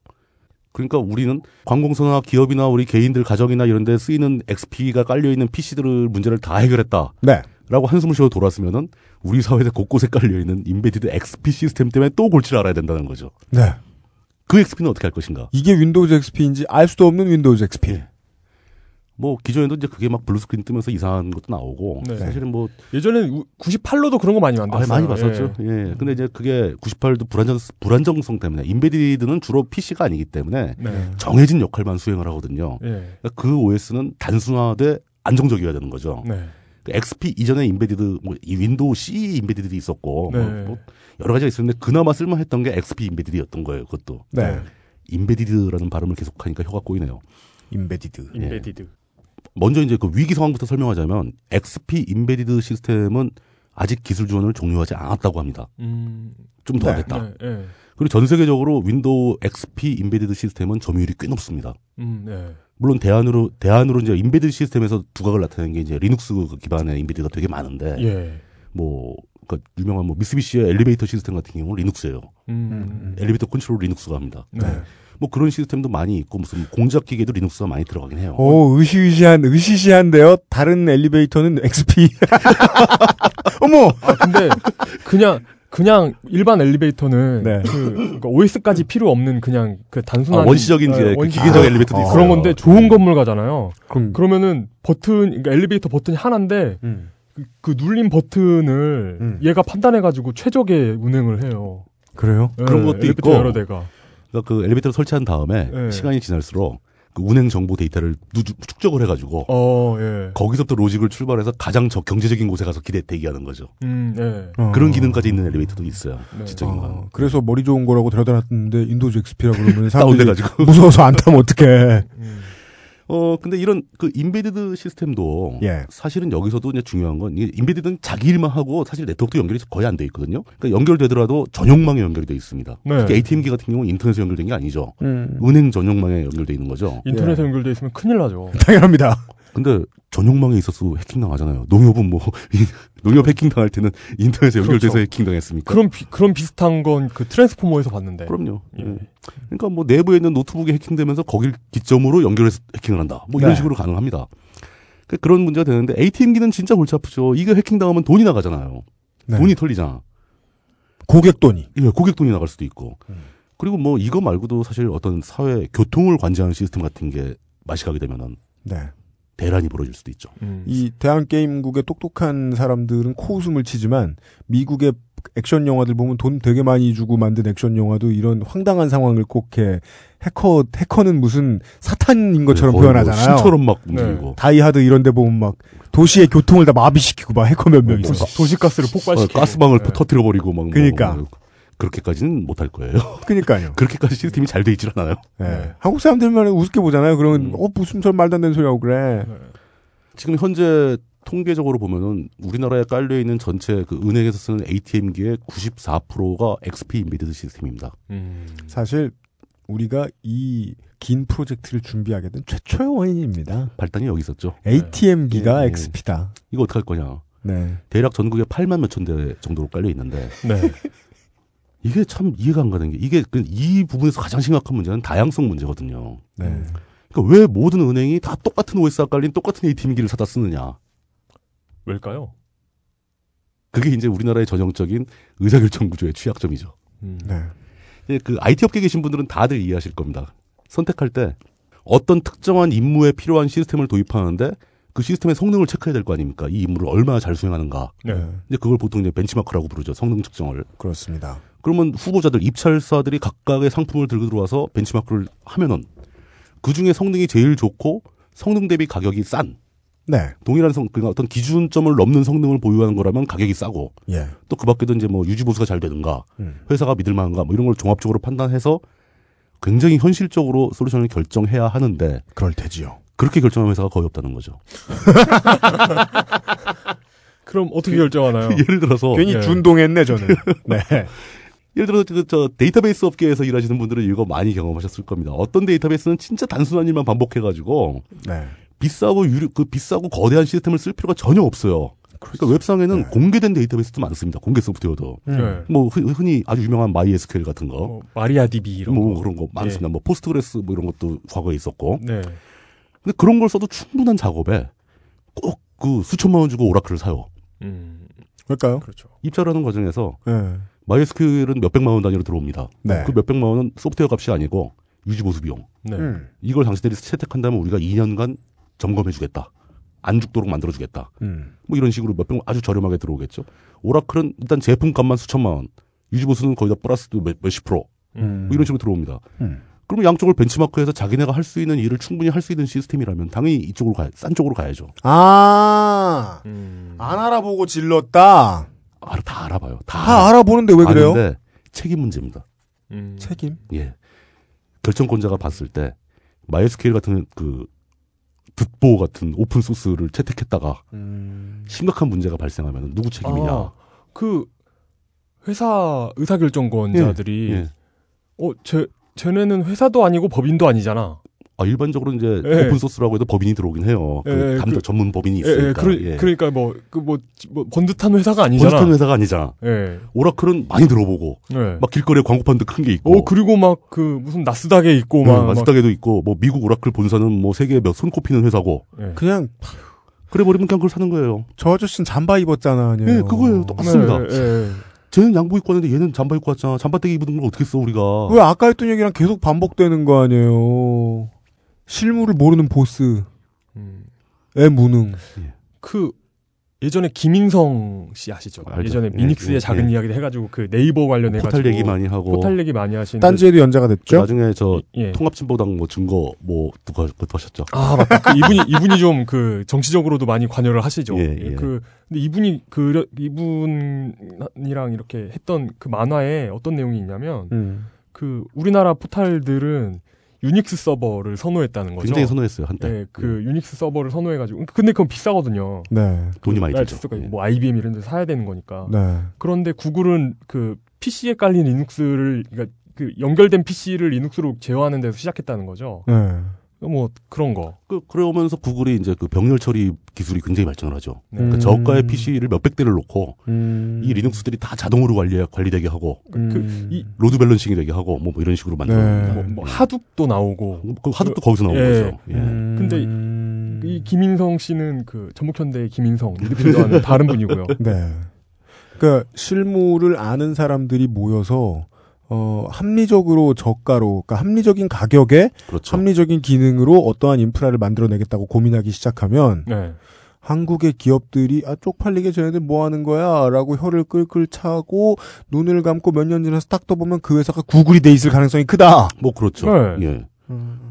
S10: 그러니까 우리는 관공서나 기업이나 우리 개인들 가정이나 이런 데 쓰이는 XP가 깔려 있는 PC들을 문제를 다 해결했다.
S7: 네.
S10: 라고 한숨을 쉬고 돌아왔으면은 우리 사회에 곳곳에 깔려 있는 인베디드 XP 시스템 때문에 또 골치를 알아야 된다는 거죠.
S7: 네.
S10: 그 XP는 어떻게 할 것인가?
S7: 이게 윈도우즈 XP인지 알 수도 없는 윈도우즈 XP.
S10: 뭐 기존에도 이제 그게 막 블루스크린 뜨면서 이상한 것도 나오고
S8: 네.
S10: 사실은 뭐
S8: 예전에는 98로도 그런 거 많이 만들었어요.
S10: 아, 많이 봤었죠.
S8: 예.
S10: 예. 근데 이제 그게 98도 불안정 불안정성 때문에 인베디드는 주로 PC가 아니기 때문에
S8: 네.
S10: 정해진 역할만 수행을 하거든요.
S8: 예.
S10: 그러니까 그 OS는 단순화돼 안정적이어야 되는 거죠.
S8: 네.
S10: 그 XP 이전에 인베디드 뭐이 윈도우 C 인베디드도 있었고 뭐,
S8: 네.
S10: 뭐 여러 가지가 있었는데 그나마 쓸만했던 게 XP 인베디드였던 거예요. 그것도.
S7: 네.
S10: 인베디드라는 발음을 계속하니까 혀가 꼬이네요. 예.
S7: 인베디드.
S8: 인베디드.
S10: 먼저 이제 그 위기 상황부터 설명하자면 XP 인베디드 시스템은 아직 기술 지원을 종료하지 않았다고 합니다.
S8: 음.
S10: 좀 더
S8: 네.
S10: 하겠다.
S8: 네, 네.
S10: 그리고 전 세계적으로 윈도우 XP 인베디드 시스템은 점유율이 꽤 높습니다.
S8: 음, 네.
S10: 물론 대안으로 대안으로 이제 인베디드 시스템에서 두각을 나타내는 게 이제 리눅스 그 기반의 인베디드가 되게 많은데
S8: 예.
S10: 뭐 그러니까 유명한 뭐 미쓰비시의 엘리베이터 시스템 같은 경우는 리눅스예요.
S8: 음.
S10: 엘리베이터 컨트롤 리눅스가 합니다.
S8: 네.
S10: 뭐 그런 시스템도 많이 있고 무슨 공작 기계도 리눅스가 많이 들어가긴 해요.
S7: 오, 으시으시한, 으시시한데요? 다른 엘리베이터는 XP. 어머!
S8: 아, 근데 그냥 그냥 일반 엘리베이터는 그 그러니까 OS까지 필요 없는 그냥 그 단순한
S10: 네. 아, 원시적인 이제 그
S8: 원시- 아,
S10: 기계적 엘리베이터도 있어요.
S8: 그런 건데 좋은 건물 가잖아요. 그러면은 버튼 그러니까 엘리베이터 버튼이 하나인데
S10: 음.
S8: 그, 그 눌린 버튼을 얘가 판단해 가지고 최적의 운행을 해요.
S7: 그래요?
S8: 예,
S10: 네, 그런 것도
S8: 엘리베이터
S10: 있고
S8: 여러 대가.
S10: 그러니까 그 엘리베이터를 설치한 다음에
S8: 네.
S10: 시간이 지날수록 그 운행 정보 데이터를 누- 축적을 해가지고
S8: 어, 예.
S10: 거기서부터 로직을 출발해서 가장 저 경제적인 곳에 가서 기대 대기하는 거죠.
S8: 음, 예. 네.
S10: 그런 기능까지 있는 엘리베이터도 있어요. 지적인 건.
S7: 어. 그래서 머리 좋은 거라고 데려다 놨는데 인도즈 XP라 그러면
S10: 다운돼가지고.
S7: 사람들이 무서워서 안 타면 어떡해.
S8: 음.
S10: 어 근데 이런 그 인베디드 시스템도
S7: 예.
S10: 사실은 여기서도 이제 중요한 건 이게 인베디드는 자기 일만 하고 사실 네트워크도 연결이 거의 안 돼 있거든요. 그러니까 연결되더라도 전용망에 연결이 돼 있습니다.
S8: 네.
S10: 특히 ATM기 같은 경우는 인터넷에 연결된 게 아니죠.
S8: 음.
S10: 은행 전용망에 연결돼 있는 거죠. 네.
S8: 인터넷에 연결돼 있으면 큰일 나죠.
S7: 당연합니다.
S10: 근데 전용망에 있어서 해킹 당하잖아요. 농협은 뭐 농협 해킹 당할 때는 인터넷에 연결돼서
S8: 그렇죠.
S10: 해킹 당했습니까?
S8: 그런 비, 그런 비슷한 건 그 트랜스포머에서 봤는데.
S10: 그럼요. 예. 그러니까 뭐 내부에 있는 노트북이 해킹되면서 거길 기점으로 연결해서 해킹을 한다. 뭐 이런
S8: 네.
S10: 식으로 가능합니다. 그- 그런 문제가 되는데 ATM기는 진짜 골치 아프죠. 이거 해킹당하면 돈이 나가잖아요.
S8: 네.
S10: 돈이 털리잖아.
S7: 네. 고객 돈이.
S10: 예, 고객 돈이 나갈 수도 있고.
S7: 음.
S10: 그리고 뭐 이거 말고도 사실 어떤 사회 교통을 관제하는 시스템 같은 게 맛이 가게 되면은
S7: 네.
S10: 대란이 벌어질 수도 있죠.
S8: 음.
S7: 이 대한게임국의 똑똑한 사람들은 코웃음을 치지만 미국의 액션 영화들 보면 돈 되게 많이 주고 만든 액션 영화도 이런 황당한 상황을 꼭 해. 해커, 해커는 무슨 사탄인 것처럼
S10: 네, 거의 뭐
S7: 표현하잖아요. 네.
S10: 신처럼 네. 막 움직이고.
S7: 다이하드 이런 데 보면 막 도시의 교통을 다 마비시키고 막 해커 몇 명이
S10: 도시-
S8: 도시가스를
S10: 음. 어, 가스망을
S8: 네.
S10: 터트려 버리고 막 뭐-
S7: 그러니까.
S10: 뭐 그렇게까지는 못할 거예요.
S7: 그러니까요.
S10: 그렇게까지 시스템이 잘 돼 있질 않아요.
S7: 네. 한국 사람들만 우습게 보잖아요. 그런
S10: 음.
S7: 어 무슨 저 말도 안 되는 소리하고 그래.
S10: 지금 현재 통계적으로 보면은 우리나라에 깔려 있는 전체 그 은행에서 쓰는 ATM기의 94%가 XP 인베디드 시스템입니다.
S8: 음.
S7: 사실 우리가 이 긴 프로젝트를 준비하게 된 최초의 원인입니다.
S10: 발단이 여기 있었죠.
S7: ATM기가
S10: 예, 예.
S7: XP다.
S10: 이거 어떡할 거냐?
S7: 네.
S10: 대략 전국에 8만 몇천 대 정도로 깔려 있는데
S8: 네.
S10: 이게 참 이해가 안 가는 게 이게 그- 이 부분에서 가장 심각한 문제는 다양성 문제거든요.
S7: 네.
S10: 그러니까 왜 모든 은행이 다 똑같은 OS가 깔린 똑같은 ATM기를 사다 쓰느냐?
S8: 왜일까요?
S10: 그게 이제 우리나라의 전형적인 의사결정 구조의 취약점이죠.
S8: 음.
S7: 네.
S10: 이제 그 IT 업계 계신 분들은 다들 이해하실 겁니다. 선택할 때 어떤 특정한 임무에 필요한 시스템을 도입하는데 그 시스템의 성능을 체크해야 될 거 아닙니까? 이 임무를 얼마나 잘 수행하는가.
S7: 네.
S10: 이제 그걸 보통 이제 벤치마크라고 부르죠. 성능 측정을.
S7: 그렇습니다.
S10: 그러면 후보자들 입찰사들이 각각의 상품을 들고 들어와서 벤치마크를 하면은 그 중에 성능이 제일 좋고 성능 대비 가격이 싼
S7: 네.
S10: 동일한 성 그러니까 어떤 기준점을 넘는 성능을 보유하는 거라면 가격이 싸고
S7: 예.
S10: 또 그 밖에도 이제 뭐 유지보수가 잘 되는가,
S7: 음.
S10: 회사가 믿을만한가, 뭐 이런 걸 종합적으로 판단해서 굉장히 현실적으로 솔루션을 결정해야 하는데.
S7: 그럴 테지요.
S10: 그렇게 결정하는 회사가 거의 없다는 거죠.
S8: 그럼 어떻게 결정하나요?
S10: 예를 들어서.
S8: 괜히
S7: 준동했네, 저는. 네.
S10: 예를 들어서 그 저 데이터베이스 업계에서 일하시는 분들은 이거 많이 경험하셨을 겁니다. 어떤 데이터베이스는 진짜 단순한 일만 반복해가지고
S7: 네.
S10: 비싸고 유료, 그 비싸고 거대한 시스템을 쓸 필요가 전혀 없어요. 그러니까 웹상에는 공개된 데이터베이스도 많습니다. 공개 소프트웨어도.
S8: 네.
S10: 뭐 흔- 흔히 아주 유명한 MySQL 같은 거.
S8: 뭐, 마리아DB 이런
S10: 뭐
S8: 거.
S10: 그런 거
S8: 예.
S10: 많습니다. 뭐 포스트그레스 뭐 이런 것도 과거에 있었고.
S8: 네.
S10: 근데 그런 걸 써도 충분한 작업에 꼭 그 수천만 원 주고 오라클을 사요.
S8: 음.
S10: 어?
S8: 그렇죠.
S7: 그럴까요?
S10: 입찰하는 과정에서
S7: 네.
S10: MySQL은 몇백만 원 단위로 들어옵니다.
S7: 네.
S10: 그 몇백만 원은 소프트웨어 값이 아니고 유지보수 비용.
S8: 네.
S7: 음.
S10: 이걸 당신들이 채택한다면 우리가 2년간 점검해주겠다. 안 죽도록 만들어주겠다.
S7: 음.
S10: 뭐 이런 식으로 몇 병 아주 저렴하게 들어오겠죠. 오라클은 일단 제품값만 수천만 원, 유지보수는 거의 다 플러스도 몇, 몇십 프로,
S7: 음.
S10: 뭐 이런 식으로 들어옵니다.
S7: 음.
S10: 그러면 양쪽을 벤치마크해서 자기네가 할 수 있는 일을 충분히 할 수 있는 시스템이라면 당연히 이쪽으로 가, 싼 쪽으로 가야죠.
S7: 아,
S8: 음.
S7: 안 알아보고 질렀다.
S10: 알아, 다 알아봐요. 다,
S7: 다 알아보는데 왜 그래요?
S10: 음. 아는데 책임 문제입니다.
S8: 음.
S7: 책임?
S10: 예. 결정권자가 봤을 때 마이스케일 같은 그 듣보 같은 오픈 소스를 채택했다가 심각한 문제가 발생하면 누구 책임이냐?
S8: 아, 그 회사 의사결정권자들이
S10: 예, 예.
S8: 어, 쟤 쟤네는 회사도 아니고 법인도 아니잖아.
S10: 아, 일반적으로 이제
S8: 예.
S10: 오픈 소스라고 해도 법인이 들어오긴 해요. 그
S8: 예,
S10: 담당
S8: 그-
S10: 전문 법인이
S8: 예,
S10: 있으니까.
S8: 예, 그러,
S10: 예.
S8: 그러니까 뭐, 그 뭐, 뭐 번듯한 회사가 아니잖아.
S10: 번듯한 회사가 아니잖아.
S8: 예.
S10: 오라클은 많이 들어보고
S8: 예.
S10: 막 길거리에 광고판도 큰 게 있고.
S8: 어, 그리고 막 그 무슨 나스닥에 있고 막.
S10: 마스닥에도 있고 뭐 미국 오라클 본사는 뭐 세계 몇 손꼽히는 회사고.
S8: 예.
S7: 그냥
S10: 그래 버리면 그냥 그걸 사는 거예요.
S7: 저 아저씨는 잠바 입었잖아. 아니에요.
S10: 예, 그거예요. 똑같습니다.
S7: 네, 예, 예.
S10: 쟤는 양복 입고 왔는데 얘는 잠바 입고 왔잖아. 잠바떼기 입은 걸 어떻게 써 우리가?
S7: 왜 아까 했던 얘기랑 계속 반복되는 거 아니에요? 실물을 모르는 보스의 무능.
S8: 음. 그 예전에 김인성 씨 아시죠? 예전에 미닉스의
S10: 예, 예,
S8: 작은
S10: 예.
S8: 이야기를 해가지고 그 네이버 관련해가지고
S10: 포탈 얘기 많이 하고
S8: 포탈 얘기 많이 하시는
S7: 딴지에도 연재가 됐죠?
S10: 그 나중에 저
S8: 예.
S10: 통합진보당 뭐 증거 뭐 누가 그것도 하셨죠.
S8: 아 맞다. 그 이분이 이분이 좀 그 정치적으로도 많이 관여를 하시죠.
S10: 예, 예.
S8: 그 근데 이분이 그 이분이랑 이렇게 했던 그 만화에 어떤 내용이 있냐면
S7: 음.
S8: 그 우리나라 포탈들은 유닉스 서버를 선호했다는 거죠.
S10: 굉장히 선호했어요, 한때.
S8: 예, 그 유닉스 서버를 선호해가지고 그러니까 근데 그건 비싸거든요.
S7: 네.
S10: 예. 돈이 많이
S8: 날
S10: 들죠.
S8: 수가 있고, 뭐 IBM 이런 데서 사야 되는 거니까.
S7: 네.
S8: 그런데 구글은 그 PC에 깔린 리눅스를 그러니까 그 연결된 PC를 리눅스로 제어하는 데서 시작했다는 거죠.
S7: 네.
S8: 뭐 그런 거.
S10: 그 그러면서 구글이 이제 그 병렬 처리 기술이 굉장히 발전을 하죠.
S8: 네.
S10: 그러니까
S8: 음.
S10: 저가의 PC를 몇백 대를 놓고
S7: 음.
S10: 이 리눅스들이 다 자동으로 관리 관리되게 하고
S8: 그, 이,
S10: 로드 밸런싱이 되게 하고 뭐, 뭐 이런 식으로 만들어. 음.
S8: 네. 뭐, 뭐 하둑도 음. 나오고.
S10: 그 하둑도 거기서 나온 거죠.
S7: 음.
S10: 예.
S8: 근데
S10: 음.
S8: 이, 이 김인성 씨는 그 전북현대의 김인성 미드필더와는 다른 분이고요.
S7: 네. 그러니까 실물을 아는 사람들이 모여서 어 합리적으로 저가로 그러니까 합리적인 가격에
S10: 그렇죠.
S7: 합리적인 기능으로 어떠한 인프라를 만들어내겠다고 고민하기 시작하면
S8: 네.
S7: 한국의 기업들이 아 쪽팔리게 쟤네들 뭐 하는 거야라고 혀를 끌끌 차고 눈을 감고 몇 년 지나서 딱 떠보면 그 회사가 구글이 돼 있을 가능성이 크다.
S10: 뭐 그렇죠.
S7: 네.
S10: 예.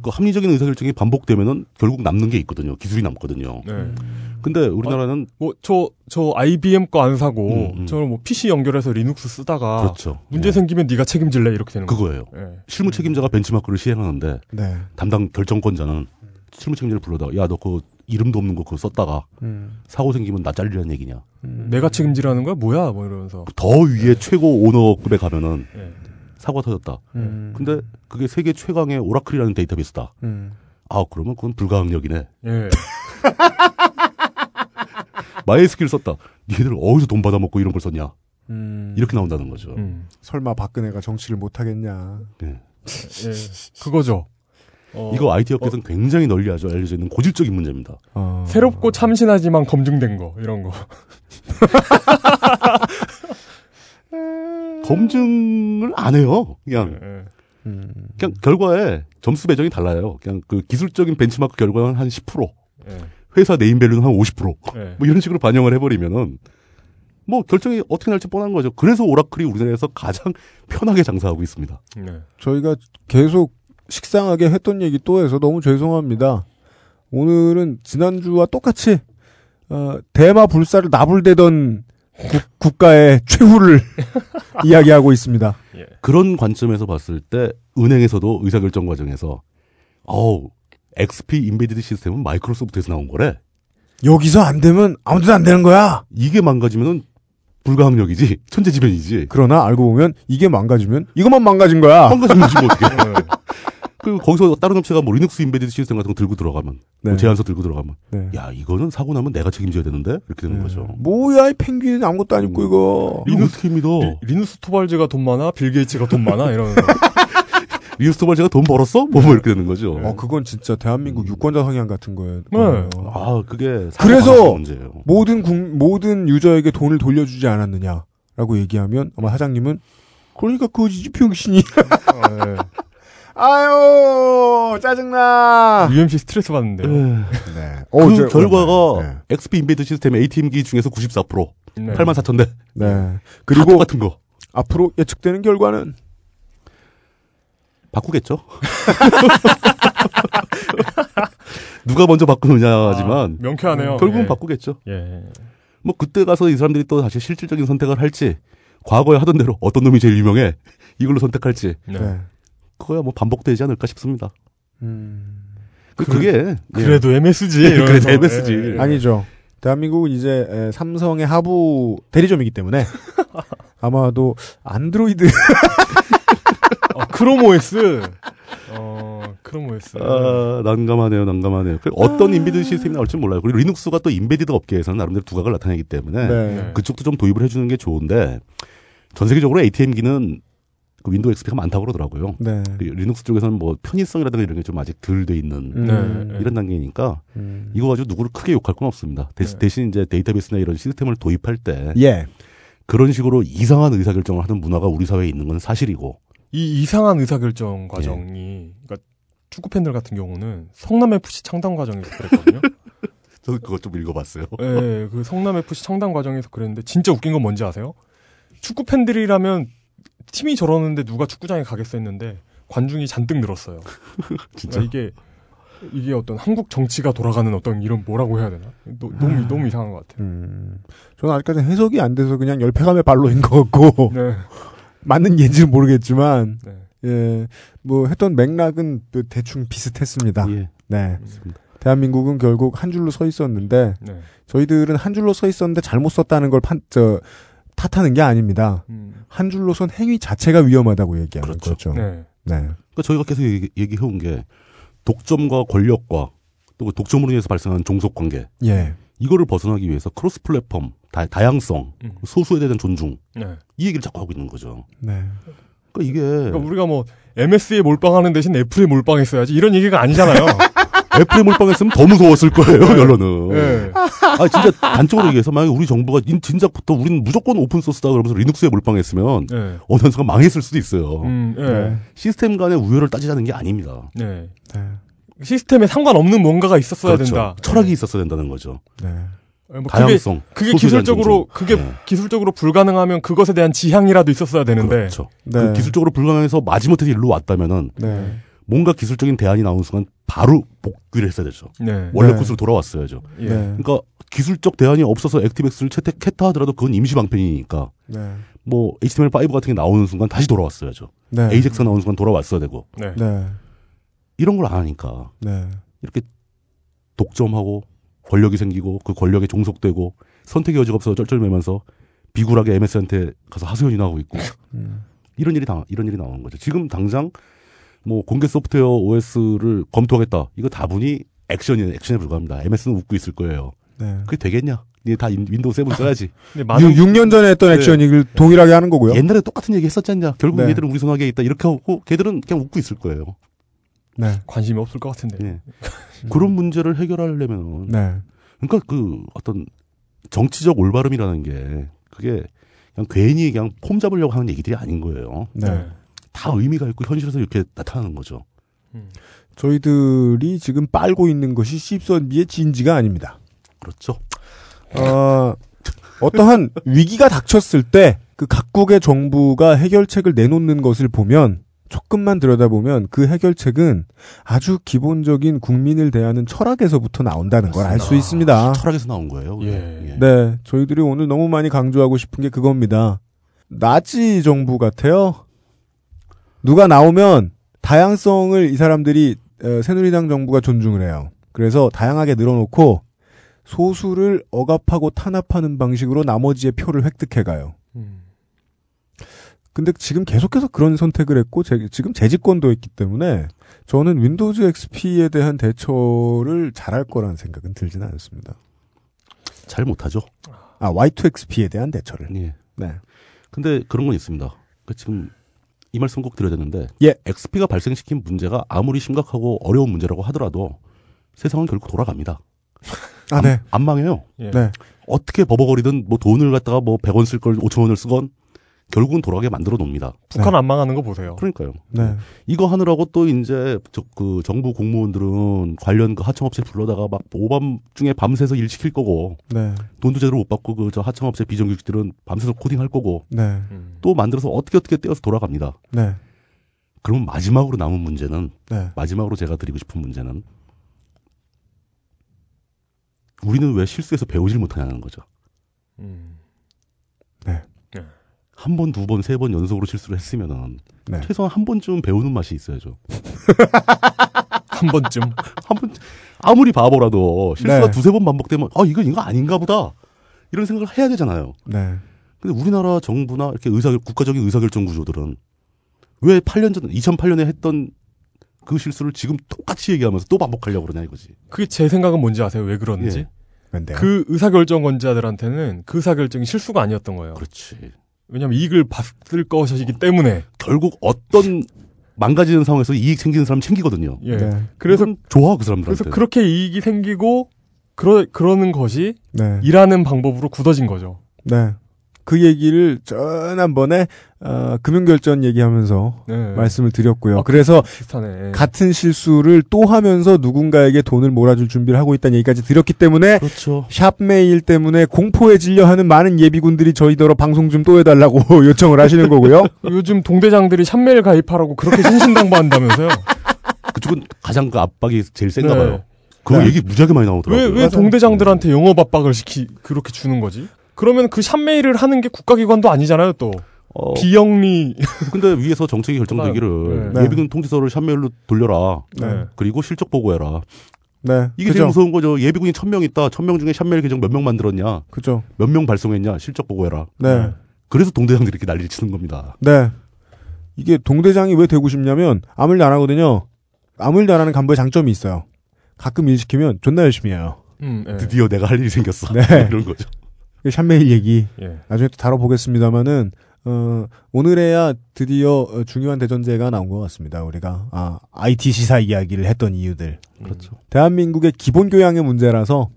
S10: 그 합리적인 의사결정이 반복되면은 결국 남는 게 있거든요. 기술이 남거든요.
S8: 네.
S10: 근데 우리나라는
S8: 뭐저저 IBM 거 안 사고
S10: 음, 음.
S8: 저는 뭐 PC 연결해서 리눅스 쓰다가
S10: 그렇죠.
S8: 아, 문제 음. 생기면 네가 책임질래 이렇게 되는 거죠. 네.
S10: 그거예요. 실무 책임자가 벤치마크를 시행하는데
S7: 네.
S10: 담당 결정권자는 실무 책임자를 불러다가 야 너 그 이름도 없는 거 그거 썼다가
S7: 음.
S10: 사고 생기면 나 잘리라는 얘기냐.
S8: 음. 내가 책임지라는 거야 뭐야 뭐 이러면서
S10: 더 위에 최고 오너급에 가면은
S8: 네.
S10: 사고 가 터졌다.
S8: 예.
S7: 음.
S10: 근데 그게 세계 최강의 오라클이라는 데이터베이스다.
S7: 음.
S10: 아 그러면 그건 불가항력이네.
S8: 예.
S10: 마이스킬 썼다. 니들 어디서 돈 받아먹고 이런 걸 썼냐.
S7: 음.
S10: 이렇게 나온다는 거죠.
S7: 설마 박근혜가 정치를 못 하겠냐.
S10: 네.
S8: 예. 그거죠. 어,
S10: 이거 IT 업계에서는 굉장히 널리 아주 알려져 있는 고질적인 문제입니다.
S7: 어,
S10: 아.
S8: 새롭고 참신하지만 검증된 거 이런 거.
S10: 검증을 안 해요.
S8: 네.
S10: 그냥
S8: 예.
S7: 음.
S10: 그냥 결과에 점수 배정이 달라요. 그냥 그 기술적인 벤치마크 결과는 한 10%,
S8: 예.
S10: 회사 네임밸류는 한 50%,
S8: 네.
S10: 뭐 이런 식으로 반영을 해버리면은 뭐 결정이 어떻게 날지 뻔한 거죠. 그래서 오라클이 우리나라에서 가장 편하게 장사하고 있습니다.
S8: 네.
S7: 저희가 계속 식상하게 했던 얘기 또 해서 너무 죄송합니다. 오늘은 지난주와 똑같이 어, 대마 불사를 나불대던 국- 국가의 최후를 이야기하고 있습니다.
S10: 그런 관점에서 봤을 때 은행에서도 의사결정 과정에서 어우 XP 인베디드 시스템은 마이크로소프트에서 나온 거래.
S7: 여기서 안 되면 아무데나 안 되는 거야.
S10: 이게 망가지면은 불가항력이지 천재지변이지.
S7: 그러나 알고 보면 이게 망가지면 이것만 망가진 거야.
S10: 망가지면 지금
S8: 예.
S10: 어떻게? 그 거기서 다른 업체가 뭐 리눅스 인베디드 시스템 같은 거 들고 들어가면 뭐
S7: 네.
S10: 제안서 들고 들어가면
S7: 네.
S10: 야 이거는 사고 나면 내가 책임져야 되는데 이렇게 되는 거죠.
S7: 뭐야 이 펭귄 아무것도 안
S10: 음.
S7: 입고 이거.
S10: 네. 리눅스 힘이다.
S8: 리누스 토발즈가 돈 많아, 빌 게이츠가 돈 많아 이러면서.
S10: 리눅스 토발제가 돈 벌었어? 뭐, 뭐 이렇게 되는 거죠.
S7: 어 그건 진짜
S10: 음.
S7: 대한민국 유권자 성향 같은 거예요. 어,
S10: 아 그게 사고 방식
S7: 그래서 뭐,
S10: 문제예요.
S7: 모든 국- 모든 유저에게 돈을 돌려주지 않았느냐라고 얘기하면 아마 사장님은 그러니까 그 지지 병신이 아유
S10: 아.
S7: 짜증나.
S8: UMC 스트레스 받는데요.
S10: 예.
S7: 네.
S10: 그 결과가 XP 인베드 시스템의 ATM기 중에서 94%
S7: 네.
S10: 8만 4천 대.
S7: 네.
S10: 그리고 똑같은 거.
S7: 앞으로 예측되는 결과는
S10: 바꾸겠죠. 누가 먼저 바꾸느냐지만
S8: 명쾌하네요.
S10: 결국은
S8: 예.
S10: 바꾸겠죠.
S8: 예.
S10: 뭐 그때 가서 이 사람들이 또 다시 실질적인 선택을 할지 과거에 하던 대로 어떤 놈이 제일 유명해 이걸로 선택할지
S7: 네.
S10: 그거야 뭐 반복되지 않을까 싶습니다.
S7: 음.
S10: 그,
S7: 그래-
S10: 게
S8: 그래도 MSG
S10: 예. 그래도
S8: 이러면서,
S10: MSG
S8: 예, 예.
S7: 아니죠. 대한민국은 이제 에, 삼성의 하부 대리점이기 때문에 아마도 안드로이드
S8: 어, 크롬 OS. 어, 크롬 OS.
S10: 아, 난감하네요, 난감하네요. 그 어떤 인베디드 시스템이 나올지 몰라요. 그리고 리눅스가 또 인베디드 업계에서는 나름대로 두각을 나타내기 때문에
S7: 네.
S10: 그쪽도 좀 도입을 해주는 게 좋은데 전 세계적으로 ATM기는 그 윈도우 XP가 많다고 그러더라고요.
S7: 네.
S10: 그 리눅스 쪽에서는 뭐 편의성이라든가 이런 게 좀 아직 덜 돼 있는
S7: 네.
S10: 이런 단계니까
S8: 음.
S10: 이거 가지고 누구를 크게 욕할 건 없습니다. 대,
S7: 네.
S10: 대신 이제 데이터베이스나 이런 시스템을 도입할 때
S7: 예.
S10: 그런 식으로 이상한 의사결정을 하는 문화가 우리 사회에 있는 건 사실이고
S8: 이 이상한 의사결정 과정이, 그러니까 축구 팬들 같은 경우는 성남 FC 창단 과정에서 그랬거든요.
S10: 저도 그거 좀 읽어봤어요.
S8: 예, 그 성남 FC 창단 과정에서 그랬는데 진짜 웃긴 건 뭔지 아세요? 축구 팬들이라면 팀이 저러는데 누가 축구장에 가겠어 했는데 관중이 잔뜩 늘었어요.
S10: 진짜?
S8: 그러니까 이게 이게 어떤 한국 정치가 돌아가는 어떤 이런 뭐라고 해야 되나? 노- 너무 너무 이상한 것 같아요.
S7: 음. 저는 아직까지 해석이 안 돼서 그냥 열패감의 발로인 것 같고
S8: 네.
S7: 맞는 예인지는 모르겠지만
S8: 네.
S7: 예뭐 했던 맥락은 그 대충 비슷했습니다.
S10: 예.
S7: 네. 대한민국은 결국 한 줄로 서 있었는데
S8: 네.
S7: 저희들은 한 줄로 서 있었는데 잘못 썼다는 걸 판, 저, 탓하는 게 아닙니다.
S8: 음.
S7: 한 줄로 선 행위 자체가 위험하다고 얘기하는
S10: 그렇죠.
S7: 거죠.
S8: 네.
S7: 네.
S10: 그러니까 저희가 계속 얘기, 해온게 독점과 권력과 또그 독점으로 인해서 발생하는 종속 관계
S7: 예.
S10: 이거를 벗어나기 위해서 크로스 플랫폼 다, 다양성
S8: 음.
S10: 소수에 대한 존중
S8: 네.
S10: 이 얘기를 자꾸 하고 있는 거죠.
S7: 네.
S10: 그러니까 이게
S8: 그러니까 우리가 뭐 MS에 몰빵하는 대신 애플에 몰빵했어야지 이런 얘기가 아니잖아요.
S10: 애플에 몰빵했으면 더 무서웠을 거예요
S8: 네.
S10: 결론은.
S8: 예.
S10: 아 진짜 단적으로 얘기해서 만약 에 우리 정부가 인- 진작부터 우리는 무조건 오픈 소스다 그러면서 리눅스에 몰빵했으면
S8: 네.
S10: 어느 순간 망했을 수도 있어요.
S8: 음, 예.
S7: 네.
S10: 시스템 간의 우열을 따지자는 게 아닙니다.
S8: 네.
S7: 네.
S8: 시스템에 상관없는 뭔가가 있었어야
S10: 그렇죠.
S8: 된다.
S10: 철학이 있었어야 된다는 거죠.
S7: 네.
S8: 예, 뭐
S10: 다양성,
S8: 그게, 그게
S10: 소수에 대한
S8: 기술적으로
S10: 존중.
S8: 그게
S10: 네.
S8: 기술적으로 불가능하면 그것에 대한 지향이라도 있었어야 되는데
S10: 그렇죠.
S7: 네.
S10: 그 기술적으로 불가능해서 마지못해서 일로 왔다면은
S7: 네.
S10: 뭔가 기술적인 대안이 나오는 순간 바로 복귀를 했어야 되죠.
S8: 네.
S10: 원래
S7: 네.
S10: 코스로 돌아왔어야죠.
S8: 예.
S7: 네.
S10: 그러니까 기술적 대안이 없어서 액티맥스를 채택했다 하더라도 그건 임시 방편이니까
S7: 네.
S10: 뭐 HTML5 같은 게 나오는 순간 다시 돌아왔어야죠.
S7: 네.
S10: 에이젝스가 나오는 순간 돌아왔어야 되고
S8: 네.
S7: 네.
S10: 이런 걸 안 하니까
S7: 네.
S10: 이렇게 독점하고 권력이 생기고 그 권력에 종속되고 선택의 여지가 없어서 쩔쩔매면서 비굴하게 MS한테 가서 하소연이나 하고 있고
S7: 음.
S10: 이런 일이 당 이런 일이 나오는 거죠. 지금 당장 뭐 공개 소프트웨어 OS를 검토하겠다. 이거 다분히 액션이 액션에 불과합니다. MS는 웃고 있을 거예요.
S7: 네.
S10: 그게 되겠냐? 이게 다 인- 윈도우 7 써야지.
S8: 근데 많은
S7: 6, 년 전에 했던
S10: 네.
S7: 액션 이걸 동일하게 하는 거고요.
S10: 옛날에 똑같은 얘기 했었지 않냐? 결국
S7: 네.
S10: 얘들은 우리 손아귀에 있다. 이렇게 하고 걔들은 그냥 웃고 있을 거예요.
S7: 네. 음.
S8: 관심이 없을 것 같은데. 음.
S10: 예. 그런 문제를 해결하려면
S7: 네.
S10: 그러니까 그 어떤 정치적 올바름이라는 게 그게 그냥 괜히 그냥 폼 잡으려고 하는 얘기들이 아닌 거예요.
S7: 네.
S8: 음.
S10: 다 의미가 있고 현실에서 이렇게 나타나는 거죠.
S8: 음.
S7: 저희들이 지금 빨고 있는 것이 씹선미의 진지가 아닙니다.
S10: 그렇죠.
S7: 어, 어떠한 위기가 닥쳤을 때 그 각국의 정부가 해결책을 내놓는 것을 보면 조금만 들여다보면 그 해결책은 아주 기본적인 국민을 대하는 철학에서부터 나온다는 걸 알 수 있습니다.
S10: 철학에서 나온 거예요. 그게.
S8: 예.
S7: 아. 네, 저희들이 오늘 너무 많이 강조하고 싶은 게 그겁니다. 나치 정부 같아요. 누가 나오면 다양성을 이 사람들이 어, 새누리당 정부가 존중을 해요. 그래서 다양하게 늘어놓고 소수를 억압하고 탄압하는 방식으로 나머지의 표를 획득해 가요.
S8: 음.
S7: 근데 지금 계속해서 그런 선택을 했고 제- 지금 재집권도 했기 때문에 저는 윈도우즈 XP에 대한 대처를 잘할 거라는 생각은 들지는 않습니다.
S10: 잘 못하죠.
S7: 아 Y2XP에 대한 대처를.
S10: 예.
S7: 네.
S10: 근데 그런 건 있습니다. 그러니까 지금 이 말씀 꼭 드려야 되는데
S7: 예.
S10: XP가 발생시킨 문제가 아무리 심각하고 어려운 문제라고 하더라도 세상은 결국 돌아갑니다.
S7: 아 네.
S10: 안 망해요.
S8: 예.
S7: 네.
S10: 어떻게 버벅거리든 뭐 돈을 갖다가 뭐 100원 쓸 걸 5천 원을 쓰건 결국은 돌아가게 만들어 놓습니다.
S8: 북한 안 망하는 거 보세요.
S10: 네. 그러니까요.
S7: 네.
S10: 이거 하느라고 또 이제 저, 그 정부 공무원들은 관련 그 하청업체 불러다가 막 오밤중에 밤새서 일 시킬 거고
S7: 네.
S10: 돈도 제대로 못 받고 그 저 하청업체 비정규직들은 밤새서 코딩할 거고
S7: 네.
S8: 음.
S10: 또 만들어서 어떻게 어떻게 떼어서 돌아갑니다.
S7: 네.
S10: 그러면 마지막으로 남은 문제는
S7: 네.
S10: 마지막으로 제가 드리고 싶은 문제는 우리는 왜 실수해서 배우질 못하냐는 거죠.
S8: 음.
S7: 네.
S10: 한 번, 두 번, 세 번 연속으로 실수를 했으면은
S7: 네.
S10: 최소한 한 번쯤 배우는 맛이 있어야죠.
S8: 한 번쯤.
S10: 한 번 아무리 바보라도 실수가
S7: 네.
S10: 두세 번 반복되면 아 이거 이거 아닌가 보다 이런 생각을 해야 되잖아요.
S7: 네.
S10: 근데 우리나라 정부나 이렇게 의사 국가적인 의사결정 구조들은 왜 8년 전 2008년에 했던 그 실수를 지금 똑같이 얘기하면서 또 반복하려고 그러냐 이거지.
S8: 그게 제 생각은 뭔지 아세요? 왜 그러는지?
S10: 예.
S7: 뭔데요?
S8: 그 의사결정권자들한테는 그 의사결정이 실수가 아니었던 거예요.
S10: 그렇지. 어.
S8: 왜냐면 이익을 봤을 것이기 때문에.
S10: 결국 어떤 망가지는 상황에서 이익 생기는 사람 챙기거든요.
S8: 예.
S7: 네.
S8: 그래서
S10: 이건 좋아 그 사람들한테.
S8: 그래서 그렇게 이익이 생기고 그러 그러는 것이
S7: 네.
S8: 일하는 방법으로 굳어진 거죠.
S7: 네. 그 얘기를 전한번에 어, 금융결전 얘기하면서
S8: 네.
S7: 말씀을 드렸고요.
S8: 아,
S7: 그래서
S8: 비슷하네. 예.
S7: 같은 실수를 또 하면서 누군가에게 돈을 몰아줄 준비를 하고 있다는 얘기까지 드렸기 때문에
S10: 그렇죠.
S7: 샵메일 때문에 공포에 질려 하는 많은 예비군들이 저희더러 방송 좀 또 해달라고 요청을 하시는 거고요.
S8: 요즘 동대장들이 샴멜 가입하라고 그렇게 신신당부한다면서요?
S10: 그쪽은 가장 그 압박이 제일 센가
S8: 네.
S10: 봐요. 네. 그
S7: 네.
S10: 얘기 무지하게 많이
S8: 왜,
S10: 나오더라고요.
S8: 왜 동대장들한테 영업 압박을 시키, 그렇게 주는 거지? 그러면 그 샴메일을 하는 게 국가기관도 아니잖아요, 또.
S10: 어,
S8: 비영리.
S10: 근데 위에서 정책이 결정되기를
S7: 네.
S10: 예비군 통지서를 샷메일로 돌려라.
S7: 네.
S10: 그리고 실적 보고해라.
S7: 네.
S10: 이게 제일
S7: 그죠.
S10: 무서운 거죠. 예비군이 천 명 있다. 천 명 중에 샷메일 계정 몇 명 만들었냐?
S7: 그죠.
S10: 몇 명 발송했냐? 실적 보고해라.
S7: 네.
S10: 그래서 동대장들이 이렇게 난리를 치는 겁니다.
S7: 네. 이게 동대장이 왜 되고 싶냐면 아무 일도 안 하거든요. 아무 일도 안 하는 간부의 장점이 있어요. 가끔 일 시키면 존나 열심히 해요.
S8: 음, 예.
S10: 드디어 내가 할 일이 생겼어.
S7: 네.
S10: 이런 거죠.
S7: 이 샷메일 얘기
S8: 예.
S7: 나중에 또 다뤄보겠습니다만은 어, 오늘에야 드디어 어, 중요한 대전제가 나온 것 같습니다. 우리가 아, IT 시사 이야기를 했던 이유들
S10: 그렇죠.
S7: 대한민국의 기본 교양의 문제라서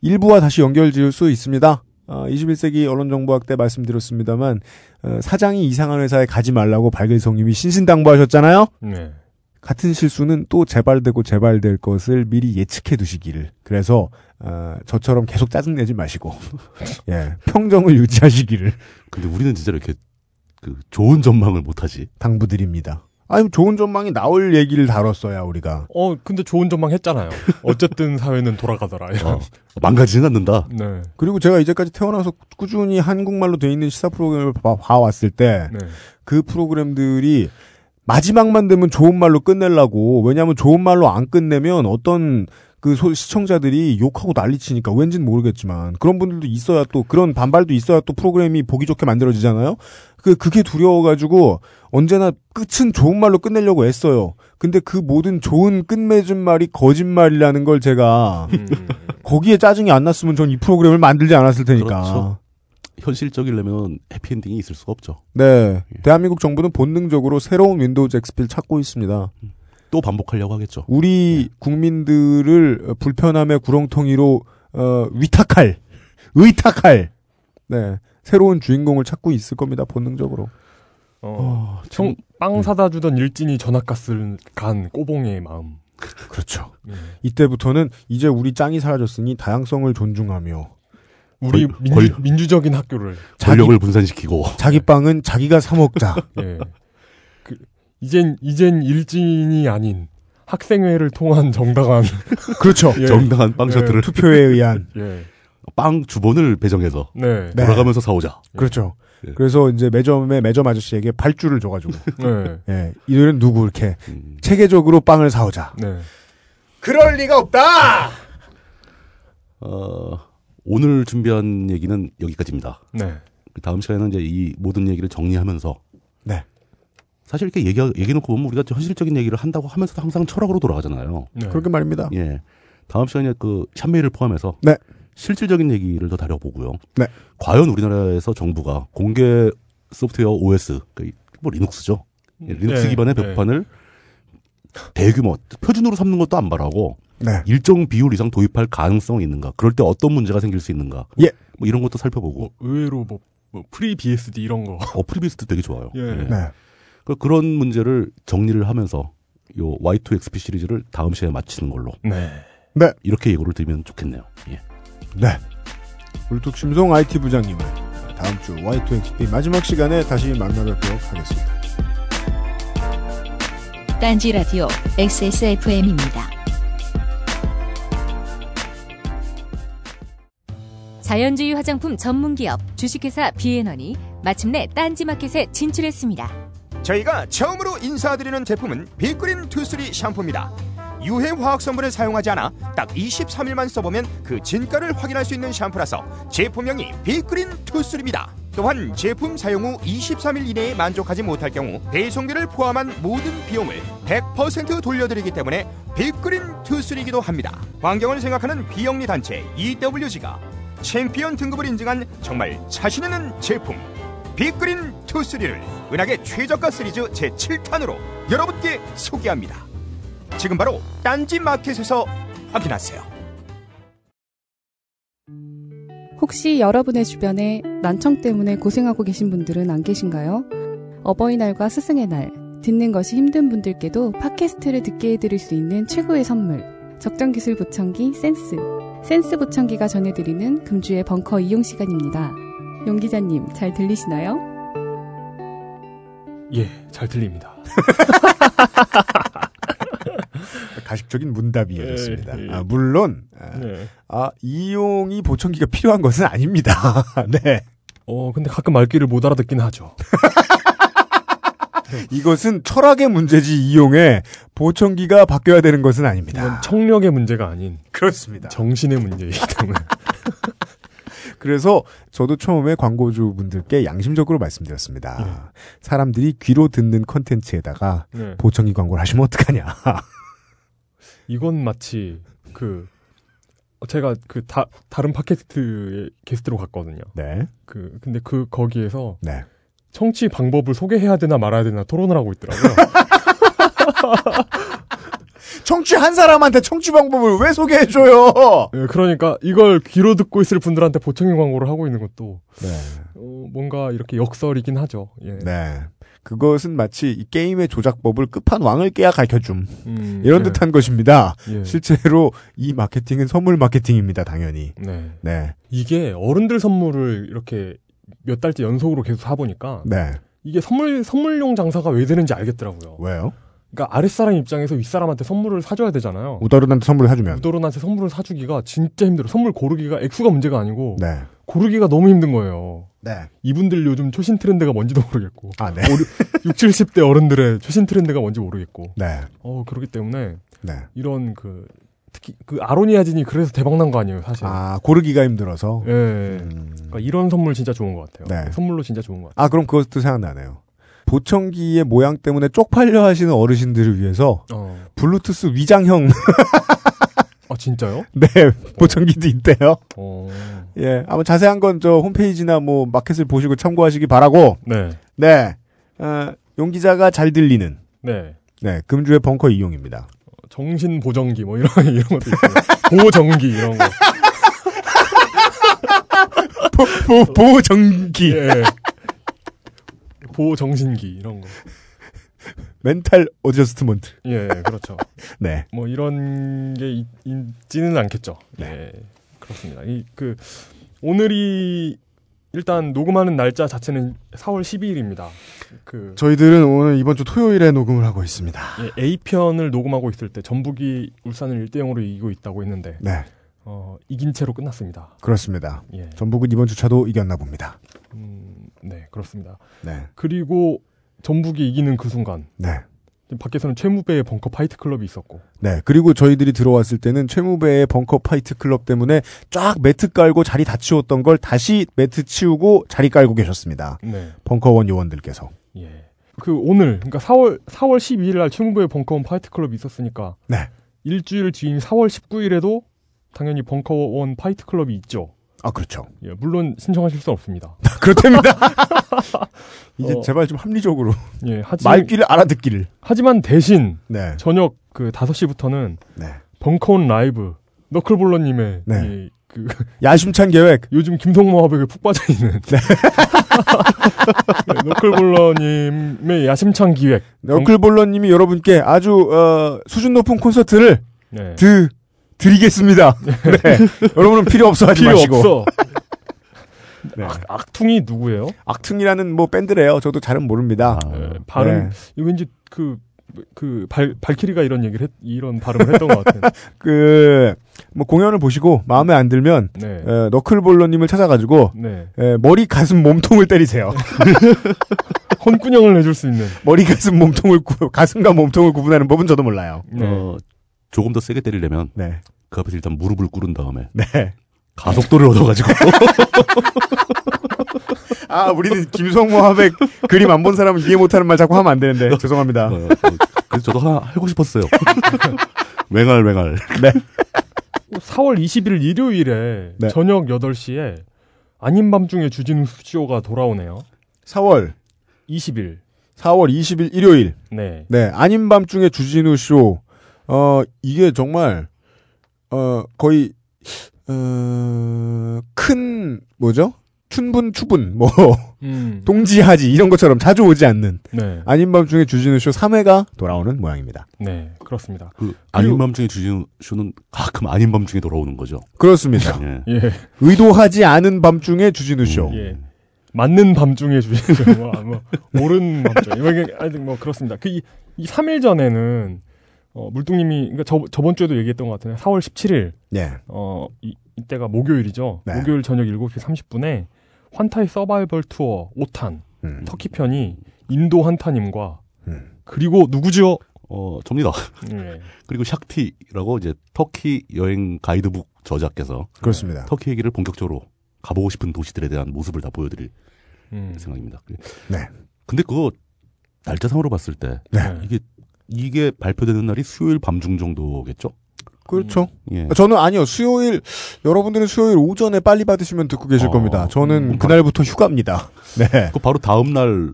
S7: 일부와 다시 연결 지을 수 있습니다. 아, 21세기 언론정보학 때 말씀드렸습니다만 어, 사장이 이상한 회사에 가지 말라고 발길성님이 신신당부하셨잖아요.
S8: 네.
S7: 같은 실수는 또 재발되고 재발될 것을 미리 예측해 두시기를. 그래서 어, 저처럼 계속 짜증내지 마시고 예, 평정을 유지하시기를
S10: 근데 우리는 진짜 이렇게 그 좋은 전망을 못하지.
S7: 당부드립니다. 아니 좋은 전망이 나올 얘기를 다뤘어야 우리가.
S8: 어, 근데 좋은 전망 했잖아요. 어쨌든 사회는 돌아가더라. 이런.
S10: 어, 망가지는 않는다.
S8: 네.
S7: 그리고 제가 이제까지 태어나서 꾸준히 한국말로 돼 있는 시사 프로그램을 봐, 봐왔을 때 그
S8: 네.
S7: 프로그램들이 마지막만 되면 좋은 말로 끝내려고 왜냐하면 좋은 말로 안 끝내면 어떤 그 소- 시청자들이 욕하고 난리치니까 왠진 모르겠지만 그런 분들도 있어야 또 그런 반발도 있어야 또 프로그램이 보기 좋게 만들어지잖아요. 그 그게 두려워가지고 언제나 끝은 좋은 말로 끝내려고 애써요. 근데 그 모든 좋은 끝맺은 말이 거짓말이라는 걸 제가
S8: 음.
S7: 거기에 짜증이 안 났으면 전 이 프로그램을 만들지 않았을 테니까.
S10: 그렇죠. 현실적이려면 해피엔딩이 있을 수가 없죠.
S7: 네,
S10: 예.
S7: 대한민국 정부는 본능적으로 새로운 윈도우즈 XP를 찾고 있습니다.
S10: 또 반복하려고 하겠죠.
S7: 우리 국민들을 불편함의 구렁텅이로 어, 위탁할, 의탁할, 네 새로운 주인공을 찾고 있을 겁니다. 본능적으로.
S8: 어,
S10: 음.
S8: 청, 빵 사다 주던 일진이 전학갔을 간 꼬봉의 마음. 예.
S7: 그렇죠. 이때부터는 이제 우리 짱이 사라졌으니 다양성을 존중하며
S8: 우리
S10: 거의-
S8: 민주,
S10: 거의-
S8: 민주적인 학교를.
S7: 자기-
S10: 권력을 분산시키고
S7: 자기 빵은 자기가 사 먹자.
S8: 예. 그, 이젠, 이젠 일진이 아닌 학생회를 통한 정당한.
S7: 그렇죠.
S8: 예.
S10: 정당한 빵
S8: 예.
S10: 셔틀을
S7: 투표에 의한.
S8: 예.
S10: 빵 주본을 배정해서
S8: 네.
S7: 네.
S10: 돌아가면서 사오자.
S7: 그렇죠.
S10: 예.
S7: 그래서 이제 매점에 매점 아저씨에게 발주를 줘가지고
S8: 네.
S7: 예, 이들은 누구 이렇게
S10: 음,
S7: 체계적으로 빵을 사오자.
S8: 네.
S7: 그럴 리가 없다.
S10: 어, 오늘 준비한 얘기는 여기까지입니다.
S8: 네.
S10: 그 다음 시간에는 이제 이 모든 얘기를 정리하면서
S7: 네.
S10: 사실 이렇게 얘기 얘기해놓고 보면 우리가 현실적인 얘기를 한다고 하면서도 항상 철학으로 돌아가잖아요.
S8: 네.
S7: 그렇게 말입니다.
S10: 예. 다음 시간에 그 샴메일을 포함해서
S7: 네.
S10: 실질적인 얘기를 더 다뤄보고요.
S7: 네.
S10: 과연 우리나라에서 정부가 공개 소프트웨어 OS, 그러니까 뭐 리눅스죠. 예, 리눅스
S8: 네,
S10: 기반의
S8: 네.
S10: 벽판을 대규모 표준으로 삼는 것도 안 바라고
S7: 네.
S10: 일정 비율 이상 도입할 가능성이 있는가? 그럴 때 어떤 문제가 생길 수 있는가?
S7: 예.
S10: 뭐 이런 것도 살펴보고
S8: 의외로 뭐 뭐 프리 BSD 이런 거.
S10: 어, 프리비스트 되게 좋아요.
S8: 예.
S7: 네.
S10: 그 그런 문제를 정리를 하면서 요 Y2XP 시리즈를 다음 시간에 마치는 걸로.
S8: 네.
S7: 네.
S10: 이렇게 예고를 드리면 좋겠네요. 예.
S7: 네. 울뚝심송 IT 부장님을 다음 주 Y2XP 마지막 시간에 다시 만나뵙도록 하겠습니다.
S1: 딴지 라디오 XSFM입니다.
S12: 자연주의 화장품 전문기업 주식회사 비앤원이 마침내 딴지마켓에 진출했습니다.
S4: 저희가 처음으로 인사드리는 제품은 빅그린 투쓰리 샴푸입니다. 유해 화학 성분을 사용하지 않아 딱 23일만 써보면 그 진가를 확인할 수 있는 샴푸라서 제품명이 빅그린 투쓰리입니다. 또한 제품 사용 후 23일 이내에 만족하지 못할 경우 배송비를 포함한 모든 비용을 100% 돌려드리기 때문에 빅그린 투쓰리이기도 합니다. 환경을 생각하는 비영리 단체 EWG가 챔피언 등급을 인증한 정말 자신 있는 제품 빅그린 투쓰리를 은하계 최저가 시리즈 제7탄으로 여러분께 소개합니다. 지금 바로 딴지 마켓에서 확인하세요.
S13: 혹시 여러분의 주변에 난청 때문에 고생하고 계신 분들은 안 계신가요? 어버이날과 스승의 날, 듣는 것이 힘든 분들께도 팟캐스트를 듣게 해드릴 수 있는 최고의 선물. 적정기술 보청기 센스. 센스 보청기가 전해드리는 금주의 벙커 이용 시간입니다. 용 기자님, 잘 들리시나요?
S8: 예, 잘 들립니다.
S7: 가식적인 문답이었습니다. 아, 물론 아,
S8: 네.
S7: 아, 이용이 보청기가 필요한 것은 아닙니다. 네.
S8: 어, 근데 가끔 말귀를 못 알아듣긴 하죠.
S7: 이것은 철학의 문제지 이용에 보청기가 바뀌어야 되는 것은 아닙니다.
S8: 청력의 문제가 아닌
S7: 그렇습니다.
S8: 네. 정신의 문제이기 때문에
S7: 그래서 저도 처음에 광고주분들께 양심적으로 말씀드렸습니다. 사람들이 귀로 듣는 컨텐츠에다가
S8: 네.
S7: 보청기 광고를 하시면 어떡하냐.
S8: 이건 마치 그 제가 그 다, 다른 팟캐스트에 게스트로 갔거든요.
S7: 네.
S8: 그 근데 그 거기에서
S7: 네.
S8: 청취 방법을 소개해야 되나 말아야 되나 토론을 하고 있더라고요.
S7: 청취 한 사람한테 청취 방법을 왜 소개해줘요?
S8: 예, 그러니까 이걸 귀로 듣고 있을 분들한테 보청기 광고를 하고 있는 것도
S7: 네.
S8: 어, 뭔가 이렇게 역설이긴 하죠. 예.
S7: 네. 그것은 마치 이 게임의 조작법을 끝판왕을 깨야 가르쳐줌.
S8: 음,
S7: 이런
S8: 네.
S7: 듯한 것입니다.
S8: 예.
S7: 실제로 이 마케팅은 선물 마케팅입니다, 당연히.
S8: 네.
S7: 네.
S8: 이게 어른들 선물을 이렇게 몇 달째 연속으로 계속 사보니까
S7: 네.
S8: 이게 선물 선물용 장사가 왜 되는지 알겠더라고요.
S7: 왜요?
S8: 그러니까 아랫사람 입장에서 윗사람한테 선물을 사줘야 되잖아요.
S7: 우다른한테 선물을 해주면.
S8: 우도론한테 선물을 사주기가 진짜 힘들어. 선물 고르기가 액수가 문제가 아니고
S7: 네.
S8: 고르기가 너무 힘든 거예요.
S7: 네.
S8: 이분들 요즘 최신 트렌드가 뭔지도 모르겠고.
S7: 아, 네.
S8: 6, 70대 어른들의 최신 트렌드가 뭔지 모르겠고.
S7: 네.
S8: 어, 그렇기 때문에
S7: 네.
S8: 이런 그 특히 그 아로니아진이 그래서 대박 난 거 아니에요, 사실.
S7: 아, 고르기가 힘들어서.
S8: 예. 그러니까 이런 선물 진짜 좋은 것 같아요.
S7: 네.
S8: 선물로 진짜 좋은 것 같아요.
S7: 아, 그럼 그것도 생각나네요. 보청기의 모양 때문에 쪽팔려 하시는 어르신들을 위해서
S8: 어.
S7: 블루투스 위장형
S8: 아, 진짜요?
S7: 네, 보청기도 있대요.
S8: 어.
S7: 예, 아마 자세한 건 저 홈페이지나 뭐 마켓을 보시고 참고하시기 바라고.
S8: 네.
S7: 네. 어, 용 기자가 잘 들리는
S8: 네.
S7: 네, 금주의 벙커 이용입니다.
S8: 정신 보정기 뭐 이런 이런 것도 있고요. 보정기 이런 거.
S7: 보, 보정기.
S8: 예. 보정신기 이런 거.
S7: 멘탈 어저스트먼트.
S8: 예, 그렇죠.
S7: 네.
S8: 뭐 이런 게 있- 있지는 않겠죠. 네. 그렇습니다. 이 그 오늘이 일단 녹음하는 날짜 자체는 4월 12일입니다. 그
S7: 저희들은 오늘 이번 주 토요일에 녹음을 하고 있습니다.
S8: 예, A편을 녹음하고 있을 때 전북이 울산을 1대 0으로 이기고 있다고 했는데
S7: 네.
S8: 어, 이긴 채로 끝났습니다.
S7: 그렇습니다.
S8: 예.
S7: 전북은 이번 주차도 이겼나 봅니다.
S8: 음, 네, 그렇습니다.
S7: 네.
S8: 그리고 전북이 이기는 그 순간
S7: 네.
S8: 밖에서는 최무배의 벙커 파이트 클럽이 있었고
S7: 네. 그리고 저희들이 들어왔을 때는 최무배의 벙커 파이트 클럽 때문에 쫙 매트 깔고 자리 다 치웠던 걸 다시 매트 치우고 자리 깔고 계셨습니다.
S8: 네.
S7: 벙커원 요원들께서.
S8: 예. 그 오늘 그러니까 4월 4월 12일 날 최무부의 벙커원 파이트 클럽이 있었으니까
S7: 네.
S8: 일주일 뒤인 4월 19일에도 당연히 벙커원 파이트 클럽이 있죠.
S7: 아, 그렇죠.
S8: 예, 물론 신청하실 수 없습니다.
S7: 그렇답니다. 이제
S8: 어.
S7: 제발 좀 합리적으로
S8: 예, 하지,
S7: 말귀를 알아듣기를.
S8: 하지만 대신
S7: 네.
S8: 저녁 그 5시부터는
S7: 네.
S8: 벙커원 라이브 너클볼러 님의
S7: 네.
S8: 예, 그
S7: 야심찬 계획. 네.
S8: 요즘 김성모 화백에 푹 빠져 있는 너클볼러님의 야심찬 기획.
S7: 너클볼러님이 여러분께 아주 어, 수준 높은 콘서트를
S8: 네.
S7: 드 드리겠습니다. 네. 여러분은 필요 없어 하지
S8: 필요
S7: 마시고.
S8: 없어.
S7: 네.
S8: 악퉁이 누구예요? 예,
S7: 악퉁이라는 뭐 밴드래요. 저도 잘은 모릅니다. 네.
S8: 발음 이 왠지 그 그 발 발키리가 이런 얘기를 했, 이런 발음을 했던 것 같아요.
S7: 그, 뭐 공연을 보시고 마음에 안 들면
S8: 네.
S7: 에, 너클볼러님을 찾아가지고
S8: 네.
S7: 에, 머리 가슴 몸통을 때리세요.
S8: 혼꾸녕을 해줄 수 있는
S7: 머리 가슴 몸통을 구, 가슴과 몸통을 구분하는 법은 저도 몰라요.
S8: 네.
S10: 어, 조금 더 세게 때리려면 그 앞에서 일단 무릎을 꿇은 다음에
S7: 네.
S10: 가속도를 얻어가지고
S7: 아 우리는 김성모 화백 그림 안 본 사람은 이해 못하는 말 자꾸 하면 안 되는데 죄송합니다.
S10: 어, 네. 그래서 저도 하나 하고 싶었어요. 왱알 왱알.
S7: 네.
S8: 4월 어, 20일 일요일에
S10: 네.
S8: 저녁 8시에 아닌 밤중에 주진우 수쇼가 돌아오네요.
S7: 4월
S8: 20일.
S7: 4월 20일 일요일.
S8: 네.
S7: 네. 아닌 밤중에 주진우 쇼. 어 이게 정말 어 거의 어, 어큰 뭐죠? 춘분 추분 뭐
S8: 음.
S7: 동지하지 이런 것처럼 자주 오지 않는
S8: 네.
S7: 아닌 밤중에 주진우 쇼 3회가 돌아오는 모양입니다.
S8: 네. 그렇습니다.
S10: 그 아닌 밤중에 주진우 쇼는 가끔 아닌 밤중에 돌아오는 거죠.
S7: 그렇습니다.
S10: 네.
S8: 예.
S7: 의도하지 않은 밤중에 주진우 쇼.
S10: 음.
S8: 예. 맞는 밤중에 주시죠. 뭐, 뭐, 옳은 밤중에. 뭐, 이게 하여튼 뭐, 그렇습니다. 그, 이, 이 3일 전에는, 어, 물뚱님이, 그니까 저, 저번 주에도 얘기했던 것 같은데, 4월 17일.
S7: 예.
S8: 어, 이, 이때가 목요일이죠.
S10: 네.
S8: 목요일 저녁 7시 30분에, 환타의 서바이벌 투어 5탄,
S10: 음.
S8: 터키 편이, 인도 한타님과, 그리고 누구죠?
S10: 어, 접니다.
S8: 예.
S10: 그리고 샥티라고 이제 터키 여행 가이드북 저자께서
S7: 그렇습니다.
S10: 터키 얘기를 본격적으로 가보고 싶은 도시들에 대한 모습을 다 보여드릴
S8: 음.
S10: 생각입니다. 예.
S7: 네.
S10: 근데 그거 날짜상으로 봤을 때
S8: 네.
S10: 이게 이게 발표되는 날이 수요일 밤중 정도겠죠?
S7: 그렇죠.
S10: 예.
S7: 저는 아니요. 수요일 여러분들은 수요일 오전에 빨리 받으시면 듣고 계실 겁니다. 저는 그날부터 휴가입니다. 어. 음. 네.
S10: 그 바로 다음 날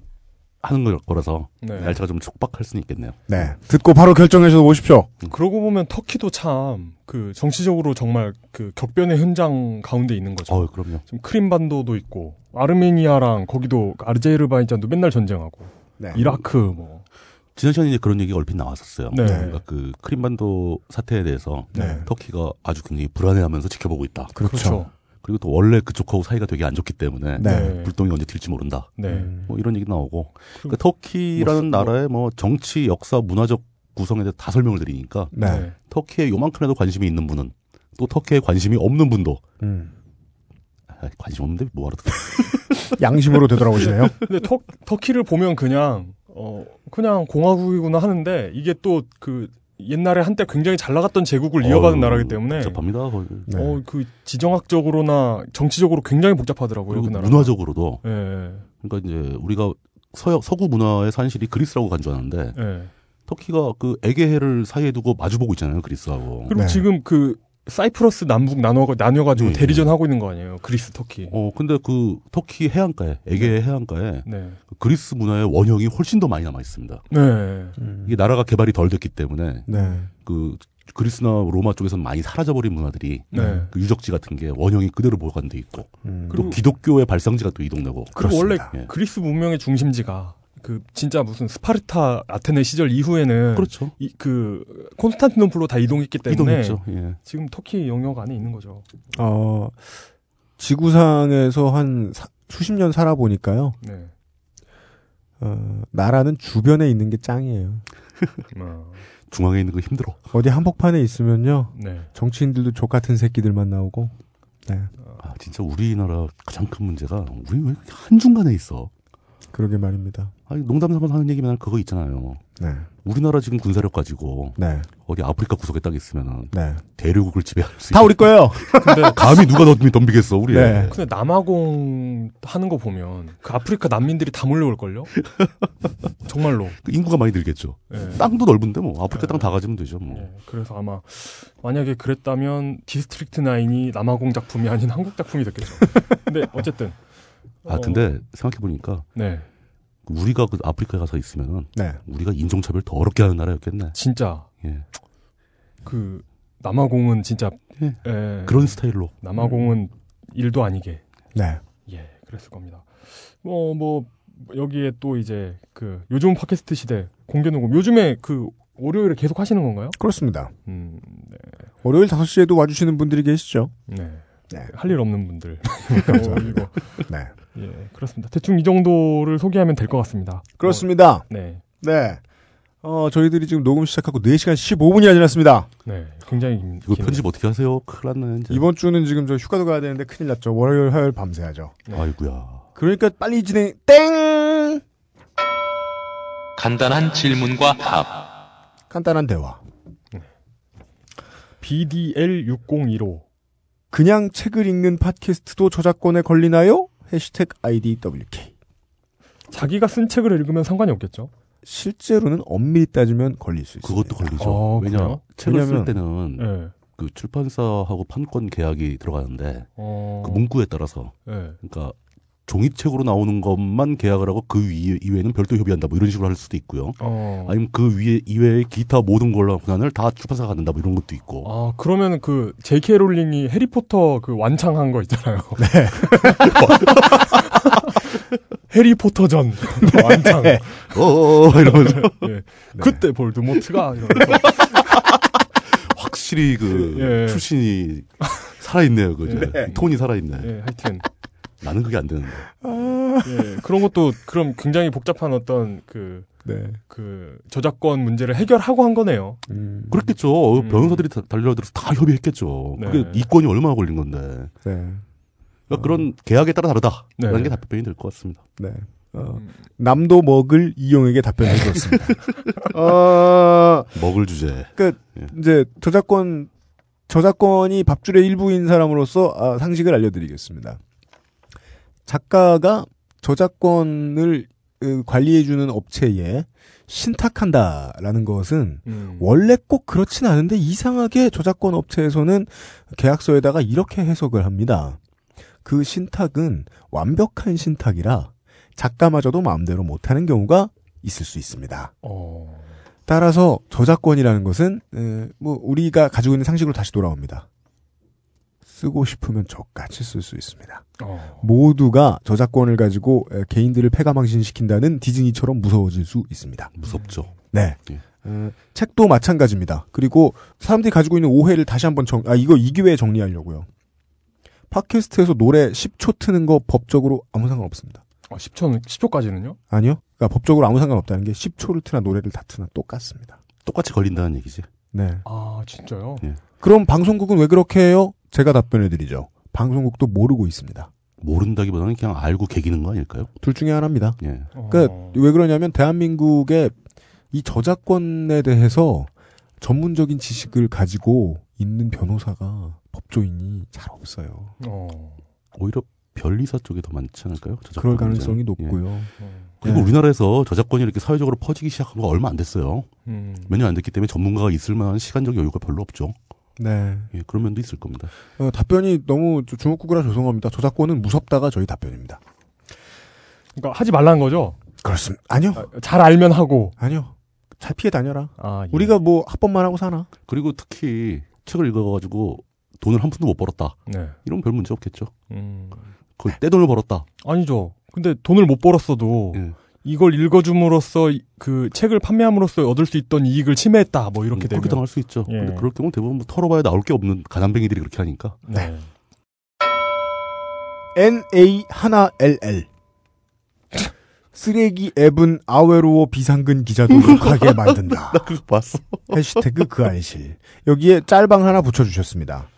S10: 하는 걸 거라서
S8: 네.
S10: 날짜가 좀 촉박할 수는 있겠네요.
S7: 네. 듣고 바로 결정해서 오십시오.
S8: 그러고 보면 터키도 참, 그, 정치적으로 정말, 그, 격변의 현장 가운데 있는 거죠.
S10: 어, 그럼요.
S8: 지금 크림반도도 있고 아르메니아랑 거기도 아르제르바이잔도 맨날 전쟁하고
S10: 네.
S8: 이라크 뭐
S10: 지난 시간에 이제 그런 얘기가 얼핏 나왔었어요.
S8: 네.
S10: 그러니까 그 크림반도 사태에 대해서
S8: 네.
S10: 터키가 아주 굉장히 불안해하면서 지켜보고 있다.
S8: 그렇죠.
S10: 그리고 또 원래 그쪽하고 사이가 되게 안 좋기 때문에
S8: 네.
S10: 불똥이 언제 튈지 모른다.
S8: 네.
S10: 뭐 이런 얘기 나오고 그러니까 터키라는 나라의 뭐 정치, 역사, 문화적 구성에 대해 다 설명을 드리니까
S7: 네.
S10: 터키에 요만큼이라도 관심이 있는 분은 또 터키에 관심이 없는 분도
S7: 음.
S10: 아, 관심 없는데 뭐하러 듣
S7: 양심으로 되돌아오시네요.
S8: 근데 터, 터키를 보면 그냥 어 그냥 공화국이구나 하는데 이게 또 그 옛날에 한때 굉장히 잘 나갔던 제국을 이어가는
S10: 어우,
S8: 나라기 때문에
S10: 복잡합니다. 뭐 거기.
S8: 어그 지정학적으로나 정치적으로 굉장히 복잡하더라고요.
S10: 그리고
S8: 그 나라.
S10: 문화적으로도
S8: 예.
S10: 그러니까 이제 우리가 서역 서구 문화의 산실이 그리스라고 간주하는데
S8: 예.
S10: 터키가 그 에게해를 사이에 두고 마주보고 있잖아요 그리스하고
S8: 그리고 지금 그 사이프러스 남북 나눠 나뉘어 가지고
S10: 네.
S8: 대리전 하고 있는 거 아니에요? 그리스 터키.
S10: 어 근데 그 터키 해안가에 에게해 해안가에
S8: 네.
S10: 그 그리스 문화의 원형이 훨씬 더 많이 남아 있습니다.
S8: 네.
S7: 음.
S10: 이게 나라가 개발이 덜 됐기 때문에
S7: 네.
S10: 그 그리스나 로마 쪽에서는 많이 사라져버린 문화들이
S8: 네.
S10: 그 유적지 같은 게 원형이 그대로 보관돼 있고
S7: 음.
S10: 또
S8: 그리고-
S10: 기독교의 발상지가 또 이동되고
S8: 그리고 원래
S10: 예.
S8: 그리스 문명의 중심지가 그 진짜 무슨 스파르타 아테네 시절 이후에는
S10: 그렇죠.
S8: 이, 그 콘스탄티노플로 다 이동했기 때문에
S10: 이동했죠, 예.
S8: 지금 터키 영역 안에 있는 거죠.
S7: 어, 지구상에서 한 사- 수십 년 살아보니까요.
S8: 네.
S7: 어, 나라는 주변에 있는 게 짱이에요.
S10: 네.
S8: 어,
S10: 중앙에 있는 거 힘들어.
S7: 어디 한복판에 있으면요.
S8: 네.
S7: 정치인들도 족 같은 새끼들만 나오고. 네.
S10: 아 진짜 우리나라 가장 큰 문제가 우리 왜 이렇게 한중간에 있어?
S7: 그러게 말입니다.
S10: 아니 농담 삼아서 하는 얘기만 그거 있잖아요.
S7: 네.
S10: 우리나라 지금 군사력 가지고
S7: 네.
S10: 어디 아프리카 구석에 딱 있으면은
S7: 네.
S10: 대륙을 지배할 수.
S7: 다
S10: 있는-
S7: 우리 거예요.
S8: 근데-
S10: 감히 누가 덤- 덤비겠어 우리. 애.
S8: 근데 남아공 하는 거 보면 그 아프리카 난민들이 다 몰려올 걸요? 정말로.
S10: 그 인구가 많이 늘겠죠.
S8: 예.
S10: 땅도 넓은데 뭐 아프리카 땅 다 가지면 되죠 뭐.
S8: 네. 그래서 아마 만약에 그랬다면 디스트릭트 9이 남아공 작품이 아닌 한국 작품이 됐겠죠. 근데 어쨌든 어,
S10: 아 근데 생각해 보니까
S8: 네.
S10: 우리가 그 아프리카 가서 있으면은
S7: 네.
S10: 우리가 인종차별 더 어렵게 하는 나라였겠네.
S8: 진짜.
S10: 예.
S8: 그 남아공은 진짜 예.
S10: 그런 스타일로.
S8: 남아공은 일도 아니게
S7: 네.
S8: 예 그랬을 겁니다. 뭐, 뭐, 여기에 또 이제 그 요즘 팟캐스트 시대 공개 녹음. 요즘에 그 월요일에 계속 하시는 건가요? 음,
S7: 그렇습니다. 월요일 5시에도 와주시는 분들이 계시죠.
S8: 네. 할 일 없는 분들.
S10: 그렇죠.
S7: 감사합니다.
S8: 어, 이거.
S7: 네.
S8: 예, 그렇습니다. 대충 이 정도를 소개하면 될 것 같습니다. 뭐,
S7: 그렇습니다.
S8: 네.
S7: 네. 어, 저희들이 지금 녹음 시작하고 4시간 15분이나 지났습니다.
S8: 네. 굉장히 긴.
S10: 이거 편집 어떻게 하세요? 큰일 났네. 이제.
S7: 이번 주는 지금 저 휴가도 가야 되는데 큰일 났죠. 월요일, 화요일 밤새 하죠.
S10: 아이구야.
S7: 그러니까 빨리 진행, 땡!
S9: 간단한 질문과 답.
S7: 간단한 대화.
S8: BDL6015.
S7: 그냥 책을 읽는 팟캐스트도 저작권에 걸리나요? 해시태그 IDWK.
S8: 자기가 쓴 책을 읽으면 상관이 없겠죠?
S7: 실제로는 엄밀히 따지면 걸릴 수 있어요.
S10: 그것도 걸리죠.
S8: 아,
S10: 왜냐
S8: 그래요?
S10: 책을
S7: 왜냐면-
S10: 쓸 때는
S8: 네.
S10: 그 출판사하고 판권 계약이 들어가는데
S8: 어.
S10: 그 문구에 따라서
S8: 네.
S10: 그러니까 종이책으로 나오는 것만 계약을 하고 그 위- 이외에는 별도 협의한다 뭐 이런 식으로 할 수도 있고요.
S8: 어.
S10: 아니면 그 위에 이외의 기타 모든 걸로 권한을 다 출판사가 갖는다 뭐 이런 것도 있고.
S8: 아, 그러면 그 J.K. 롤링이 해리포터 그 완창한 거 있잖아요. 해리포터전 완창.
S10: 어어어 이러면서.
S8: 예. 그때 볼드모트가 이러면서.
S10: 확실히 그
S8: 예.
S10: 출신이 살아있네요. 그 이제.
S8: 네.
S10: 톤이 살아있네.
S8: 예, 하여튼.
S10: 나는 그게 안 되는데.
S8: 예, 그런 것도 그럼 굉장히 복잡한 어떤 그,
S7: 네.
S8: 그 저작권 문제를 해결하고 한 거네요.
S10: 그렇겠죠. 변호사들이 다- 달려들어서 다 협의했겠죠.
S8: 음. 네. 어.
S10: 그게 이권이 얼마나 걸린 건데. 그러니까 그런 계약에 따라 다르다라는
S7: 네.
S10: 게 답변이 될 것 같습니다.
S7: 네. 어,
S8: 음.
S7: 남도 먹을 이용에게 답변을 해드렸습니다. 어,
S10: 먹을 주제.
S7: 그 이제 저작권 저작권이 밥줄의 일부인 사람으로서 아, 상식을 알려드리겠습니다. 작가가 저작권을 으, 관리해주는 업체에 신탁한다라는
S8: 음.
S7: 것은 원래 꼭 그렇진 않은데 이상하게 저작권 업체에서는 계약서에다가 이렇게 해석을 합니다. 그 신탁은 완벽한 신탁이라 작가마저도 마음대로 못하는 경우가 있을 수 있습니다.
S8: 어.
S7: 따라서 저작권이라는 것은 에, 뭐 우리가 가지고 있는 상식으로 다시 돌아옵니다. 쓰고 싶으면 저같이 쓸 수 있습니다.
S8: 어.
S7: 모두가 저작권을 가지고 에, 개인들을 폐가망신시킨다는 디즈니처럼 무서워질 수 있습니다.
S10: 무섭죠.
S7: 네. 에, 책도 마찬가지입니다. 그리고 사람들이 가지고 있는 오해를 다시 한번 정, 아, 이거 이 기회에 정리하려고요. 팟캐스트에서 노래 10초 트는 거 법적으로 아무 상관 없습니다.
S8: 아, 10초, 10초까지는요?
S7: 아니요. 그러니까 법적으로 아무 상관 없다는 게 10초를 트나 노래를 다 트나 똑같습니다.
S10: 똑같이 걸린다는 얘기지.
S7: 네.
S8: 아, 진짜요?
S7: 그럼 방송국은 왜 그렇게 해요? 제가 답변해드리죠. 방송국도 모르고 있습니다.
S10: 모른다기보다는 그냥 알고 개기는 거 아닐까요?
S7: 둘 중에 하나입니다.
S10: 예.
S8: 어.
S7: 그러니까 왜 그러냐면 대한민국의 이 저작권에 대해서 전문적인 지식을 가지고 있는 변호사가 법조인이 잘 없어요.
S10: 오히려 변리사 쪽이 더 많지 않을까요? 저작권
S7: 그럴
S10: 문제는?
S7: 가능성이
S10: 예.
S7: 높고요.
S8: 어.
S7: 네.
S10: 그리고 우리나라에서 저작권이 이렇게 사회적으로 퍼지기 시작한 거 얼마 안 됐어요.
S7: 음.
S10: 몇 년 안 됐기 때문에 전문가가 있을 만한 시간적 여유가 별로 없죠.
S7: 네.
S10: 예, 그런 면도 있을 겁니다.
S7: 어, 답변이 너무 주- 주먹구구라 죄송합니다. 저작권은 무섭다가 저희 답변입니다.
S8: 그러니까 하지 말라는 거죠?
S7: 그렇습니다. 아니요.
S8: 잘 알면 하고.
S7: 아니요. 잘 피해 다녀라.
S8: 아, 예.
S10: 네.
S7: 우리가 뭐 합법만 하고 사나?
S10: 그리고 특히 책을 읽어가지고 돈을 한 푼도 못 벌었다.
S8: 네.
S10: 이런 별 문제 없겠죠.
S8: 음.
S10: 거의 떼돈을 벌었다.
S8: 아니죠. 근데 돈을 못 벌었어도 이걸 읽어줌으로써 이- 그 책을 판매함으로써 얻을 수 있던 이익을 침해했다. 뭐 이렇게 되면
S10: 그렇게 당할 수 있죠.
S8: 예.
S10: 근데 그럴 경우 대부분 뭐 털어봐야 나올 게 없는 가난뱅이들이 그렇게 하니까.
S8: 네.
S7: NA 하나 LL 쓰레기 앱은 아웨로워 비상근 기자 도둑하게 만든다.
S10: 나 그거 봤어.
S7: 해시태그 그 안실 여기에 짤방 하나 붙여주셨습니다.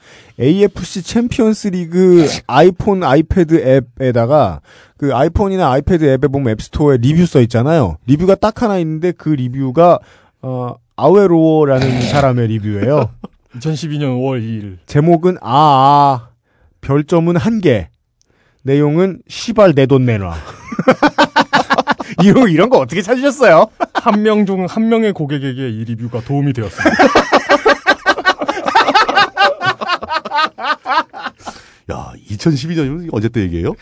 S7: AFC 챔피언스 리그 아이폰 아이패드 앱에다가 그 아이폰이나 아이패드 앱에 보면 앱스토어에 리뷰 써 있잖아요. 리뷰가 딱 하나 있는데 그 리뷰가 어, 아웨로워라는 사람의 리뷰예요.
S8: 2012년 5월 2일.
S7: 제목은 아아 별점은 한 개. 내용은 시발 내 돈 내놔. 이런 이런 거 어떻게 찾으셨어요?
S8: 한 명 중 한 명의 고객에게 이 리뷰가 도움이 되었습니다.
S10: 야, 2012년이면 언제 때 얘기예요?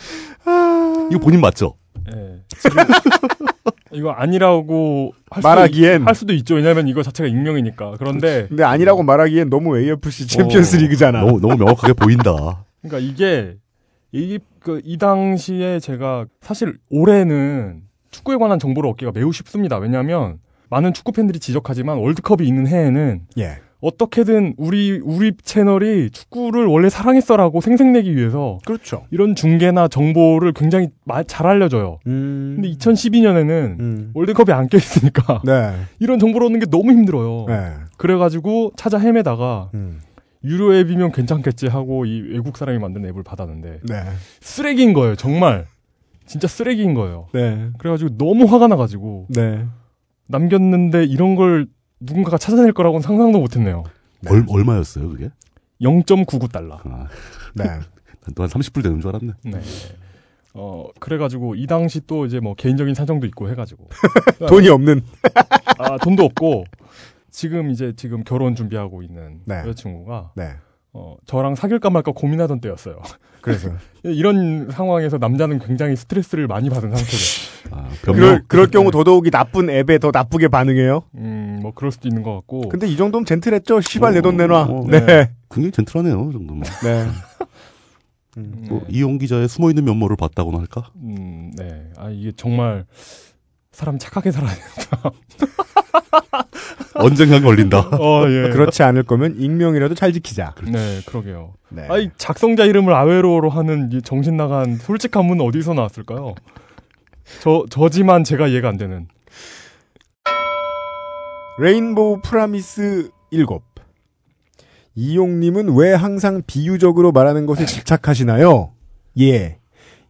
S7: 아.
S10: 이거 본인 맞죠?
S8: 예. 지금 이거 아니라고 할 수도
S7: 말하기엔.
S8: 있- 할 수도 있죠. 왜냐하면 이거 자체가 익명이니까. 그런데
S7: 근데 아니라고 말하기엔 너무 AFC 챔피언스
S8: 어.
S7: 리그잖아.
S10: 너무, 너무 명확하게 보인다.
S8: 그러니까 이게 이, 그, 이 당시에 제가 사실 올해는 축구에 관한 정보를 얻기가 매우 쉽습니다. 왜냐하면 많은 축구 팬들이 지적하지만 월드컵이 있는 해에는
S7: 예.
S8: 어떻게든 우리 우리 채널이 축구를 원래 사랑했어라고 생색내기 위해서
S7: 그렇죠.
S8: 이런 중계나 정보를 굉장히 마- 잘 알려줘요. 음. 근데
S7: 음.
S8: 2012년에는 월드컵이 안 껴있으니까 이런 정보를 얻는 게 너무 힘들어요.
S7: 네.
S8: 그래가지고 찾아 헤매다가
S7: 음.
S8: 유료 앱이면 괜찮겠지 하고 이 외국 사람이 만든 앱을 받았는데
S7: 네.
S8: 쓰레기인 거예요. 정말 진짜 쓰레기인 거예요.
S7: 네.
S8: 그래가지고 너무 화가 나가지고
S7: 네.
S8: 남겼는데 이런 걸 누군가가 찾아낼 거라고는 상상도 못했네요.
S10: 얼, 얼마였어요 그게? 아,
S8: 0.99달러.
S7: 네.
S10: 난또한 30불 되는 줄 알았네.
S8: 네. 어 그래가지고 이 당시 또 이제 뭐 개인적인 사정도 있고 해가지고
S7: 돈이 없는.
S8: 아 돈도 없고 지금 이제 지금 결혼 준비하고 있는
S7: 네.
S8: 여자친구가
S7: 네.
S8: 어 저랑 사귈까 말까 고민하던 때였어요.
S7: 그래서?
S8: 이런 상황에서 남자는 굉장히 스트레스를 많이 받은 상태죠.
S10: 아,
S7: 그럴, 그럴 경우 더더욱이 나쁜 앱에 더 나쁘게 반응해요.
S8: 음뭐 그럴 수도 있는 것 같고.
S7: 근데 이 정도면 젠틀했죠. 시발 내 돈 내놔.
S10: 어, 어.
S7: 네.
S10: 굉장히 젠틀하네요, 이 정도면.
S7: 네.
S8: 네.
S10: 뭐 이용 기자의 숨어있는 면모를 봤다고나 할까?
S8: 음, 네. 아, 이게 정말 사람 착하게 살아야 된다.
S10: 언젠간 걸린다.
S8: 어, 예.
S7: 네. 그렇지 않을 거면 익명이라도 잘 지키자.
S8: 네, 그러게요.
S7: 네.
S8: 아이, 작성자 이름을 아웨로로 하는 이 정신 나간 솔직함은 어디서 나왔을까요? 저, 저지만 제가 이해가 안 되는.
S7: 레인보우 프라미스 7. 이용님은 왜 항상 비유적으로 말하는 것에 집착하시나요? 예.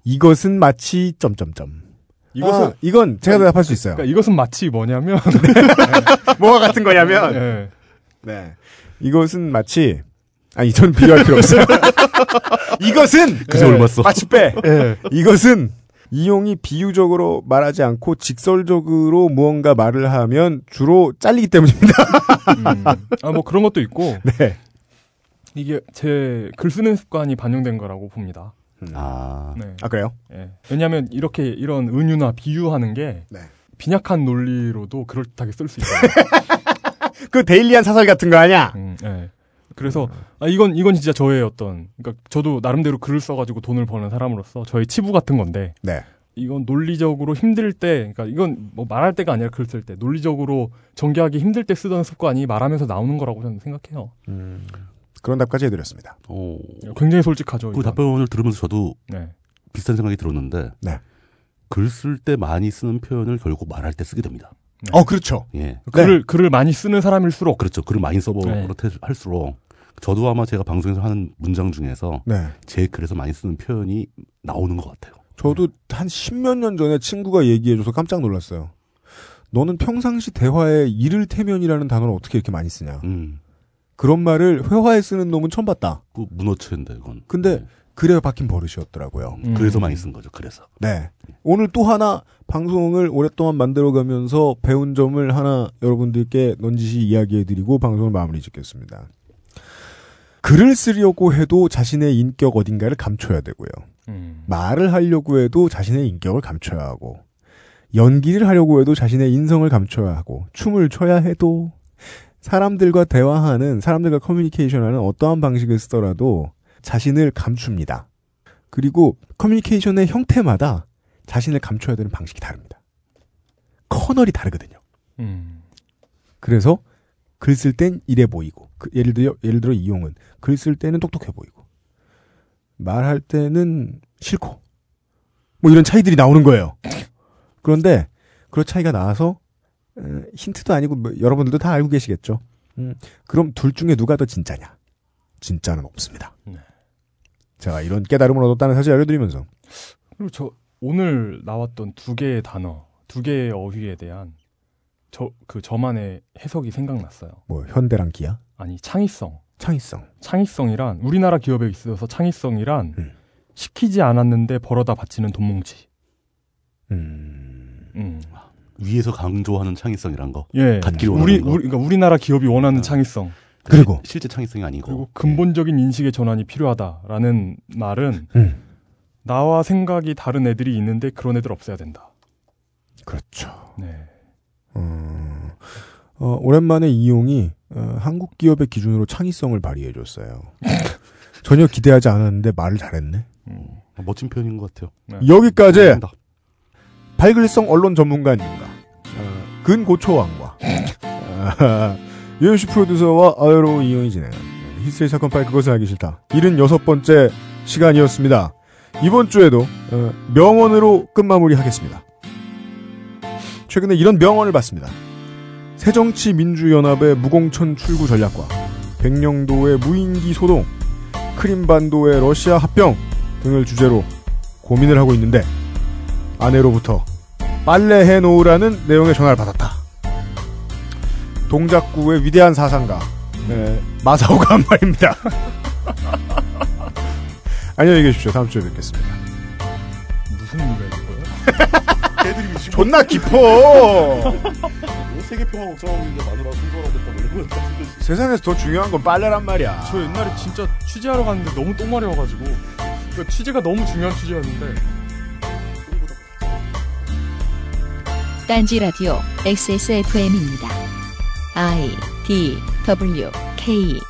S7: 이것은 마치 점점점.
S8: 이것은-
S7: 아, 이건 제가 대답할 수 있어요.
S8: 그러니까 이것은 마치 뭐냐면.
S7: 뭐가 같은 거냐면
S8: 네.
S7: 네. 이것은 마치 아니 전 비교할 필요 없어요. 이것은
S10: 그새
S7: 예,
S10: 올맞어.
S7: 마치 빼.
S10: 예.
S7: 이것은 이용이 비유적으로 말하지 않고 직설적으로 무언가 말을 하면 주로 잘리기 때문입니다.
S8: 아, 뭐 그런 것도 있고.
S7: 네.
S8: 이게 제 글 쓰는 습관이 반영된 거라고 봅니다.
S10: 아,
S8: 네.
S7: 아 그래요?
S8: 예. 왜냐하면 이렇게 이런 은유나 비유하는 게
S7: 네.
S8: 빈약한 논리로도 그럴듯하게 쓸 수 있어요.
S7: 그 데일리한 사설 같은 거 아니야?
S8: 음, 예. 그래서 아 이건 이건 진짜 저의 어떤 그러니까 저도 나름대로 글을 써가지고 돈을 버는 사람으로서 저의 치부 같은 건데
S7: 네.
S8: 이건 논리적으로 힘들 때 그러니까 이건 뭐 말할 때가 아니라 글 쓸 때 논리적으로 전개하기 힘들 때 쓰던 습관이 말하면서 나오는 거라고 저는 생각해요.
S7: 음, 그런 답까지 해드렸습니다.
S10: 오.
S8: 굉장히 솔직하죠.
S10: 그
S8: 이건.
S10: 답변을 들으면서 저도
S8: 네.
S10: 비슷한 생각이 들었는데
S7: 네.
S10: 글 쓸 때 많이 쓰는 표현을 결국 말할 때 쓰게 됩니다.
S7: 어, 그렇죠.
S10: 예.
S8: 글을 글을 많이 쓰는 사람일수록
S10: 그렇죠. 글을 많이
S8: 네.
S10: 써버릇 할수록 저도 아마 제가 방송에서 하는 문장 중에서
S7: 네.
S10: 제 글에서 많이 쓰는 표현이 나오는 것 같아요.
S7: 저도 한 십몇 년 전에 친구가 얘기해줘서 깜짝 놀랐어요. 너는 평상시 대화에 이를테면이라는 단어를 어떻게 이렇게 많이 쓰냐. 그런 말을 회화에 쓰는 놈은 처음 봤다.
S10: 음. 그 문어체인데 이건. 음.
S7: 근데 그래야 박힌 버릇이었더라고요.
S10: 그래서
S8: 음.
S10: 많이 쓴 거죠. 그래서.
S7: 네. 오늘 또 하나 방송을 오랫동안 만들어가면서 배운 점을 하나 여러분들께 넌지시 이야기해드리고 방송을 마무리 짓겠습니다. 글을 쓰려고 해도 자신의 인격 어딘가를 감춰야 되고요. 음.
S8: 음.
S7: 말을 하려고 해도 자신의 인격을 감춰야 하고 연기를 하려고 해도 자신의 인성을 감춰야 하고 춤을 춰야 해도 사람들과 대화하는 사람들과 커뮤니케이션하는 어떠한 방식을 쓰더라도 자신을 감춥니다. 그리고 커뮤니케이션의 형태마다 자신을 감춰야 되는 방식이 다릅니다. 커널이 다르거든요.
S8: 음.
S7: 그래서 글 쓸 땐 이래 보이고 그 예를 들어 예를 들어 이용은 글 쓸 때는 똑똑해 보이고 말할 때는 싫고 뭐 이런 차이들이 나오는 거예요. 그런데 그런 차이가 나와서 어, 힌트도 아니고 뭐 여러분들도 다 알고 계시겠죠. 음, 그럼 둘 중에 누가 더 진짜냐? 진짜는 없습니다. 제가 이런 깨달음을 얻었다는 사실 알려드리면서
S8: 그리고 저 오늘 나왔던 두 개의 단어, 두 개의 어휘에 대한 저 그 저만의 해석이 생각났어요.
S7: 뭐 현대랑 기아
S8: 아니 창의성.
S7: 창의성.
S8: 창의성이란 우리나라 기업에 있어서 창의성이란
S10: 음.
S8: 시키지 않았는데 벌어다 바치는 돈뭉치. 음.
S10: 위에서 강조하는 창의성이란 거.
S8: 예.
S10: 아, 갖기를 원하는
S8: 우리,
S10: 거. 아,
S8: 우리 그러니까 우리나라 기업이 원하는 창의성.
S7: 그리고
S10: 네, 실제 창의성이 아니고.
S8: 근본적인
S10: 네.
S8: 인식의 전환이 필요하다라는 말은
S10: 음.
S8: 나와 생각이 다른 애들이 있는데 그런 애들 없애야 된다.
S7: 그렇죠.
S8: 네.
S7: 어, 어, 오랜만에 이용이 어, 한국 기업의
S8: 음.
S7: 기준으로 창의성을 발휘해줬어요. 전혀 기대하지 않았는데 말을 잘했네.
S10: 멋진 표현인 것 같아요. 네.
S7: 여기까지 발글성 언론 전문가님과 어, 근고초왕과 아, 유현씨 프로듀서와 아유로운 이용이 진행한 히스테리 사건 파일 그것은 알기 싫다 76번째 시간이었습니다. 이번 주에도 어, 명언으로 끝마무리 하겠습니다. 최근에 이런 명언을 봤습니다. 새정치민주연합의 무공천 출구 전략과 백령도의 무인기 소동, 크림반도의 러시아 합병 등을 주제로 고민을 하고 있는데 아내로부터 빨래해 놓으라는 내용의 전화를 받았다. 동작구의 위대한 사상가 네, 마사오가 한 말입니다. 안녕히 계십시오. 다음 주에 뵙겠습니다.
S8: 무슨 일이야 이거?
S7: 존나 깊어.
S10: 세계 평화 걱정하고 있는데 마누라 순거라고 보내는 것 같은데.
S7: 세상에서 더 중요한 건 빨래란 말이야.
S8: 저 옛날에 진짜 취재하러 갔는데 너무 똥마려 와가지고 그러니까 취재가 너무 중요한 취재였는데
S1: 딴지 라디오 XSFM입니다. I D W K